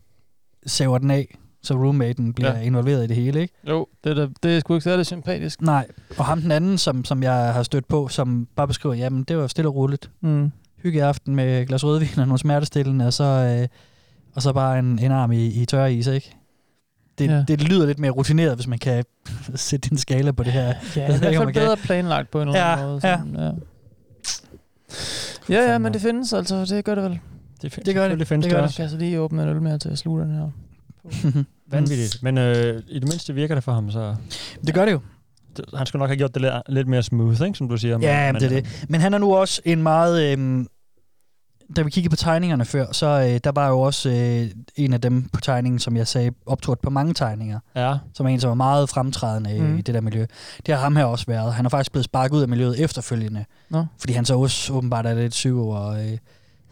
saver den af, så roommaten bliver Ja. ja. involveret i det hele, ikke? Jo, det er, da- det er sgu ikke særlig sympatisk. Nej, og ham den anden, som, som jeg har stødt på, som bare beskriver, jamen det var stille og roligt. Mm. Hygge aften med et glas rødvin og nogle smertestillende, og så, øh, og så bare en, en arm i, i tør is, ikke? Det, Ja. ja. det lyder lidt mere rutineret, hvis man kan [LAUGHS] sætte en skala på det her. Ja, det er i Jeg ved hvert ikke, fald om man kan. bedre planlagt på en eller anden Ja, måde. Sådan, ja. Ja, ja, men det findes altså. Det gør det vel. Det, findes, det gør selvfølgelig findes det, det gør også. Kan jeg så lige åbne en øl mere til slutteren [LAUGHS] her? Vanvittigt. Men øh, i det mindste virker det for ham, så... Det gør det jo. Han skulle nok have gjort det lidt, lidt mere smooth, ikke, som du siger. Ja, men, det er det. Men han er nu også en meget øhm, da vi kiggede på tegningerne før, så øh, der var jo også øh, en af dem på tegningen, som jeg sagde, optrådt på mange tegninger. øh, Ja. Som er en, som er meget fremtrædende mm. Mm. i det der miljø. Det har ham her også været. Han er faktisk blevet sparket ud af miljøet efterfølgende. Nå. Fordi han så også åbenbart er lidt syv og øh,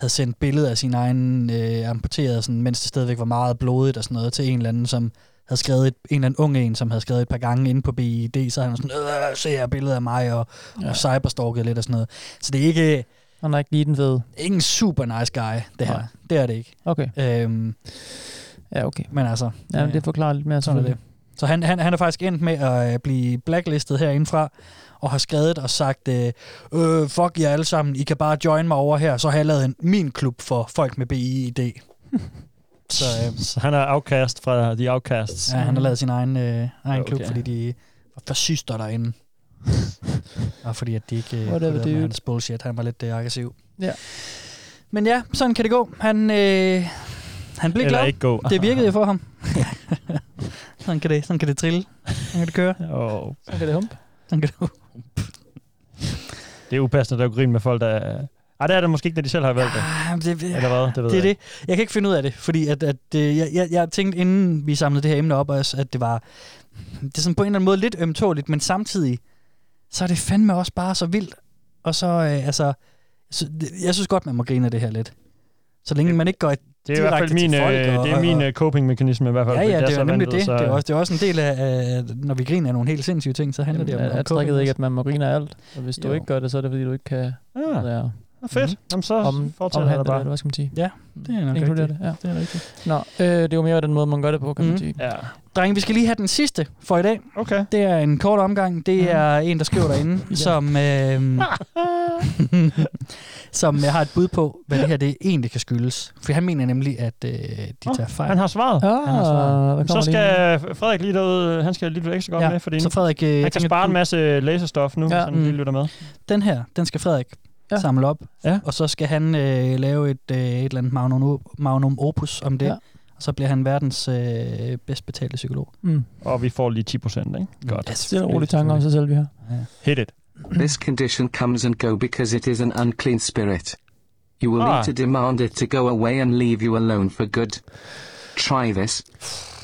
havde sendt billeder af sin egen øh, amputerede, sådan, mens det stadigvæk var meget blodigt og sådan noget, til en eller anden, som havde skrevet et, en eller anden ung en, som havde skrevet et par gange inde på BID, så havde han sådan, øh, se her billeder af mig, og, ja. og cyberstalket lidt og sådan noget. Så det er ikke... Han er ikke lige den ved. Ingen super nice guy, det her. Nej. Det er det ikke. Okay. Øhm, ja, okay. Men altså... Ja, men det forklarer lidt mere. Sådan er det. Så han, han, han er faktisk endt med at øh, blive blacklistet herindefra, og har skrevet og sagt, øh, øh, fuck jer alle sammen, I kan bare join mig over her, så har jeg lavet en, min klub for folk med BIID. så, øh, Så han er outcast fra The Outcasts. ja, han har lavet sin egen, øh, egen Okay. klub, fordi de var fascister derinde. og fordi at de ikke øh, Whatever, kunne lide dude. hans bullshit, han var lidt øh, aggressiv. Ja. Men ja, sådan kan det gå. Han, øh, han blev Eller glad. ikke gå. Det virkede jo for [LAUGHS] ham. sådan, kan det, sådan kan det trille. Sådan kan det køre. Oh. Sådan kan det hump. Sådan kan det Det er upassende, at du griner med folk, der... Ej, det er det måske ikke, når de selv har valgt det. Ah, det, Eller hvad? Det ved det er jeg det. Jeg kan ikke finde ud af det, fordi at, at, øh, jeg, jeg, jeg tænkte, inden vi samlede det her emne op, også, at det var det er sådan på en eller anden måde lidt ømtåligt, men samtidig, så er det fandme også bare så vildt. Og så, øh, altså, så, det, jeg synes godt, man må grine af det her lidt. Så længe man ikke går Det er i hvert fald min, folk, øh, og, det er min øh, coping-mekanisme i hvert fald. Ja, fordi ja, det, så er jo nemlig vanvittigt, det. så- Det, er også, det er også en del af, af, når vi griner af nogle helt sindssyge ting, så handler Jamen, det om er, er om tricket coping ikke, også. at man må grine af alt? Og hvis du Jo. ikke gør det, så er det, fordi du ikke kan... Ja. Ja. Ah, fedt. Mm. Jamen, så Ah. fortsætter omhandle jeg da det, bare. eller Hvad skal man sige? Ja, det er nok Inkluderer rigtigt. det, ja. Det er rigtigt. Nå, øh, det er jo mere den måde, man gør det på, kan man Mhm. sige. Ja. Drenge, vi skal lige have den sidste for i dag. Okay. Det er en kort omgang. Mm. Det er en, der skriver [LAUGHS] derinde, som, øh, [LAUGHS] som jeg har et bud på, hvad det her det egentlig kan skyldes. For han mener nemlig, at øh, de tager fejl. Han har svaret. Ah, Han har svaret. Så skal Frederik lige derud, han skal lige lidt ekstra godt Ja, med, fordi så Frederik, øh, han kan tænker spare du- en masse øh, laserstof nu, Ja. ja. så han lige Mm. lytter med. Den her, den skal Frederik ja. samle op, ja. og så skal han øh, lave et, øh, et eller andet magnum, op- magnum opus om det, Ja. ja. og så bliver han verdens øh, bedst betalte psykolog. Mm. Og vi får lige 10 procent, ikke? Godt. Ja, Stille og roligt tanker om sig selv, vi har. Hit it. This condition comes and go because it is an unclean spirit. You will Ah. need to demand it to go away and leave you alone for good. Try this.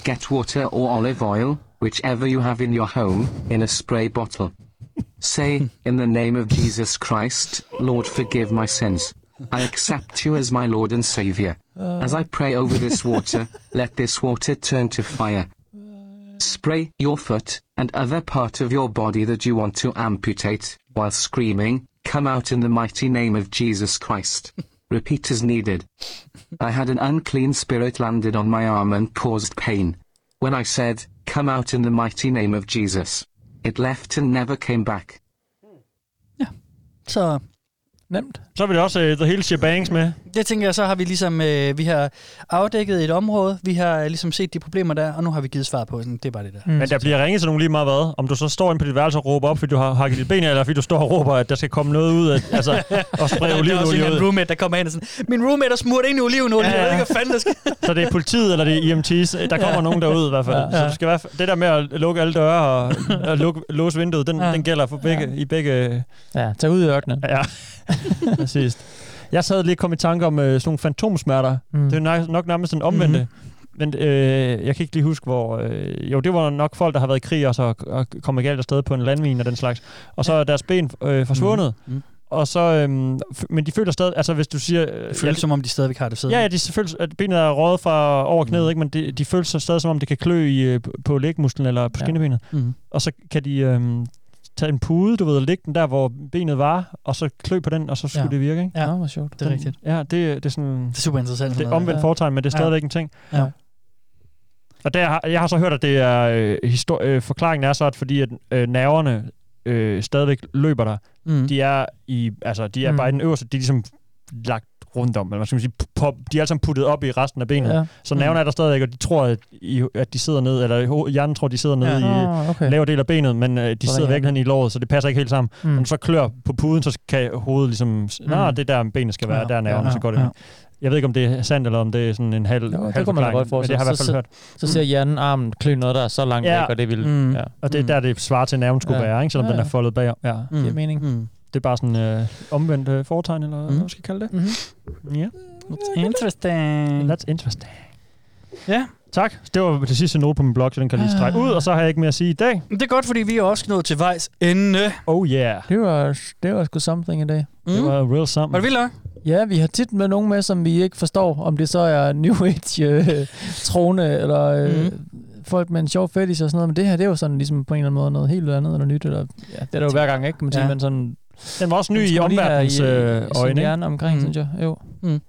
Get water or olive oil, whichever you have in your home, in a spray bottle. Say, in the name of Jesus Christ, Lord, forgive my sins. I accept you as my Lord and Savior. Uh, As I pray over this water, let this water turn to fire. Spray your foot and other part of your body that you want to amputate while screaming, Come out in the mighty name of Jesus Christ. Repeat as needed. I had an unclean spirit landed on my arm and caused pain. When I said, Come out in the mighty name of Jesus, it left and never came back. Så Nemt. Så vil det også uh, The Hele Shebangs med. Det tænker jeg, så har vi ligesom, øh, vi har afdækket et område, vi har øh, ligesom set de problemer der, og nu har vi givet svar på, sådan, det er bare det der. Mm. Men der bliver ringet til nogen lige meget hvad. Om du så står inde på dit værelse og råber op, fordi du har hakket dit ben, af, eller fordi du står og råber, at der skal komme noget ud af, [LAUGHS] altså, og sprede Der er også en olivenolie eller anden ud. roommate, der kommer hen og sådan, min roommate er smurt ind i olivenolie, Ja, ja, ja. ja. jeg ved ikke, hvad fanden der skal... Så det er politiet, eller det er EMT's. Der kommer Ja. nogen derud i hvert fald. Ja, Så ja. du skal i hvert fald, det der med at lukke alle døre og, [LAUGHS] og lukke, låse vinduet, den, den gælder for begge, i begge... Ja, tag ud i ørkenen. [LAUGHS] Ja, præcis. Jeg sad lige og kom i tanke om øh, sådan nogle fantomsmerter. Mm. Mm. Mm-hmm. Det er nok, nok nærmest den omvendte. Men øh, jeg kan ikke lige huske, hvor... Øh, jo, det var nok folk, der har været i krig og så og kommet galt afsted på en landmine og den slags. Og så er deres ben øh, forsvundet. Mm. Mm. Mhm. Mhm. Og så, øhm, f- men de føler stadig, altså hvis du siger... Øh, Det føles jeg- som om, de stadigvæk har det sådan. Ja, ja, de føles, at benet er røget fra over knæet, mm. ikke? men de, de føles så stadig som om, det kan klø i, øh, p- på lægmusklen eller på Ja. skinnebenet. Mhm. Og så kan de øhm, tage en pude, du ved, og lægge den der, hvor benet var, og så klø på den, og så skulle Ja. det virke. Ikke? Ja, Nå, hvor sjovt. det er Den- rigtigt. Ja, det, det er sådan... Det er super interessant. Det sådan er noget. omvendt Ja. foretegn, men det er Ja. stadigvæk en ting. Øh, Ja. Og der, har- jeg har så hørt, at det er øh, histor- øh, forklaringen er så, at fordi at øh, nerverne øh, stadigvæk løber der, Mm. de er i, altså de er mm. Mm. bare i den øverste, de er ligesom lagt rundt om, eller hvad skal man sige, pop, de er alle sammen puttet op i resten af benet. Ja. Ja. Så nerverne Mm. er der stadigvæk, og de tror, at, i, at de sidder ned, eller i ho- hjernen tror, de sidder nede Ja. i Ah, okay. lavere del af benet, men øh, de Så er sidder det virkelig i låret, så det passer ikke helt sammen. Mm. Mm. Når du så klør på puden, så kan hovedet ligesom, mm. nej, det er der benet skal være, Ja. der er nerven, Ja. så går det. Ja. Ja. Jeg ved ikke, om det er sandt, eller om det er sådan en halv, Jo, halv det kunne man da forklaring, godt men det forestille har jeg i hvert fald hørt. Så, så ser Mm. hjernen armen klø noget, der er så langt Ja. væk, og det vil... Mm. Ja. Og det er der, det svarer til, at nerven skulle Ja. være, ikke? selvom Ja, den er ja. foldet bag. Ja. Giver mening. Mm. Det er bare sådan øh, omvendt øh, foretegn, eller mm. hvad man skal kalde det. Mm-hmm. Ja. Interesting. That's interesting. Ja. Ah. Tak. Det var det sidste note på min blog, så den kan jeg lige strege ud, og så har jeg ikke mere at sige i dag. Det er godt, fordi vi er også nået til vejs ende. Oh yeah. Det var, det var sgu something i dag. Mm. Det var real something. Var det vildt, nok? Ja, vi har tit med nogen med, som vi ikke forstår, om det så er New [LAUGHS] Age øh, trone, eller øh, Mhm. mm. folk med en sjov fetish og sådan noget, men det her, det er jo sådan ligesom på en eller anden måde noget helt andet eller nyt, eller ja, det er der jo hver gang, ikke? Men, ja. men sådan, Den var også ny den i skulle lige være omverdenens, i- øh, i sin øjne, ikke? hjerne omkring, Mm. mm. synes jeg. Jo. Mm. Men,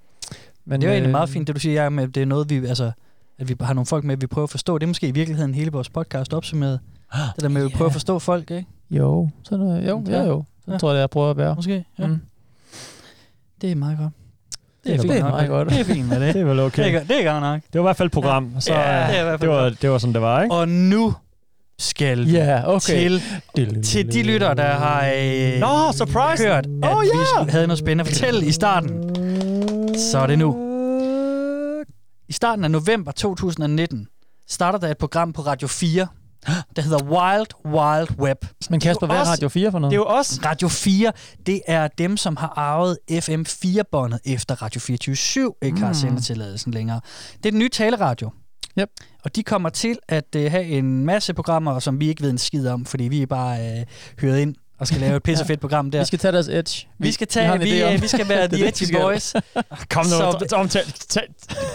Men, det er jo øh, egentlig meget fint, det du siger, Jacob, at det er noget, vi, altså, at vi har nogle folk med, vi prøver at forstå. Det er måske i virkeligheden hele vores podcast opsummeret. Ah, Det der med, at vi prøver at forstå folk, ikke? Jo, sådan noget. Jo, Ja. ja, jo. Sådan Ja. ja. øh, tror jeg, det er, jeg prøver at være. Måske, ja. Mm. Det er meget godt. Det er fint da nok. meget godt. Det er fint med det. Det er vel okay. Det er, godt- det er godt nok. Det var i hvert fald et program, så Ja, øh, det er i hvert fald det, var, det var sådan, det var, ikke? Og nu skal vi Ja, okay. til, til de lytter, der har øh, Nå, surprise! hørt, at oh, yeah. vi skulle- havde noget spændende at fortælle i starten. Så er det nu. I starten af november 2019 starter der et program på Radio 4, der hedder Wild Wild Web. Men Kasper, hvad er Radio 4 for noget? Det er jo også Radio 4. Det er dem, som har arvet FM4-båndet efter Radio 24 ikke har Mm. sendetilladelsen længere. Det er den nye taleradio. Yep. Og de kommer til at øh, have en masse programmer, som vi ikke ved en skid om, fordi vi er bare øh, høret ind og skal lave et [LAUGHS] pissefedt program der. Vi skal tage deres edge. Vi skal har tage, en vi, idé om- vi, vi [LAUGHS] skal være Det er The det, vi Edgy skal. Boys. Kom nu, Så- t- omtag, tag,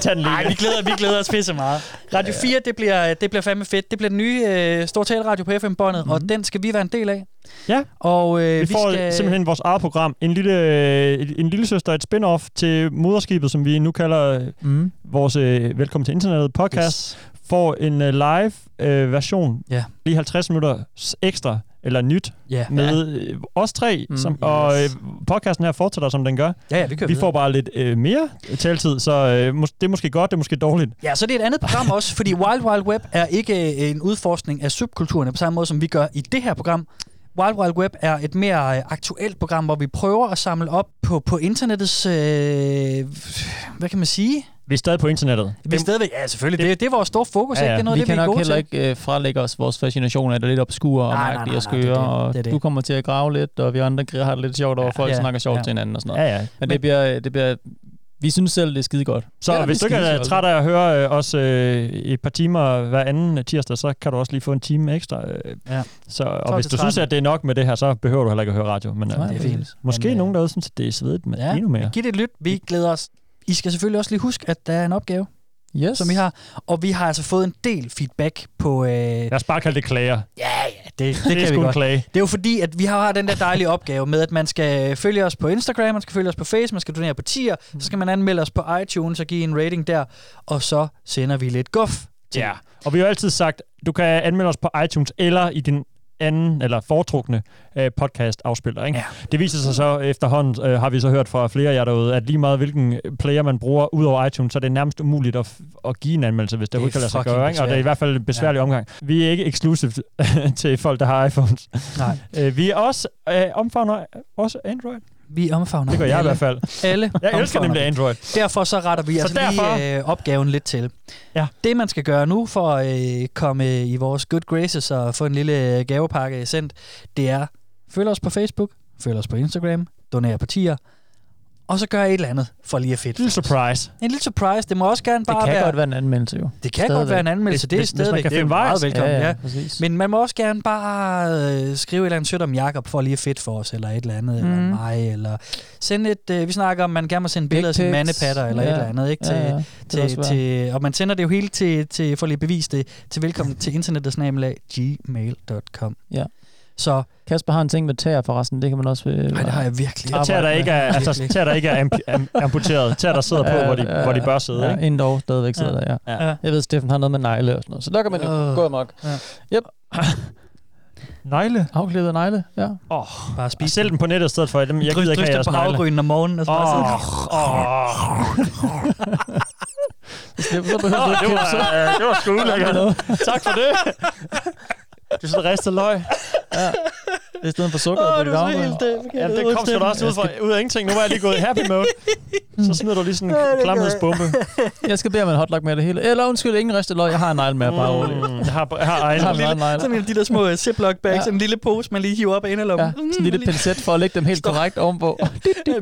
tag den lige. Ej, vi glæder, vi glæder os pisse meget. Radio 4, det bliver, det bliver fandme fedt. Det bliver den nye øh, store taleradio på FM-båndet, mm. Mhm. og den skal vi være en del af. Ja. Og øh, vi får skal... simpelthen vores eget program. En lille, øh, en lille søster, et spin-off til moderskibet, som vi nu kalder mm. vores øh, Velkommen til Internettet podcast, yes. får en øh, live øh, version. Ja. Lige 50 minutter s- ekstra, eller nyt, Ja. med øh, os tre. Mm, som, yes. Og øh, podcasten her fortsætter, som den gør. Ja, ja, vi kører Vi videre. får bare lidt øh, mere taletid, så øh, mås- det er måske godt, det er måske dårligt. Ja, så det er et andet program også, fordi Wild Wild Web er ikke øh, en udforskning af subkulturerne på samme måde, som vi gør i det her program. Wild Wild Web er et mere øh, aktuelt program, hvor vi prøver at samle op på, på internettets... Øh, hvad kan man sige? Vi er stadig på internettet. Vi er stadigvæk, ja, selvfølgelig. Det, det er vores store fokus, ikke? Det er noget, vi af det, kan vi er nok gode heller til. ikke øh, fralægge os vores fascination af det lidt obskure og Nej, nej, mærkelige og nej, nej, det er skøre, det. og Det er det. du kommer til at grave lidt, og vi andre gr- har det lidt sjovt over, at folk ja, snakker sjovt ja. til hinanden og sådan noget. Ja, ja. Men, Men- det, bliver, øh, det bliver, vi synes selv, det er skide godt. Så ja, hvis du ikke er træt af at høre øh, os øh, et par timer hver anden tirsdag, så kan du også lige få en time ekstra. Øh. Ja. Så, og Tolv hvis til du synes, tretten. at det er nok med det her, så behøver du heller ikke at høre radio. Men, øh, Nej, det er fint. Måske men, nogen derude synes, at det er svedigt, men ja, endnu mere. Giv det et lyt. Vi glæder os. I skal selvfølgelig også lige huske, at der er en opgave, yes. som vi har. Og vi har altså fået en del feedback på... Øh, Lad os bare kalde det klager. Ja, ja, det, det, Det er kan vi sgu en godt. klage. Det er jo fordi, at vi har den der dejlige opgave med, at man skal følge os på Instagram, man skal følge os på Face, man skal donere på tier, så skal man anmelde os på iTunes og give en rating der, og så sender vi lidt guf. Ja, og vi har jo altid sagt, du kan anmelde os på iTunes eller i din anden eller foretrukne øh, podcast afspiller. Ikke? Ja. Det viser sig så efterhånden, øh, har vi så hørt fra flere af jer derude, at lige meget hvilken øh, player man bruger ud over iTunes, så er det nærmest umuligt at, f- at give en anmeldelse, hvis det, Det er overhovedet kan lade sig fucking gøre. Ikke? Og det er i besværligt. hvert fald en besværlig ja. omgang. Vi er ikke eksklusivt [LAUGHS] til folk, der har iPhones. Nej. [LAUGHS] Øh, vi er også øh, omfavner også Android. Vi omfavner Det gør jeg i alle. hvert fald. Alle Jeg elsker omfavner nemlig vi. Android. Derfor så retter vi Så altså derfor- lige øh, opgaven lidt til. Ja. Det, man skal gøre nu for at øh, komme i vores good graces og få en lille øh, gavepakke sendt, det er følg os på Facebook, følg os på Instagram, doner på tier, og så gør et eller andet for lige at fedt. Lille surprise. En lille surprise. Det må også gerne bare Det kan være... godt være en anmeldelse, jo. Det kan godt være en anmeldelse, det er stadigvæk det er meget velkommen. Ja, ja. præcis. Men man må også gerne bare øh, skrive et eller andet sødt om Jakob for lige at fedt for os, eller et eller andet, mm. eller Mm. mig, eller sende et, øh, vi snakker om, man gerne må sende billeder af sine pics. mandepatter, eller Ja. et eller andet, ikke? Til, Ja, ja. ja, Det kan ja. også Til, være. til, og man sender det jo hele til, til for lige at bevise det, til velkommen til internettet snabelag gmail.com. Ja. Så Kasper har en ting med tæer forresten, det kan man også... øh, Nej, det har jeg virkelig. Og tæer, der ikke er, altså, tæer, der ikke er [LAUGHS] amp- am- amputeret. Tæer, der sidder på, hvor de, hvor de bør sidde. Ja, Ikke? inden dog stadigvæk sidder der, ja. Jeg ved, Steffen har noget med negle og sådan noget, så der kan man jo Øh. gå amok. Yep. Negle? Afklædet negle, ja. Oh, bare spise Sælg dem på nettet i stedet for. Mm, Dem, jeg Drys- gider ikke drys have jeres det på havregrynen om morgenen, og så bare Steffen, så behøver du ikke det, købe var, så- øh, det var sgu ulækkert. tak for det. Du sidder ristet løg. Ja. I stedet for sukker. og Bogdamer. ja, det kom sgu da også ud, fra, ud af ingenting. Nu var jeg lige gået i happy mode. Så smider du lige [LAUGHS] sådan en klamhedsbombe. Jeg skal bede om en hotdog med det hele. Eller undskyld, ingen ristet løg. Jeg har en negl med, bare rolig. Jeg har, jeg har egen. Jeg har Sådan meget en lille, negl. sådan en af de der små øh, ziploc bags, Mm. Ja. en lille pose, man lige hiver op af inderlommen. Ja, sådan en lille pincet for at lægge dem helt korrekt [LAUGHS] ovenpå.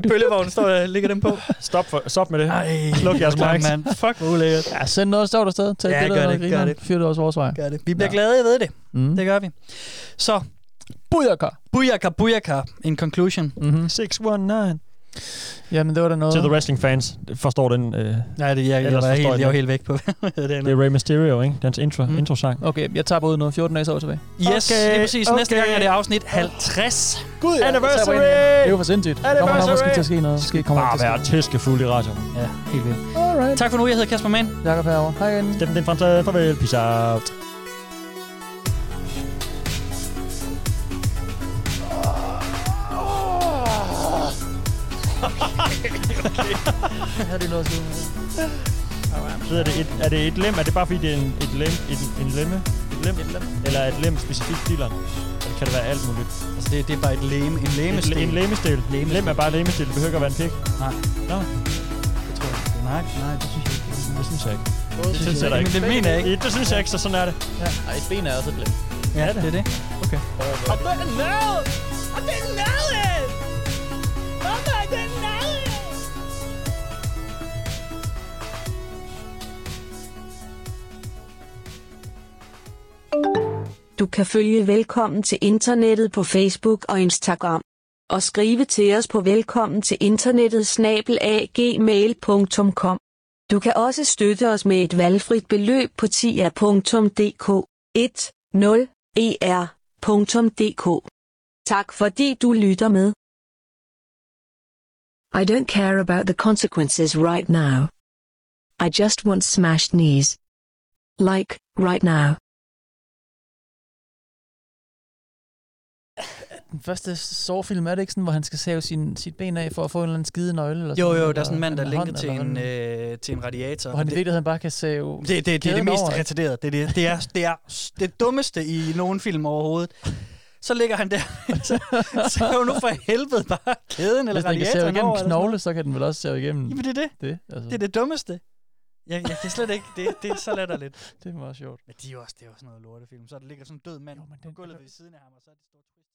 Bøllevognen står der og lægger dem på. Stop, for, stop med det. Ej, Sluk jeres mics. mand. Fuck, hvor ulækkert. Ja, send noget sjovt afsted. Tag Ja, et billede gør af det, gør grineren. det. Fyr det også vores vej. Gør det. Vi bliver glade, jeg ved det. Mm. Det gør vi. Så. Bujaka. Bujaka, bujaka. In conclusion. Mm-hmm. 619. Jamen, det var da noget. Til the wrestling fans, forstår den. Øh, Nej, det, jeg, jeg, var helt, jeg var helt væk på. [LAUGHS] det, Det er Rey Mysterio, ikke? Dens intro, mm. intro-sang. Okay, jeg tager både noget 14 dage så tilbage. Yes, okay, det er præcis. Okay. Næste okay. gang er det afsnit 50. Gud, ja, Anniversary! Det er jo for sindssygt. Der kommer nok måske til at ske noget. Måske kommer Bare der være til tæskefuld i radioen. Ja, helt vildt. Alright. Tak for nu. Jeg hedder Kasper Mann. Jakob herovre. Hej igen. Steffen Den Franse. Farvel. Peace out. [LAUGHS] Har du noget at sige? Så er det et, er det et lem? Er det bare fordi, det er en, et lem? Et, en lemme? Et lem? Et lem? Eller er et lem specifikt dilleren? Eller kan det være alt muligt? Altså, det, det er bare et lem, en lemestil. En, en lemestil. En lem er bare et lemestil. Det behøver ikke at være en pik. Nej. Nå. Det tror jeg ikke. Nej, nej, det synes jeg ikke. Det synes jeg ikke. synes Det synes jeg jeg da ikke. ikke. Men det mener jeg ikke. Det synes jeg ikke, så sådan er det. Ja. Ej, et ben er også et lem. Ja, det er det. Okay. I didn't know! I didn't know it! Mama, I didn't know it! Du kan følge Velkommen til Internettet på Facebook og Instagram. Og skrive til os på velkommen til internettet snabelagmail.com. Du kan også støtte os med et valgfrit beløb på tia.dk E 10er.dk. Tak fordi du lytter med. I don't care about the consequences right now. I just want smashed knees. Like, right now. Den første sårfilm er det ikke sådan, hvor han skal save sin, sit ben af for at få en eller anden skide nøgle? Eller Jo, sådan, jo, der eller er sådan en mand, der eller linker hånd, til eller en, hvad? øh, til en radiator. Hvor han i Det- virkeligheden bare kan save Det, det, det, det er det kæden mest over. retarderede. Det, er det, det, er, det er det dummeste i nogen film overhovedet. Så ligger han der. [LAUGHS] Så, så er jo nu for helvede bare kæden eller Hvis den kan save radiatoren igennem en over. eller sådan knogle, så kan den vel også save igennem... Jamen, det er det. Det, altså. Det er det dummeste. Jeg, jeg kan slet ikke. Det, det er så latterligt. det er meget sjovt. Men de er jo også, det er jo sådan noget lortefilm. Så der ligger sådan en død mand på gulvet ved siden af ham, og så er de store